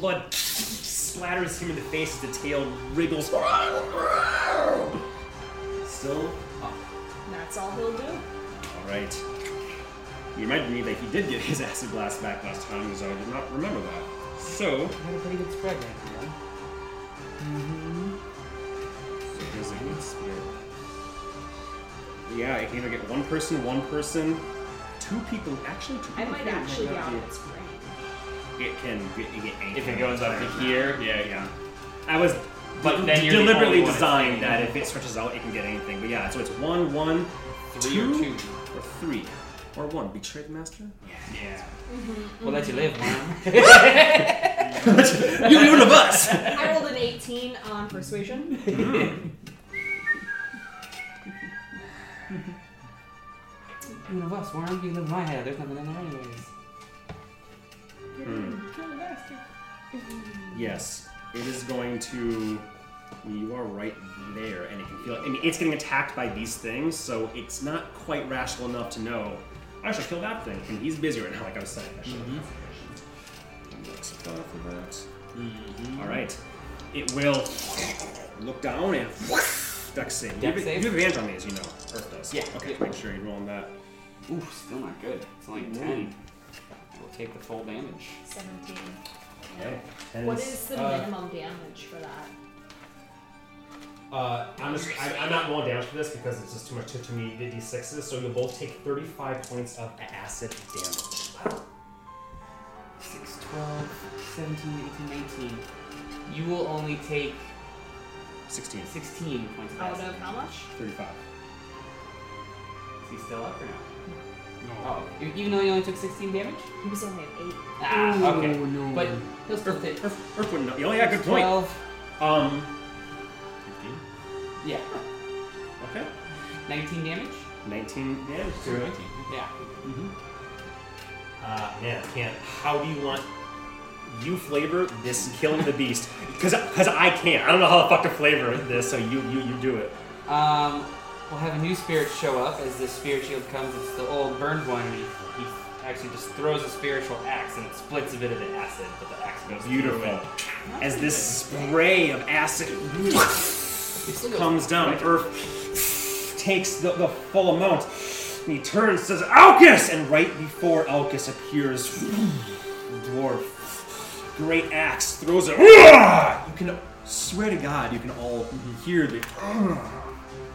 Blood splatters him in the face as the tail wriggles. Still up. And that's all he'll do. Alright. You reminded me that he did get his acid blast back last time because I did not remember that. So, had a pretty good spread right here. So here's a good spear. Yeah, I can either get one person, one person, two people. Actually, two I people might can't actually be make up out the- of its range. It can get, you get eight. If it goes up to here, yeah, yeah. I was, But then you're the deliberately only one designed it's- that if it stretches out, it can get anything. But yeah, so it's one, one, Three two, or two. or three, or one. Betray the master. Yeah. We'll let you live, man. You're one of us. I rolled an 18 on persuasion. One of us, Warren. You live in my head. There's nothing in there, anyways. Yes, it is going to. You are right there, and it can feel. I mean, it's getting attacked by these things, so it's not quite rational enough to know. I should kill that thing, and he's busy right now. Like I was saying, I should. for that. All right, it will look down and duck save. You Dex have, you save? have advantage on these, you know. Earth does. Yeah. Okay. Yeah. Make sure you roll on that. Ooh, still not good. It's only ten. We'll take the full damage. 17. Okay. What is the Uh, minimum damage for that? Uh, I'm just, I, I'm not rolling damage for this because it's just too much to, to me, the d6s, so you'll both take 35 points of acid damage. 6, 12, 17, 18, 19. You will only take 16. 16 points of Out acid. of how much? 35. Is he still up or no? No. Oh, e- even though he only took 16 damage? He was only at 8. Ah, okay. Oh, no. But he'll still take Earth, Earth wouldn't know. Oh, yeah, good point. 12. Um, Yeah. okay. 19 damage? 19 damage. Yeah. Uh, man, I can't. How do you want you flavor this killing the beast? Because I can't. I don't know how the fuck to flavor this, so you, you, you do it. Um, we'll have a new spirit show up as the spirit shield comes. It's the old burned one, and he, he actually just throws a spiritual axe and it splits a bit of the acid, but the axe goes Beautiful. Through it. As this spray of acid comes down, Earth takes the, the full amount. And he turns, says, Alcus! And right before Alcus appears, dwarf, great axe, throws it. You can swear to God, you can all hear the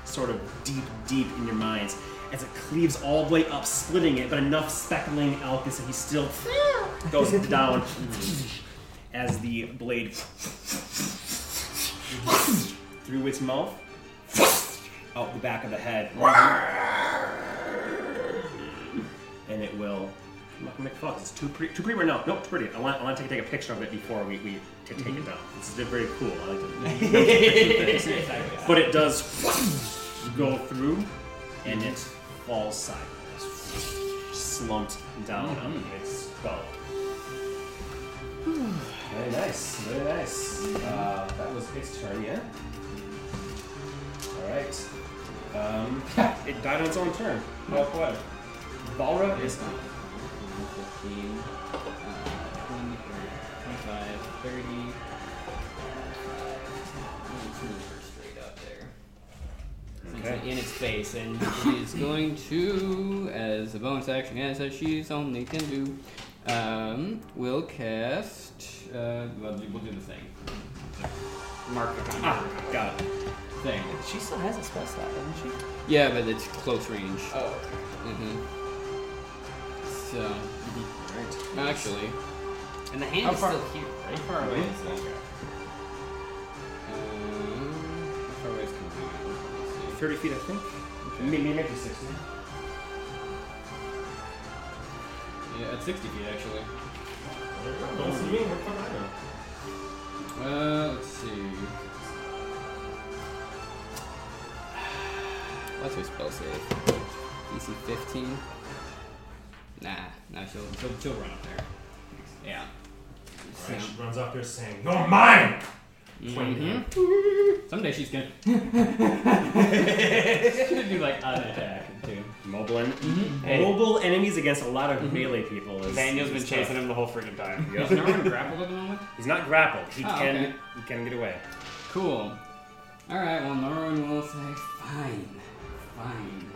sort of deep, deep in your minds as it cleaves all the way up, splitting it, but enough speckling Alcus that he still goes down as the blade through its mouth, out the back of the head, and it will. I'm not gonna make fuss. It's too pretty. Too pretty right now. Nope, too pretty. I want. I want to take, take a picture of it before we, we to take it down. This is very cool. I like to. but it does go through, and it falls sideways, slumped down on its skull. Very nice, very Mm-hmm. nice. Uh, that was its turn, yeah? Alright. Um, it died on its own turn. Walk away. Balra is It's not. 15, uh, 20, 25, 30. Let's move her straight up there. Since Okay. I'm in its face, and she's going to, as a bonus action, as a she's only can do, um, will cast. Uh, well, we'll do the thing. Mark the contour. ah, got it. Thing. She still has a spell slot, doesn't she? Yeah, but it's close range. Oh. Mm-hmm. So, Right. Mm-hmm. actually, And the hand How is far- still here, How right? far away is that? Um, how far away is Kazumi? 30 feet, I think. Maybe, maybe 60. Yeah, at 60 feet actually. Don't see me. What the fuck I know? Uh, let's see. What's her spell save? DC 15. Nah, nah, she'll, she'll, she'll run up there. Yeah. Right, she runs up there saying, "You're mine." Pointing at him. Mhm. Mm-hmm. Someday she's gonna. she's gonna do like an attack too. Mobile, en- Hey. Mm-hmm. mobile enemies against a lot of melee people. Is, Daniel's is been tough. chasing him the whole freaking time. Oh, Is Norman grappled at the moment? He's not grappled. He Ah, can okay. he can get away. Cool. Alright, well, Norman will say, fine, fine.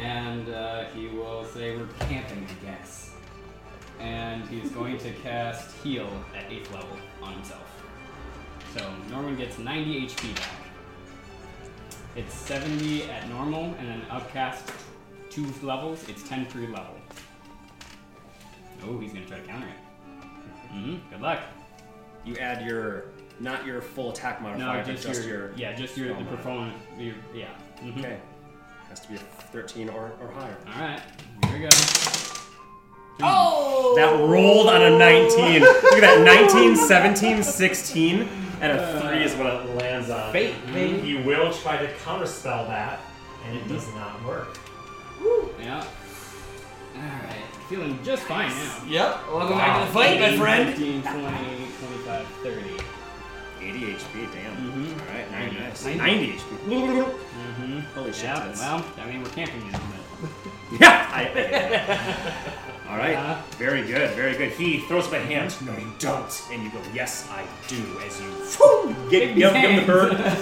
And uh, he will say, we're camping, I guess. And he's going to cast Heal at 8th level on himself. So Norman gets 90 HP back. It's 70 at normal, and then upcast two levels, it's 10 per level. Oh, he's going to try to counter it. hmm Good luck. You add your not your full attack modifier, No, just, but just your, your, yeah, just your the spell mod. performance. Your, yeah. Mhm. Okay. Has to be a 13 or, or higher. All right. Here we go. Oh! That rolled on a 19. Look at that 19, 17, 16, and a 3 is what it lands on. Fate, thing. He will try to counterspell that, and it does not work. Yeah. All right. Feeling just fine now. Yep. Welcome back to the fight, my 18, friend. 15, 20, 25, 30. 80 HP, damn. Mhm. All right, very nice. 90, 90. HP. Mm-hmm. Holy shit. Yeah. that's- Well, I mean, we're camping now, but Yeah. I, I- all right. Uh-huh. very good. Very good. He throws up a hand. No, you don't. And you go, yes, I do. As you whoom, get Bigby's yum yum hands. bird.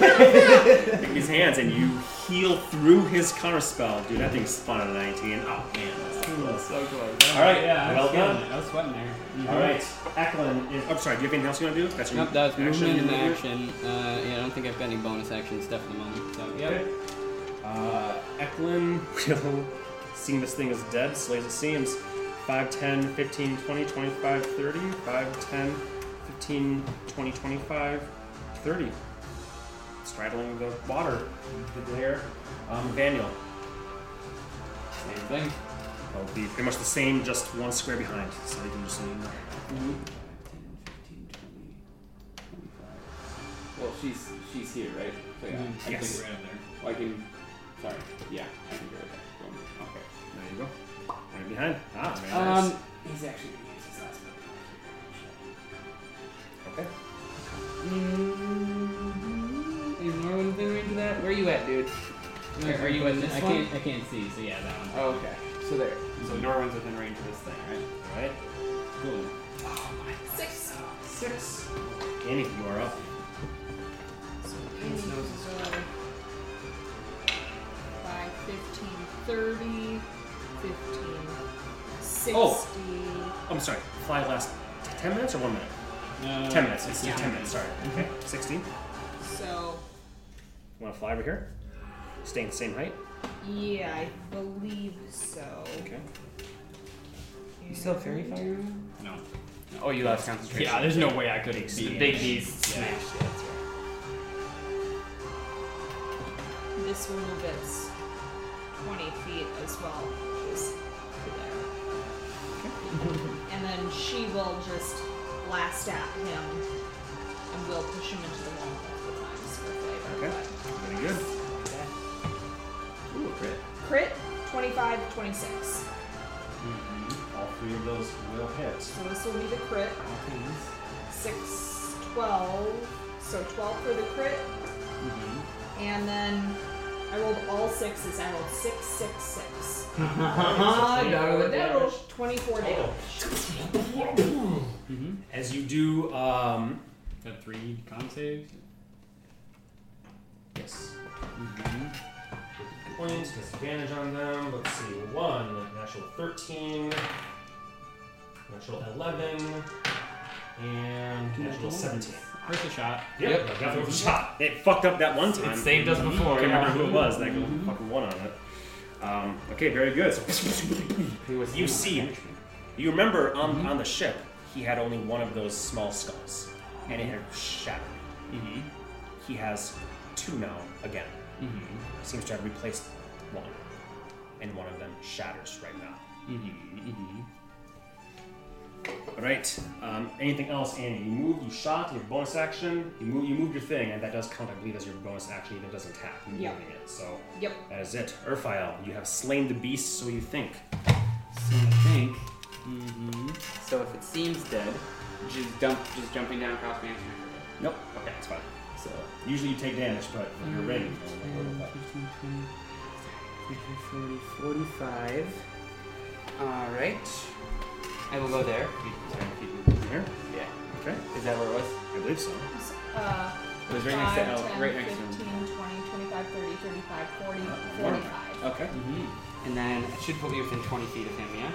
his hands, and you heal through his counter spell. Dude, that thing spun on a 19. Oh man, that's so close. so close. All right, Yeah. I was well feeling done. it. I was sweating there. Mhm. All right, Eklund is. I'm sorry. Do you have anything else you want to do? That's your Nope, that was action. movement and action. Uh, yeah, I don't think I've got any bonus action stuff at the moment. So, yep. Okay. Uh, Eklund will, seeing this thing is dead, slays it seems. 5, 10, 15, 20, 25, 30. 5, 10, 15, 20, 25, 30. Straddling the water there. Um, Daniel. Same thing. That'll be pretty much the same, just one square behind. So you can just lean. Well, she's she's here, right? So yeah, Mhm. I Yes. think we're- I can. Sorry. Yeah, I can go right there. Okay. There you go. Right behind. Ah, very nice. Um, He's actually gonna use his last Okay. one. Mm-hmm. Is Norman within range of that? Where you at, dude? Wait, are you in this I one? can't. I can't see. So yeah, that one. Oh, okay. So there. So Norwin's within range of this thing, right? All right. Cool. Six. Six. Danny, you are up. So these are 5, 15, 30, 15, 60. I'm sorry. Fly last t- 10 minutes or 1 minute? Uh, 10 minutes. It's yeah. 10 minutes, sorry. Okay. 16. So, Want to fly over here? Staying the same height? yeah, I believe so. Okay. You still have fairy fire? No. Oh, you lost concentration. Yeah, there's no way I could the exceed. big beast smashed it. This one will get 20 feet as well. Just to there. and then she will just blast at him and will push him into the wall multiple times for flavor. Okay. Very good. Ooh, great. but- Crit 25 26. Mm-hmm. All three of those will hit. So this will be the crit. Mm-hmm. 6, 12. So 12 for the crit. And then I rolled all sixes. I rolled six, six, six. Daughter of the That rolled twenty-four damage. Oh. Mm-hmm. As you do, um, Got three con saves. yes. Mm-hmm. Mm-hmm. Points, disadvantage on them. Let's see. One, natural 13, natural 11, and natural 17. First a shot. Yep, Yep. definitely was a shot. It fucked up that one time. It saved us before. I can't yeah. remember who it was. That fucking one on it. Um, okay, very good. So Who was Mm-hmm. you he? see, you remember on on the ship, he had only one of those small skulls, and it had shattered. Mm-hmm. He has two now again. Mm-hmm. Seems to have replaced one, and one of them shatters right now. Mm-hmm. Mm-hmm. All right. Um, anything else, Andy? You moved, you shot, your bonus action. You moved, you moved your thing, and that does count, I believe, as your bonus action. Even if it doesn't tap, you're Yeah. moving it. So Yep. that is it. Urfael, you have slain the beast, so you think. So I think. Mm-hmm. So if it seems dead, just dump, just jumping down across me. and shooting it. Nope. Okay, it's fine. So Usually you take damage, but when you're ready. Mm-hmm. 15, 20, 30, 40, 45. All right. I will go there. Here? Yeah. Okay. Is that where it was? I believe so. Uh, It was right next to five, L. 10, Right next to 15, him. 20, 25, 30, 35, 40, more. 45. Okay. Mm-hmm. And then it should put me within 20 feet of him, yeah?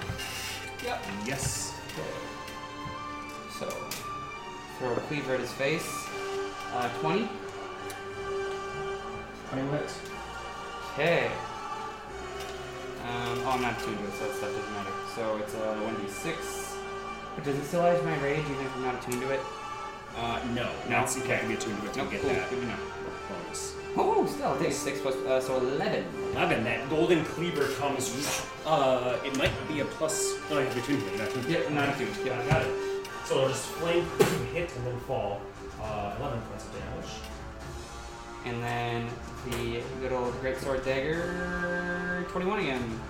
Yep. Yes. So throw a cleaver at his face. Uh, 20. I mean, what? Okay. Um, oh, I'm not attuned to it, so that stuff doesn't matter. So it's uh, a 1d6. But does it still have my rage even if I'm not attuned to it? Uh, no. No? Not okay. can get to it to Nope, get cool. that Good to know. bonus. Oh, still, I think it's 6 plus, uh, so 11. Eleven. That golden cleaver comes. Uh, it might be a plus. oh, No, you have between them. Not between Yep, not attuned. Yeah, I got it. So it'll just flame hit and then fall. Uh, 11 points of damage. And then the good old greatsword dagger, 21 again.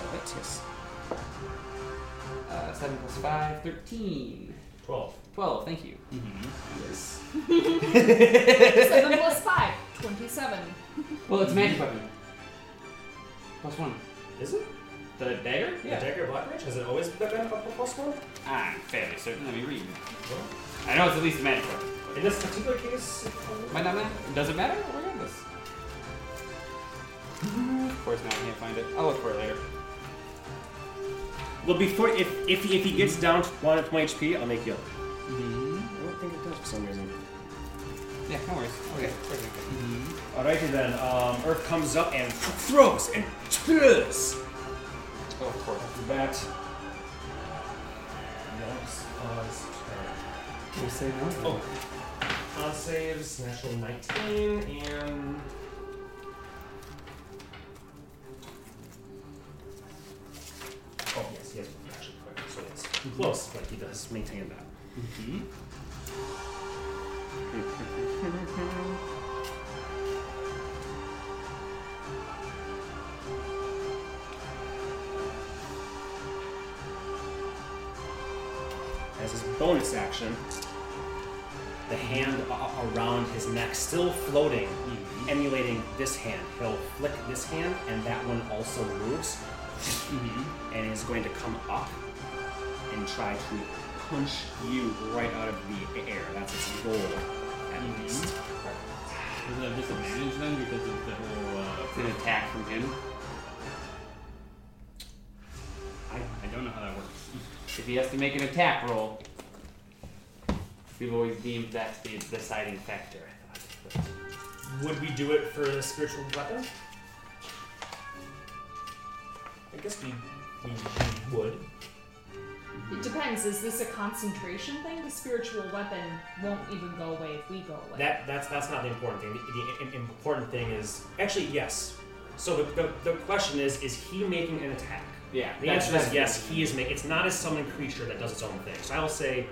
Alright, yes. Uh, 7 plus 5, 13. 12. 12, thank you. Yes. 7 plus 5, 27. Well, it's a magic weapon. Plus 1. Is it? The dagger? The dagger of Black Rage? Has it always been a plus one? I'm fairly certain. Let me read. Well, I know it's at least a magic weapon. in this particular case, uh, it- Might not matter. Does it matter? We're in this. Of course not. I can't find it. I'll look for it later. Well, before if if he, if he gets down to one at one HP, I'll make you. up. Mm-hmm. I don't think it does for some reason. Yeah, no worries. Okay. Alrighty then. Um, Earth comes up and throws and throws. Oh, of course. That. Yes. Cause, You say uh, oh. Con saves, natural 19, and. Oh, yes, he has protection. Okay, So it's close, but he does. Let's maintain that. Mm-hmm. As his bonus action, the hand a- around his neck still floating, Mm-hmm. emulating this hand. He'll flick this hand, and that one also moves, Mm-hmm. and is going to come up and try to punch you right out of the air. That's its goal, at Mm-hmm. Mhm. least. Is that disadvantage then because of the whole? It's Uh, an attack from him. I don't know how that works. If he has to make an attack roll, we've always deemed that to be the deciding factor. I thought. Would we do it for the spiritual weapon? I guess we, we would. It depends. Is this a concentration thing? The spiritual weapon won't even go away if we go away. That that's that's not the important thing. The, the im- important thing is actually yes. So the, the, the question is: Is he making an attack? Yeah. The that's- answer is that's- yes. He is making. It's not a summoned creature that does its own thing. So I will say,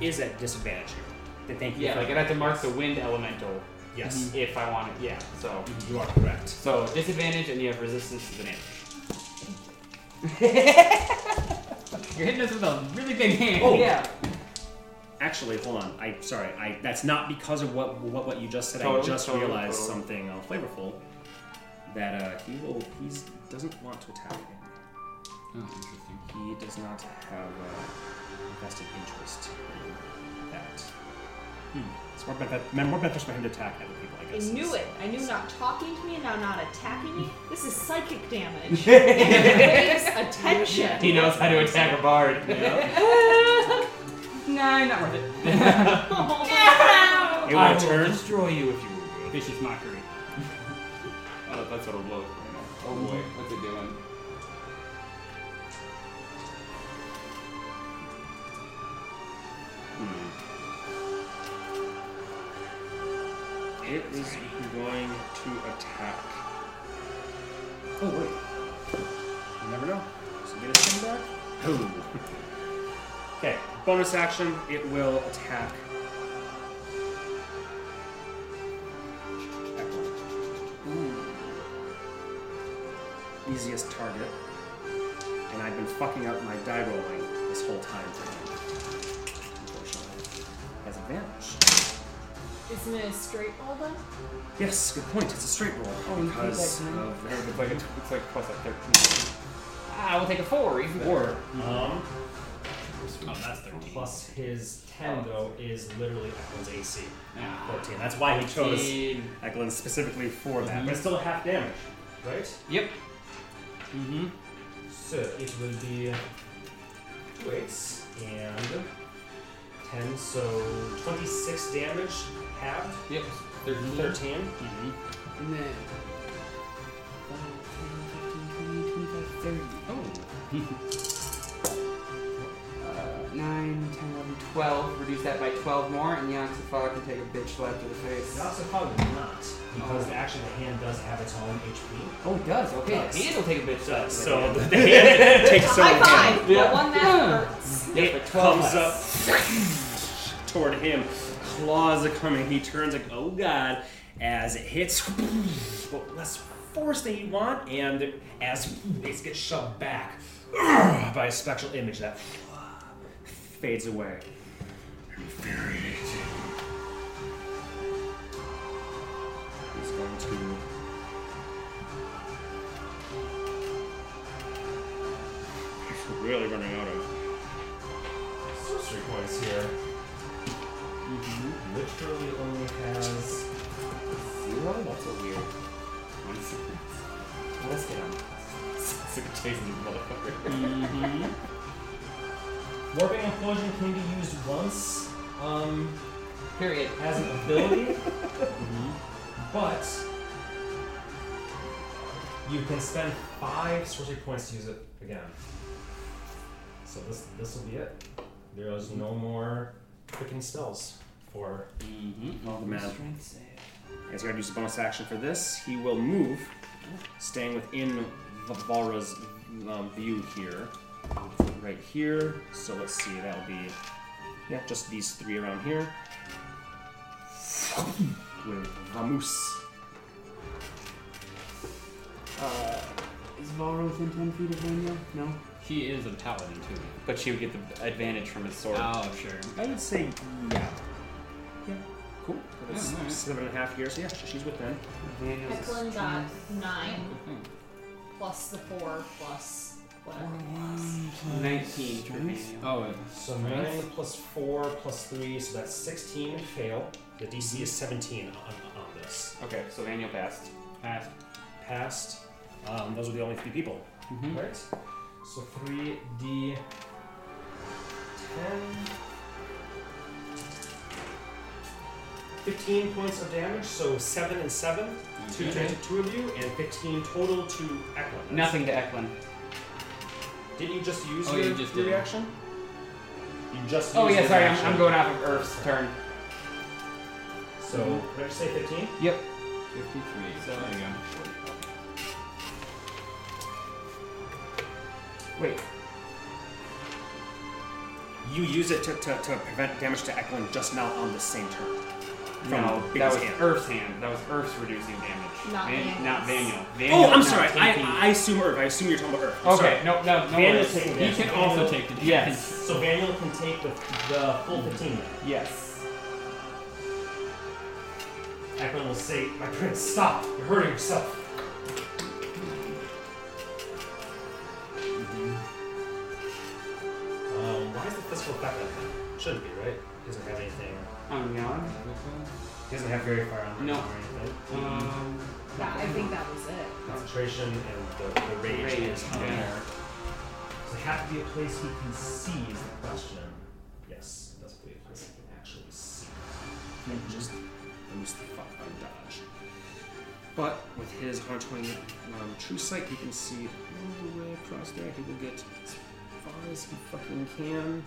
is at disadvantage here. Then thank you. Yeah, for- Mm-hmm. like I'd have to mark the wind elemental Mm-hmm. yes, if I want it. Yeah. So you are correct. so disadvantage, and you have resistance to the damage. Oh. You're hitting us with a really big hand. yeah. Actually, hold on. I sorry. I that's not because of what what, what you just said. I Totally, just totally, realized totally. something uh, flavorful. That uh, he will. He doesn't want to attack him. Oh, interesting. He does not have uh, vested interest in that. Hmm. It's more, benef- more beneficial for him to attack other people, I I guess. knew it. I knew not talking to me and now not attacking me. This is psychic damage. Pays attention. He knows how to attack a bard. Nah, not worth it. No! It I will will turn. destroy you if you. Vicious mockery. Oh, that's what it'll look. like. Oh boy, what's it doing? It is going to attack. Oh wait. You never know. So get a spin back. Oh. okay. Bonus action. It will attack. Easiest target. And I've been fucking up my die rolling this whole time for him. Unfortunately. Has advantage. Isn't it a straight roll then? Yes, good point. It's a straight roll. Oh, because of It's like a, it's like plus a thirteen. Ah, we'll take a four. Even better. or Um, Oh, that's 13. plus his 10, though, is literally Eklund's AC. Ah. 14. That's why he chose Fifteen. Eklund specifically for that. But it's still half damage, right? Yep. Mm-hmm. So it will be two eights and 10, so 26 damage halved. Yep. 13. 13. Mm-hmm. And then. 5, 10, 15, 20, 25, 30. Uh, 9, 10, 11, 12, reduce that by 12 more, and Yanxifog can take a bitch slap to the face. Not so probably not, because the actually the hand does have its own HP. Oh, it does, okay. Does. And it'll take a bitch slap. So the hand takes High over. five! The Yeah. one that hurts. Yeah, It but 12 comes up less. toward him. Claws are coming. He turns like, oh god, as it hits, but less force than you want, and as it gets shoved back by a spectral image that fades away. Infuriating. He's going to. He's really running out of. sorcery points here. Mm-hmm. Literally only has Zero? That's a weird. One second. Let's get him. Sick of chasing this motherfucker. warping implosion can be used once. Um, Period. has an ability, but you can spend five sorcery points to use it again. So this this will be it. There is no more freaking spells for Mm-hmm. All the mana Strength save. As going to use a bonus action for this, he will move, staying within Vavara's um, view here. Right here. So let's see, that'll be yeah, just these three around here. With Vamoose. Is Valro within 10 feet of Vanyo? No. She is a paladin too. But she would get the advantage from his sword. Oh, sure. I would say yeah. Yeah. Cool. That's Yeah, alright. seven and a half years. Yeah, sh- she's within. Daniel's is- Eklund got nine Good thing. plus the four plus whatever it was. 19 for Strength? Daniel. Oh, it- so nine plus four plus three, so that's sixteen fail. The DC is seventeen on, on this. Okay, so Daniel passed. passed. Passed. Um, those are the only three people. Mm-hmm. Right. So three D ten. Fifteen points of damage, so seven and seven to Okay. to two of you, and fifteen total to Eklund. Nothing to Eklund. Did you just use Oh, your, you just your did. reaction? You just. Oh, used yeah, your sorry, I'm, reaction. I'm going off of Earth's turn. So did I just say fifteen? Yep. 53. So, there you go. Wait, You use it to, to, to prevent damage to Eklund just now on the same turn. from No, Big's that was hand. Earth's hand. That was Earth's reducing damage. Not Daniel's. Not Daniel. Oh, Daniel's I'm not sorry. taking- I, I assume Irv. I assume you're talking about Irv. I'm okay, no, no, no. Daniel's worries. taking He damage. can Daniel- also take the damage. Yes, So Daniel can take the, the full 15. Mm-hmm. yes. Eklund will say, My prince, stop. You're hurting yourself. Mm-hmm. Um, why is the physical effect on him? Shouldn't be, right? He doesn't have anything. I'm young. He doesn't have very far on No. or anything. Um, That, I think that was it. Concentration and the, the rage, Rage, is on yeah. there. Does it have to be a place he can see is the question. Yes, it does have to be a place he can actually see. Just lose the fuck on dodge. But with his 120 um, true sight, he can see all the way across there. He will get as far as he fucking can.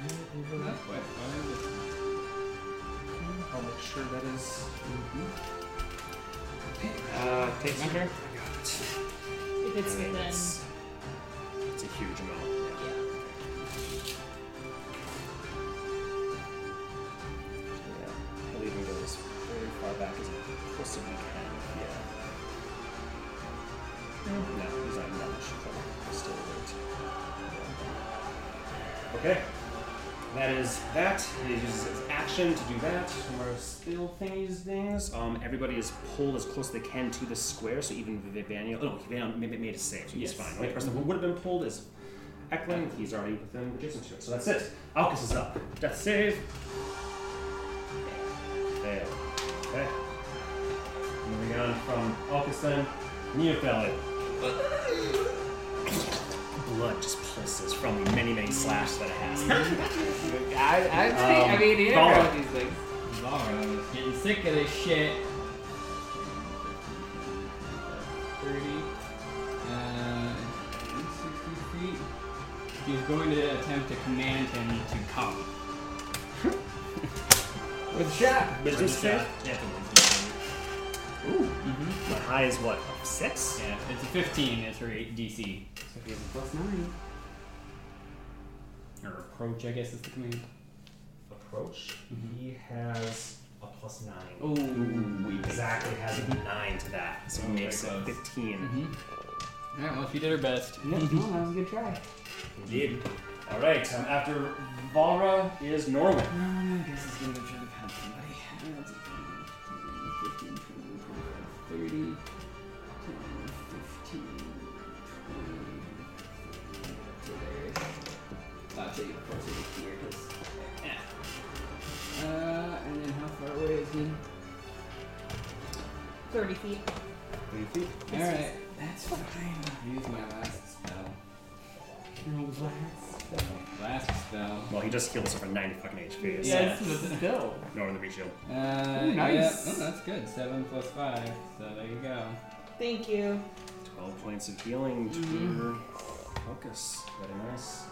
That way. I'll make sure that is- uh, take measure. I got it. If it's And within. It's, it's a huge amount. Yeah. Yeah. He'll even go as very far back as possibly can. Yeah. No, he's not in that much trouble. He's still alert. Okay. That is that. He uses his action to do that. More skill thingies, things. Um, everybody is pulled as close as they can to the square, so even Vivaniel. Oh, no, Vivaniel made, made a save, so he's Yes. fine. The only person who would have been pulled is Eklund. He's already within adjacent to it. So that's it. Alcus is up. Death save. Fail. Okay. Moving on from Alcus then. Neophyte. Blood just pulses from the many, many slashes that it has. I, I, think, I Um, mean, you Valor. know these things. Laura is getting sick of this shit. 30. Uh, 60 feet. He's going to attempt to command him to come. With shot. Wisdom save? Yeah, it's a wisdom save. Ooh. Mm-hmm. My high is what? Six? Yeah, it's a 15. It's her 8 DC. So he has a plus 9. Or approach, I guess, is the command. Approach. Mm-hmm. He has a plus nine. Oh, we Exactly has a nine to that. So it makes it 15. All right. Mm-hmm. Well, she did her best. that was a good try. Mm-hmm. Indeed. All right, um, after Valra is Norwin. I guess it's gonna go try to pound somebody. Uh, that's a 15, 15, 20, 25, 30, 10, 15, 20, to there. I'll take it closer to here, 'cause- yeah. Uh, and then how far away is he? 30 feet. Alright, that's fine. I'll use my last spell. Your last spell. Last spell. Well, he just heals for 90 fucking HP. so Yeah, still. Norwin the Beach Shield. Uh, Ooh, nice. yeah. Oh, that's good. Seven plus five. So there you go. Thank you. 12 points of healing to your focus. Very nice.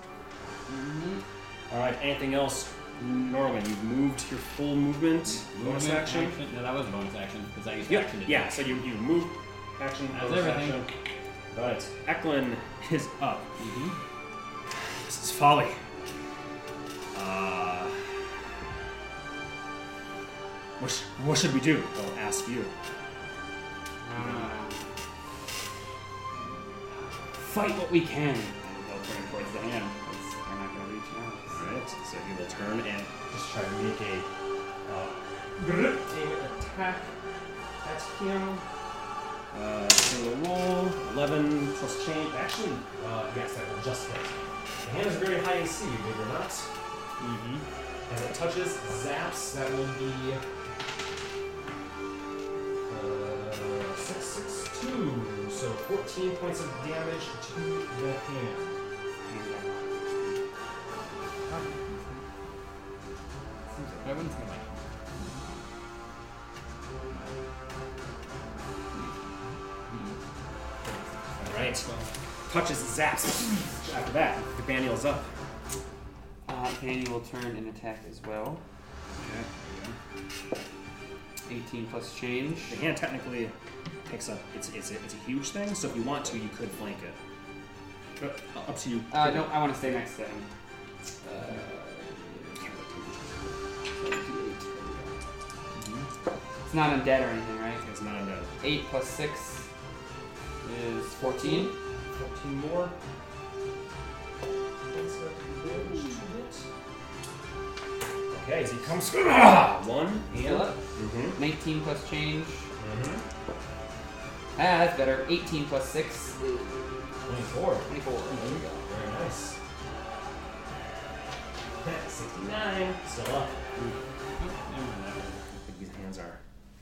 Mm-hmm. All right, anything else? Norwin, you've moved your full movement, bonus Movement, action. No, that was a bonus action because I used Yeah, action to do yeah. it. So you you move action, That's bonus everything. action. But Eklund is up. Mhm. This is folly. Uh, what, sh- what should we do? I'll ask you. Uh, fight what we can. And he'll turn towards the hand. Damn, it's, I'm not gonna reach out. All right. So he will turn and Just try to make a uh, grip aim attack at him. uh, single roll. Eleven plus change. Actually, uh, yes, that will just hit. The hand is very high AC, believe it or not. Mm-hmm. As it touches, zaps, that will be. Uh, 662, so 14 points of damage to the hand. But I wouldn't say like. All right. Touches zaps. After that, the Daniel's up. Uh, Daniel will turn and attack as well. Okay. 18 plus change. The hand technically picks up. It's it's a, it's a huge thing. So if you want to, you could flank it. Uh, up to you. Uh, no, I want to stay next to him. Uh, yeah, 78. There we go. It's not undead or anything, right? It's not undead. 8 plus 6 is 14. 14 more. That's not too much. Okay, so he comes. Ah, One. Still up. Mm-hmm. 19 plus change. Mm-hmm. Ah, that's better. 18 plus 6, 24. 24. There we go. Very nice. 69. Still up. uh, These hands are.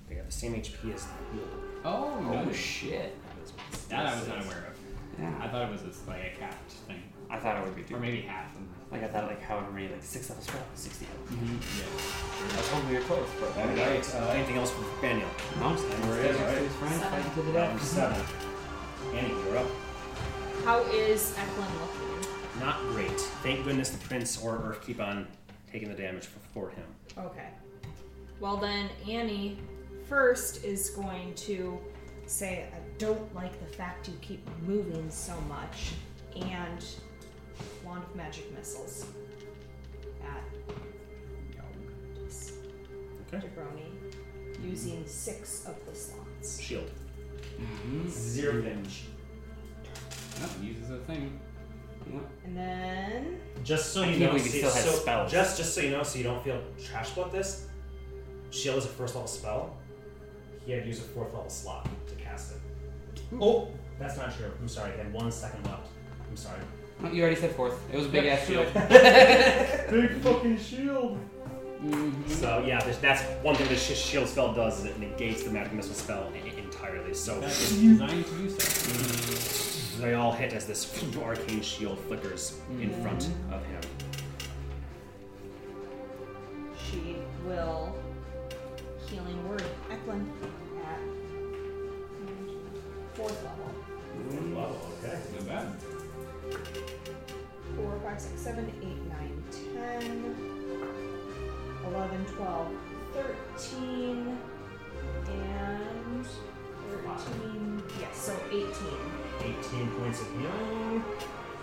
They got the same HP as the wheel. Oh, Oh, nice. shit. That I was not aware of. Yeah. I thought it was this, like a capped thing, I, I thought it would be or two. maybe half. Of Like, I thought, like, however many, like, 6 level spell, 60 level. Yeah. I was hoping we were close, but. All right. Uh, anything else for Daniel? No, I'm just All right, all right. fighting to the Round death. seven. Annie, you're up. How is Eklund looking? Not great. Thank goodness the prince or Earth keep on taking the damage for, for him. Okay. Well, then Annie first is going to say, I don't like the fact you keep moving so much, and Wand of Magic Missiles at this Okay. Jabroni using six of the slots. Shield. Zero damage. Nope, uses a thing. And then. Just so I you can't know, believe he see- still has so- spells. Just, just so you know, so you don't feel trash about this. Shield is a first level spell. He had to use a fourth level slot to cast it. Oh, that's not true. I'm sorry. He had one second left. I'm sorry. No, Oh, you already said fourth. It was a big ass shield. Big fucking shield. Mm-hmm. So yeah, there's- that's one thing the sh- shield spell does is it negates the magic missile spell en- entirely. So That is designed to do so. they all hit as this arcane shield flickers Mm-hmm. in front of him. She will healing word Eklund at fourth level. Wow. Okay. No bad. Four, five, six, seven, eight, nine, ten, eleven, twelve, thirteen, and thirteen. Yes, so eighteen. 18 points of healing.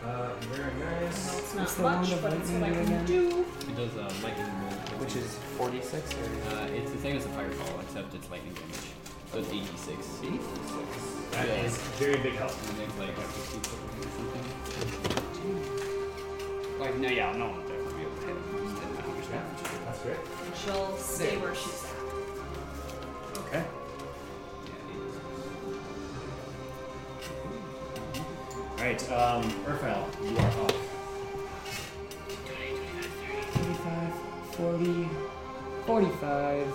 Uh, very No, nice. it's not much, but it's what I can do. It does uh, lightning bolt. Which is 46 or Uh, it's the same as a fireball, except it's lightning damage. So it's 86. 86? That yeah. is very big help. And it's like a 50 foot or something. Like, no, yeah, no one's ever be able to hit him. Just didn't matter which one. That's great. And she'll stay where she's at. Okay. All right, um, Urfael, you are up. 35, 40, 45.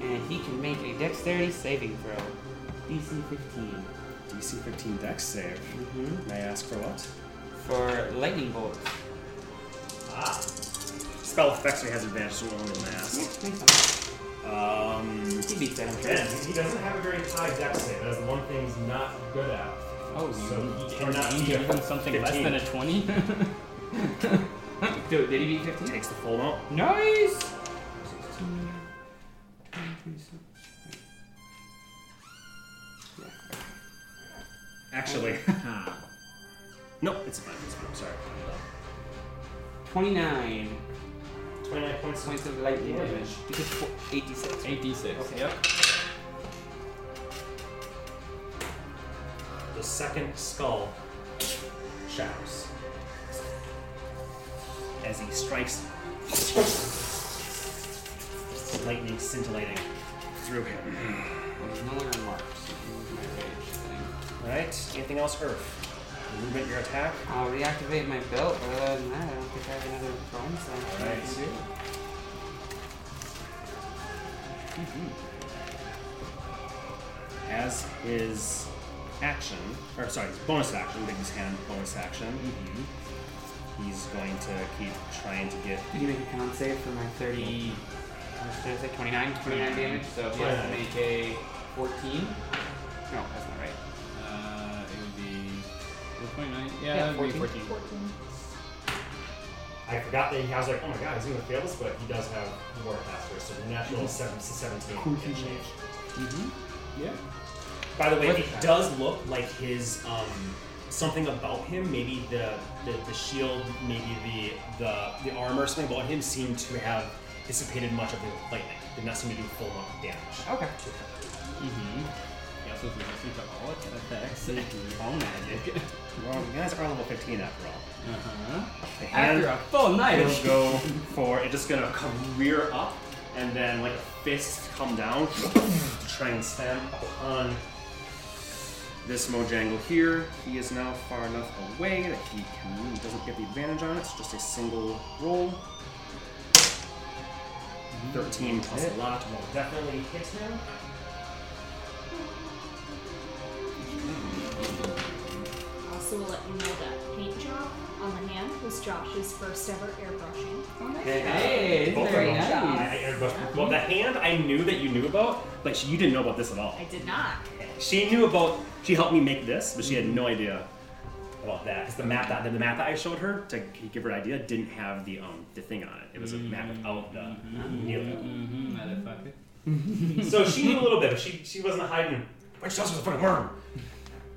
And he can make a dexterity saving throw. DC 15. DC 15 Dex save. Mm-hmm. May I ask for what? For lightning bolt. Ah. Spell effects he has advantage, so we'll only mask. Um, He beats that, I'm sure. Again, he doesn't have a very high dex save. That's the one thing he's not good at. Oh, So you he can cannot you be give a him something less 15. than a 20? Dude, did he beat 15? takes the full amount. Nice! Actually, no, it's fine. It's fine. I'm sorry. 29 29 points points of lightning Yeah. damage. He took four- 86. 8d6. Okay. Yep. The second skull shatters. As he strikes, lightning scintillating through him. Well, he's no longer marked, so he can move my rage thing. All right. Anything else, Earth? Your Movement, your attack. I'll reactivate my belt, but other than that, I don't think I have another bonus action I Alright. can do. As his action, or sorry, his bonus action, big his hand bonus action. He's going to keep trying to get Did you make a con save for my 30? How much did I say? 29? 29 damage, so he has to 29. make a 14. No, that's not right. Uh, it would be 4.9. Yeah, Yeah, that 14. would be 14. Fourteen. I forgot that he I was like, oh my god, he's gonna fail this, but he does have Warcaster, so the natural seven seventeen can change. Yeah. By the way, With it that. does look like his um, something about him. Maybe the, the the shield, maybe the the the armor, something about him seemed to have dissipated much of the lightning. Did not seem to do a full amount of damage. Okay. to him. Mm-hmm. Yeah, so if we receive all effects, All magic. Well, you guys are level 15 after all. uh-huh. The hand After a full night will of go for it's just gonna come rear up and then like a fist come down to try and slam upon this Mojangle here. He is now far enough away that he can, doesn't get the advantage on it. It's just a single roll. 13 plus a lot will definitely hit him. Also, will let you know that paint job on the hand was Josh's first ever airbrushing. Hey, it's Both very of them. nice. I airbrushed- Well, the hand I knew that you knew about, but you didn't know about this at all. I did not. She knew about. She helped me make this, but she had no idea about that. Because the map that the map that I showed her to give her an idea didn't have the um the thing on it. It was a map without the needle. Mm. Mm-hmm, motherfucker. so she knew a little bit, but she she wasn't hiding. Which else was a fucking worm?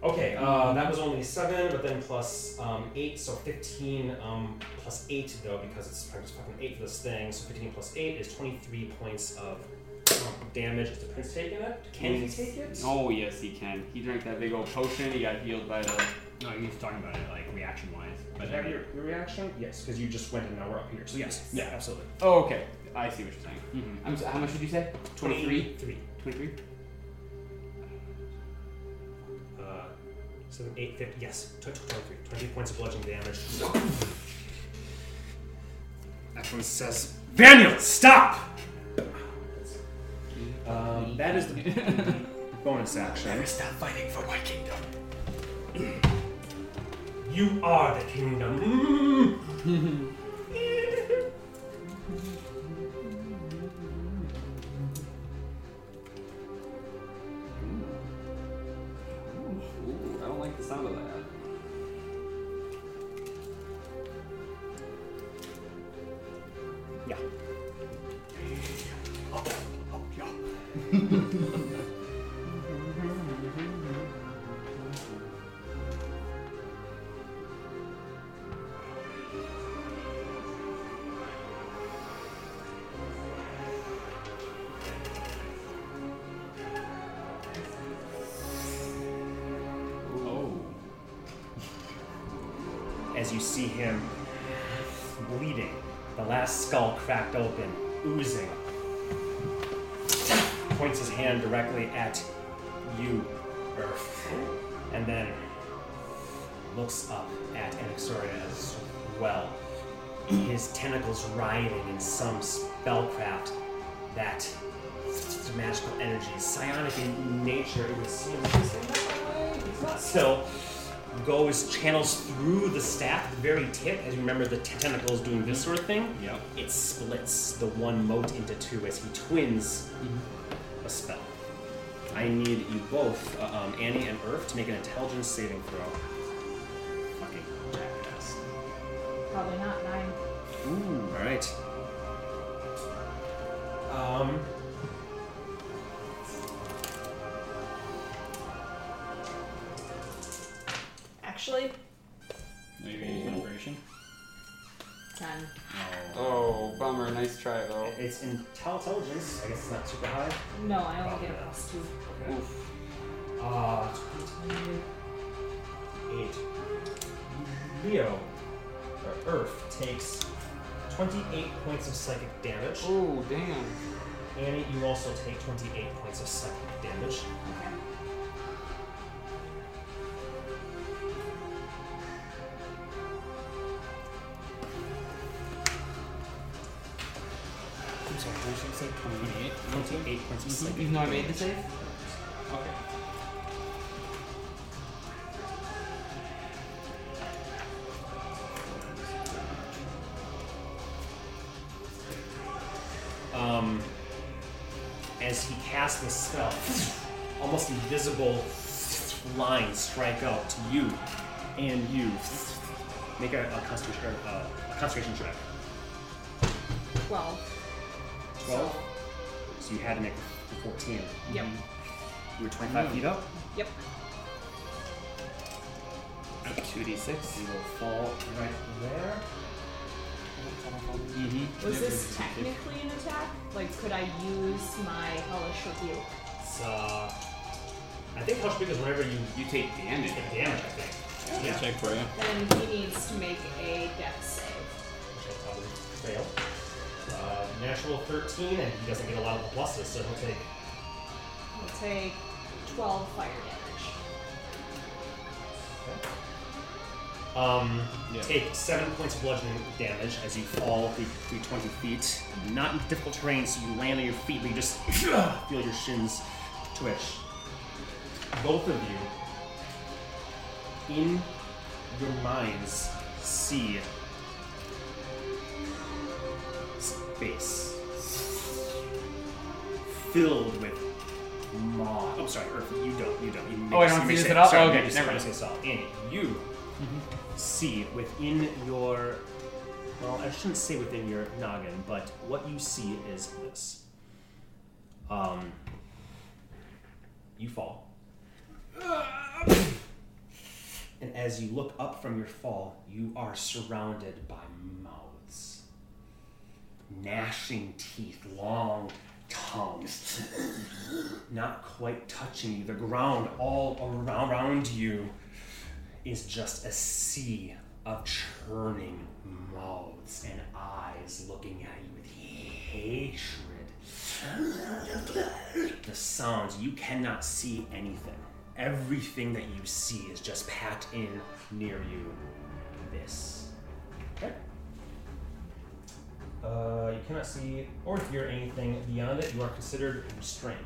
Okay, uh, that was only seven, but then plus um, eight, so fifteen um, plus eight though, because it's times fucking eight for this thing. So fifteen plus eight is twenty-three points of um, damage. Is the prince taking it? Can he take it? Oh yes, he can. He drank that big old potion. He got healed by the. No, he was talking about it like reaction wise. But Did you have your, your reaction? Yes, because you just went and now we're up here. So yes, yeah, absolutely. Oh okay. I see what you're saying. Mm-hmm. I'm s how much did you say? Twenty-three. Three. Twenty-three. Uh, seven, eight, fifty. Yes, tw- tw- twenty-three. Twenty points of bludgeoning damage. That one says, Daniel, stop. Um, that is the bonus action. Stop fighting for my kingdom. you are the kingdom. Ooh, I don't like the sound of that. Yeah. as you see him bleeding, the last skull cracked open, oozing. Points his hand directly at you, Earth, and then looks up at Anaxoria as well. His tentacles writhing in some spellcraft that magical energy, psionic in nature, it would seem. He's not still goes channels through the staff, the very tip. As you remember, the t- tentacles doing this sort of thing. Yep. It splits the one mote into two as he twins a spell. I need you both, uh, um, Annie and Earth, to make an intelligence saving throw. Fucking jackass. Probably not nine. Ooh. All right. Um. Actually, No, you're gonna use inspiration. ten. Oh, bummer. Nice try though. It's intelligence. I guess it's not super high. No, I only get a plus two. Okay. Uh, 8. Leo, or Earth, takes 28 points of psychic damage. Oh damn. Annie, you also take 28 points of psychic damage. I'm sorry, did you say 28? 28 points of psychic Even though I made the save. Okay. um, as he casts the spell, almost invisible lines strike out to you, and you make a, a, concentration, uh, a concentration check. Twelve. 12. So you had to make the 14. Yep. You were Hmm. 25 feet up. Yep. 2d6. You will fall right there. Mm-hmm. Was this technically an attack? Like, could I use my hellish rebuke? It's, uh, I think Hush Big is whenever you You take damage. take damage, I think. Yeah. Yeah. Check for you. Then he needs to make a death save. She'll probably fail. Uh, natural 13, and he doesn't get a lot of pluses, so he'll take. He'll take 12 fire damage. Um, Yeah. Take seven points of bludgeoning damage. As you fall through, through 20 feet, not in difficult terrain, so you land on your feet, but you just feel your shins twitch. Both of you, in your minds, see space filled with maw. Oh, sorry, Earth. You don't. You don't. You Oh, I don't mix- you see mix this it. at all? Sorry, Okay, you just- never I mind. just saw it. Annie, you see within your. Well, I shouldn't say within your noggin, but what you see is this. Um. You fall. And as you look up from your fall, you are surrounded by mouths gnashing teeth, long tongues, not quite touching you. The ground all around, around you is just a sea of churning mouths and eyes looking at you with hatred. The sounds, you cannot see anything. Everything that you see is just packed in near you. This. Uh, you cannot see or hear anything beyond it. You are considered restrained.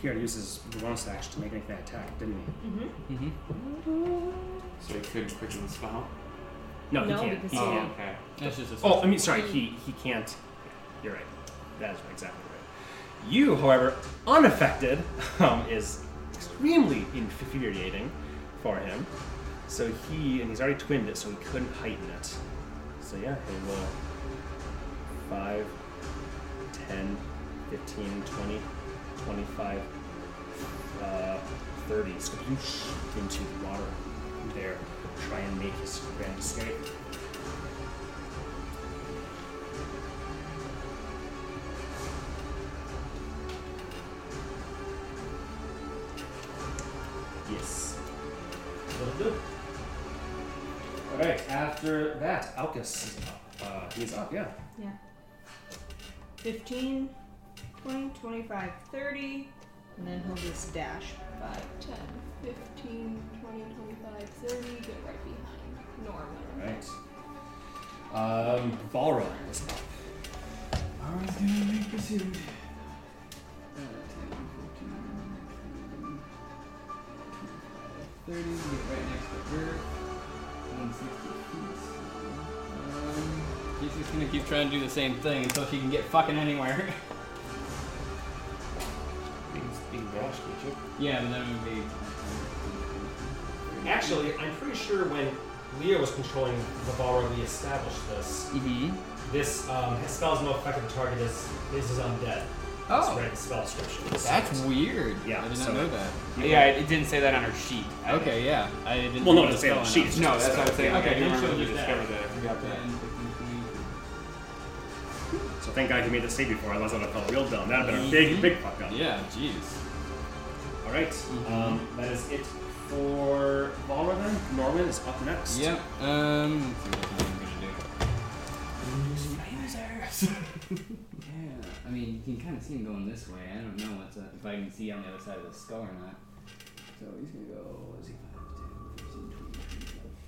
Here, uses the bonus action to make anything attack, didn't he? So he could quicken the spell. No, No, he can't. because He he- Oh, can't. okay. That's just a Oh, I mean, sorry, he, he can't. You're right. That is exactly right. You, however, unaffected, um, is extremely infuriating for him. So he, and he's already twinned it, so he couldn't heighten it. So yeah, uh, he will 5, 10, 15, 20, 25, uh, 30. So you shoot into the water there. Try and make his grand escape. Yes. That'll do it. All right. After that, Alcus is up. Uh, he's up. Yeah. Yeah. 15, 20, 25, 30, and then he'll just dash 5, 10, 15, 20, 25, 30. Get right behind Norman. All right. Um, Valra is Uh, up. Alright, gonna be pursued. Uh, 10, 15, 30, get right next to her. 160 feet. Um, he's just gonna keep trying to do the same thing until she can get fucking anywhere. yeah, but that would be. Actually, I'm pretty sure when Leo was controlling the Balrog, we established this. Mm-hmm. This um, his spell has no effect on the target. This this is undead. It's Oh, read in spell description. that's weird. Yeah, I did not so- know that. Yeah, it, it didn't say that on her sheet. I didn't- Okay, yeah, I didn't. Well, no, know it's the on the spell sheet. enough. It's No, that's what I'm saying. Okay, Okay, I then didn't remember she'll we just discovered that. I forgot 10, that. 15, 20. So thank God he made the save before. Otherwise, I would have felt real dumb. That would have been a big, big fuck up. Yeah, jeez. All right. Um, that is it for Valra. Then Norman is up next. Yep. Um. Let's see what I'm gonna do. Yeah. I mean, you can kind of see him going this way. I don't know what's up, if I can see on the other side of the skull or not. So he's gonna go. Let's see, 5, 10, 15,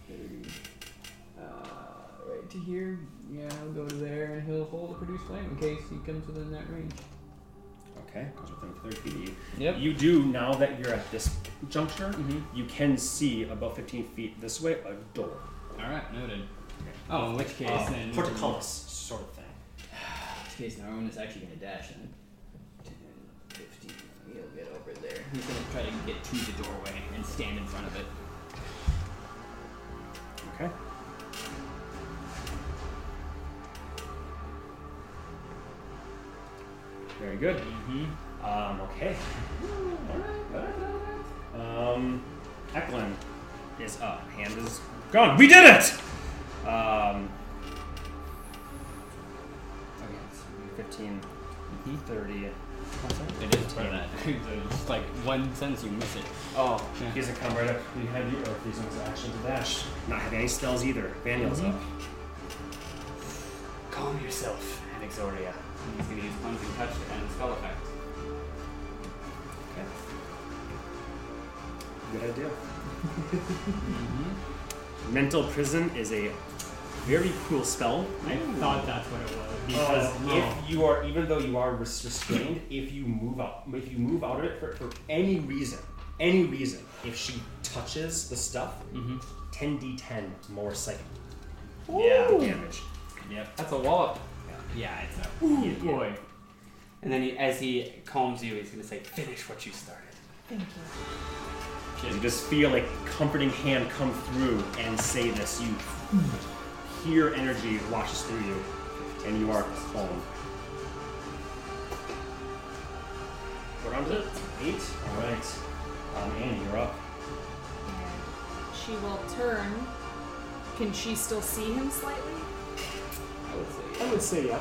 20, 25, 30. Uh, right to here. Yeah, I'll go to there, and he'll hold a produced flame in case he comes within that range. Okay. Goes within 30 feet. of you. Yep. You do now that you're at this juncture. Mhm. You can see about 15 feet this way a door. All right. Noted. Oh, in which case Uh, then. portcullis sort of thing. In which case, Narwin is actually gonna dash in. 10, 15. He'll get over there. He's gonna try to get to the doorway and stand in front of it. Okay. Very good. Mm-hmm. Um, okay. Um, Eklund is up. Hand is gone. We did it! Um, okay, it's 15, 30. It is part of that. So just like one sentence, you miss it. Oh, Yeah. he's gonna come right up behind you, or he's gonna action to dash. Not having any spells either. Vaniel's up. Calm yourself, Anaxoria. And he's going to use cleansing touch to end the spell effect. Good idea. Mental prison is a very cool spell. I thought that's what it was. Because Oh, if you are, even though you are res- restrained, if you move out, if you move out of it for, for any reason, any reason, if she touches the stuff, Mm-hmm. 10d10 more psychic Yeah. damage. Yep. That's a wallop. Yeah, it's up. boy. And then he, as he calms you, he's going to say, finish what you started. Thank you. You just feel like a comforting hand come through and say this. You hear energy washes through you, and you are calm. What round is it? Eight. All right. Um, Annie, you're up. And she will turn. Can she still see him slightly? I would say. I would say yeah.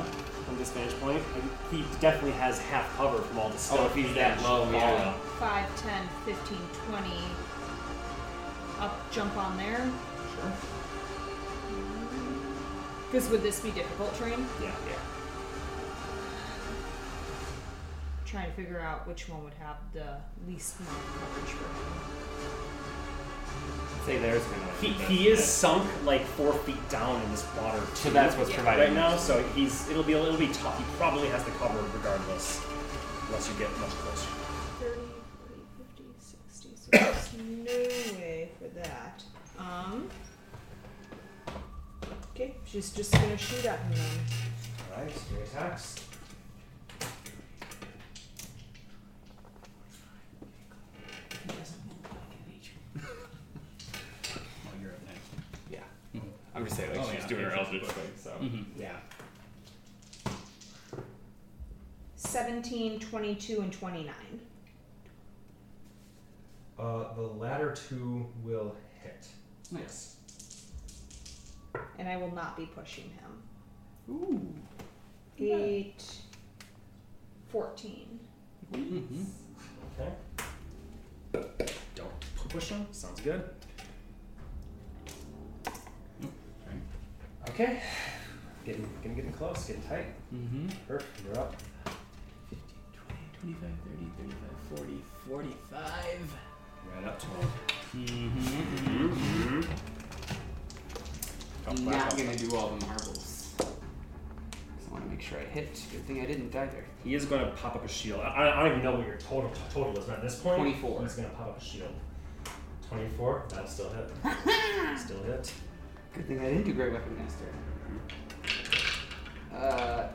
From this vantage point, And he definitely has half cover from all the stuff. Oh, if he's that low, yeah. 5, 10, 15, 20. Up, jump on there. Sure. Because would this be difficult terrain? Yeah. Trying to figure out which one would have the least amount of coverage for him. Say there's going to He, he is sunk like four feet down in this water. So too, that's what's providing right him. now. So he's it'll be it'll be tough. He probably has the cover regardless, unless you get much closer. 30, 40, 50, 60, so there's no way for that. Um. Okay, she's just gonna shoot at him then. All right, three attacks. Oh, you're up next. I'm just saying, like, Oh, she's yeah. doing her Yeah, Eldritch thing, so. Yeah. 17, 22, and 29. Uh, the latter two will hit. Nice. And I will not be pushing him. Ooh. 8, 14. Mm-hmm. Okay. Don't pu- push him. Sounds good. Okay. Getting, gonna getting close, getting tight. Mm-hmm. Herc, you're up. 25, 30, 35, 40, 45. Right up to him. Mm-hmm. Mm-hmm. I'm not going to do all the marbles. 'Cause I want to make sure I hit. Good thing I didn't either. He is going to pop up a shield. I, I- I don't even know what your total total is, but at this point, 24. He's going to pop up a shield. Twenty-four. That'll still hit. still hit. Good thing I didn't do Great Weapon Master. Uh,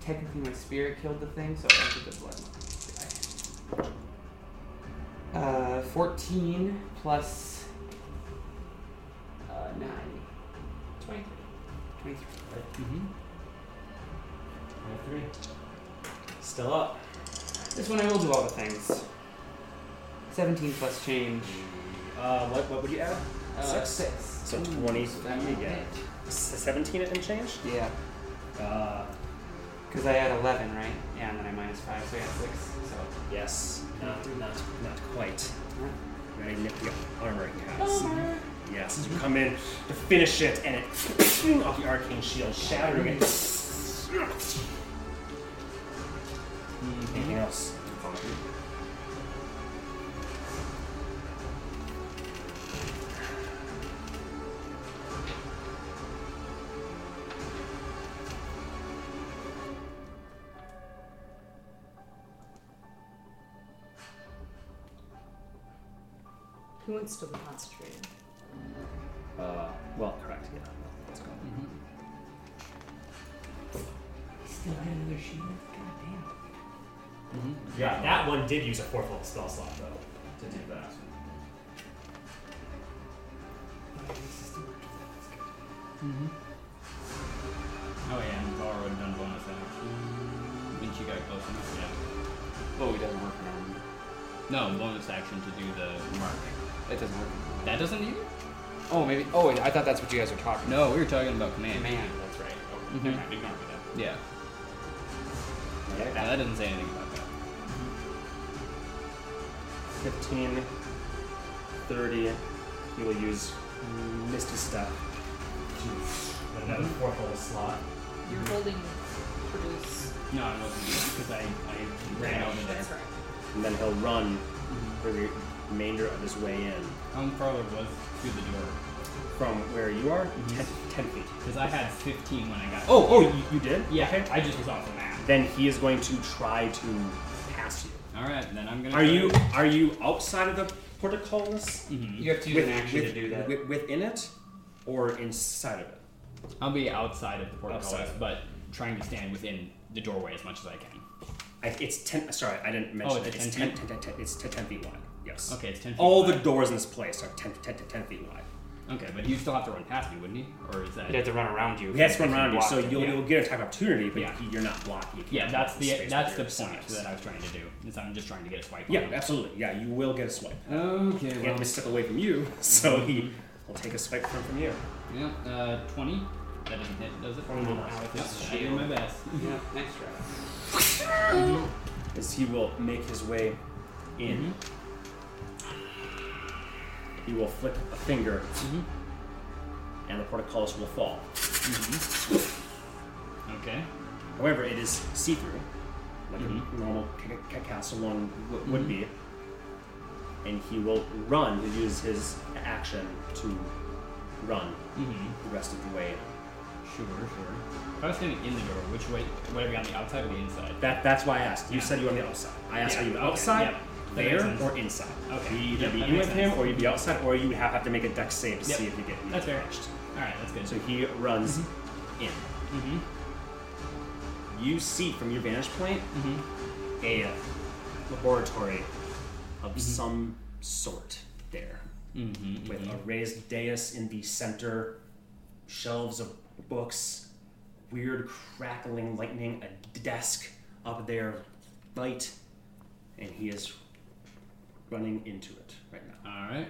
technically my spirit killed the thing, so I did the blood. die. Uh, 14 plus uh, 9. 23. 23. Twenty-three. Still up. This one I will do all the things. 17 plus change. Uh, what what would you add? Uh, Six. six. So twenty. So that might yeah. hit. S- Seventeen and change. Yeah. Uh, Because I had 11, right? Yeah, and then I minus 5, so I got 6. So. yes. Not not not quite. Very nifty armor he has. Oh Yes, as you come in to finish it, and it off the arcane shield, shattering it. Anything else? He won't still be concentrating. Uh, Mm-hmm. well, correct. Yeah. Let's go. Still had another shield? God damn. Yeah, that one did use a fourth level spell slot though to do that. Oh yeah, and Gar would have done bonus action. When she got close enough, yeah. Oh, it doesn't work in armor. No, bonus action to do the mark. It doesn't work. in That doesn't either? armor. Oh, maybe. Oh, I thought that's what you guys were talking. No, we were talking about about. command. man, that's right. Mm-hmm. Oh, Mhm. never mind. Ignore me then. Yeah. Yeah, No, that doesn't say anything about that. 15, 30. You will use Misty Step. But another Mm-hmm. fourth level slot. You're holding produce. No, it wasn't because I, I ran over there. That's right. And then he'll run for the remainder of his way in. How far was through the door? From where you are? 10, 10 feet. Because I had 15 when I got. Mm-hmm. Oh, oh, you, you did? yeah. Okay. I just was off the map. Then he is going to try to pass you. All right, then I'm gonna. Are you are you outside of the portcullis? Mm-hmm. hmm You have to use With- an action with- to do that. wi- within it or inside of it? I'll be outside of the portcullis, Outside. but trying to stand within the doorway as much as I can. I, it's ten. Sorry, I didn't mention Oh, it. it's It's 10 ten, 10, 10, 10 It's 10 10 feet wide. Yes. Okay, it's 10 feet. All the wide. doors in this place are 10, 10, 10 feet wide. Okay, but you still have to run past me, wouldn't you? Or is that? You'd have to run around you. We have to run if around you, blocked so it. you'll, Yeah. you'll get an attack of opportunity, but Yeah. you're not blocking. You can't Yeah, that's block the space that's with the your point size. that I was trying to do. Is I'm just trying to get a swipe. Yeah, on him. absolutely. Yeah, you will get a swipe. Okay. He Well. mm-hmm. can't misstep away from you, so he will take a swipe from, from you. Yeah. Oh, Uh, 20. That doesn't hit, does it? Twenty will Yep, not. I did my best. Yeah, next round. As he will make his way in, he will flick a finger, and the portcullis will fall. Okay. However, it is see through, like a normal ca- ca- castle one w- would be. And he will run, he'll use his action to run Mm-hmm. the rest of the way. Sure, sure. If I was standing in the door, which way would I be on the outside or the inside? That, that's why I asked. You Yeah. said you were on the outside. I asked, Yeah, are you okay, outside, yeah. That makes there, sense. or inside? Okay. You either Yep, be that in makes with him, sense. or you'd be outside, or you would have, have to make a deck save to Yep. see if you get you That's get fair. touched. Alright, that's good. So he runs in. mm-hmm. You see from your vantage point Mm-hmm. a laboratory of some sort there. Mm-hmm. with a raised dais in the center, shelves of books, weird crackling lightning, a desk up there, light, and he is running into it right now. Alright.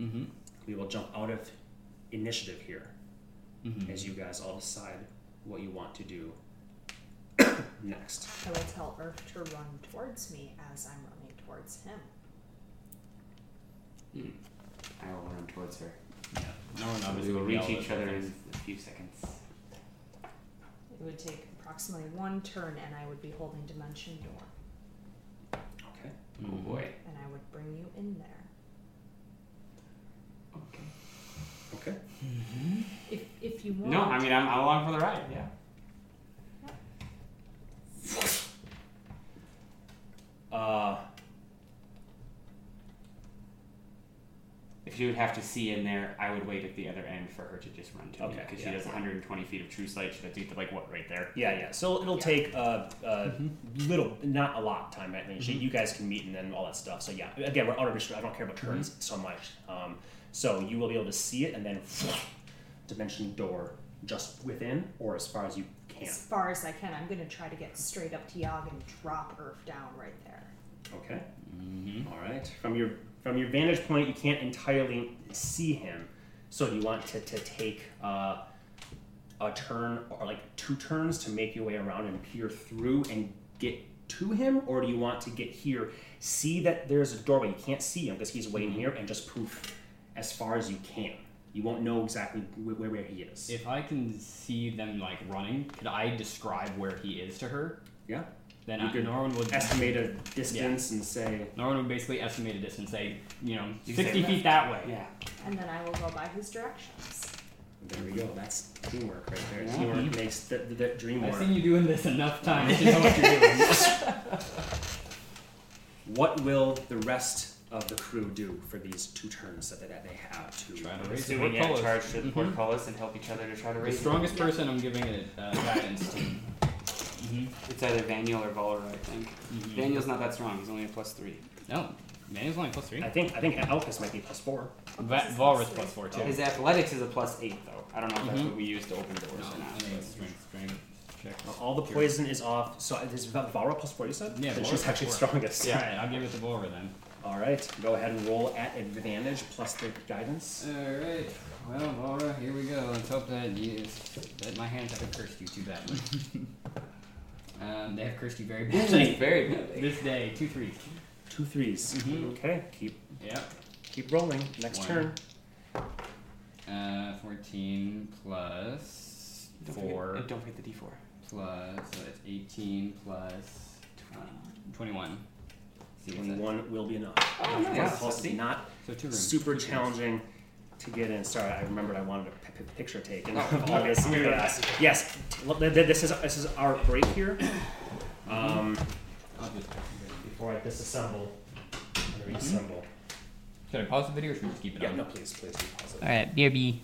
Mm-hmm. We will jump out of initiative here Mm-hmm. as you guys all decide what you want to do next. I will tell Earth to run towards me as I'm running towards him. I will run towards her. Yeah. No one obviously we will would be reach all each over other the in place. a few seconds. It would take approximately one turn, and I would be holding Dimension Door, Okay. Oh Mhm. boy. and I would bring you in there. Okay. Okay. If, if you want. No, I mean I'm, I'm along for the ride. Yeah. Uh, If she would have to see in there, I would wait at the other end for her to just run to me Okay, because yeah. she does 120 feet of true sight. She'd have to get to like what right there. yeah, yeah. So it'll Yeah. take uh, uh, little, not a lot of time. I mean, she- you guys can meet and then all that stuff. So yeah, again, we're out of restriction. I don't care about turns so much. Um, so you will be able to see it and then dimension door just within or as far as you can. As far as I can, I'm going to try to get straight up to Yog and drop Earth down right there. Okay. All right. From your from your vantage point, you can't entirely see him. So do you want to, to take uh, a turn or like two turns to make your way around and peer through and get to him, or do you want to get here, see that there's a doorway? You can't see him because he's waiting here, and just poof as far as you can. You won't know exactly wh- where, where he is. If I can see them like running, could I describe where he is to her? yeah. Then You I, could Norman would Estimate a distance and say Norman would basically estimate a distance, say, you know, You say sixty left. feet that way. Yeah. And then I will go by his directions. There we go. That's teamwork right there. Yeah. Teamwork makes the, the, the dream I've work. seen you doing this enough times to know what you're doing. What will the rest of the crew do for these two turns that, that they have to? Try to raise So we the yeah, portcullis. charge to the Mhm. portcullis and help each other to try to The raise. it. strongest person I'm giving it uh, guidance to. It's either Vaniel or Valor, I think. Mm-hmm. Vaniel's not that strong. He's only a plus three. No, Manny's Oh, only plus three. I think I think Elkus might be plus four. Va- Valor's plus four too. Oh. His athletics is a plus eight, though. I don't know if that's Mhm. what we used to open doors No, or I not. think it's strength, strength check. All the poison is off. So uh, is Va- Valra plus four? You said. Oh, Yeah, Then Valra she's plus actually four. strongest. Yeah, alright, I'll give it to Valor then. All right, go ahead and roll at advantage plus the Uh, guidance. Alright, well, Valor, here we go. Let's hope that, you, that my hands haven't cursed you too badly. um, they have cursed you very badly. Very good. this day, two three. Two threes. Mhm. Okay, keep Yep. keep rolling. Next One. turn. Uh, 14 plus Don't forget- 4 and don't forget the D4. plus, so that's 18 plus 20, 21. See what's And that? one will be enough. Oh, Of course, nice. Pulse is See? not So two rooms. super two rooms. challenging to get in. Sorry, I remembered I wanted a p- p- picture taken Oh, of oh, all this. oh, yeah. Yes, yes. Well, th- th- This is this is our break here. Um, I'll just- Before I disassemble and reassemble. Should I pause the video or should we just keep Mm-hmm. it yeah, on? no, please, please. do pause it. Alright, BRB.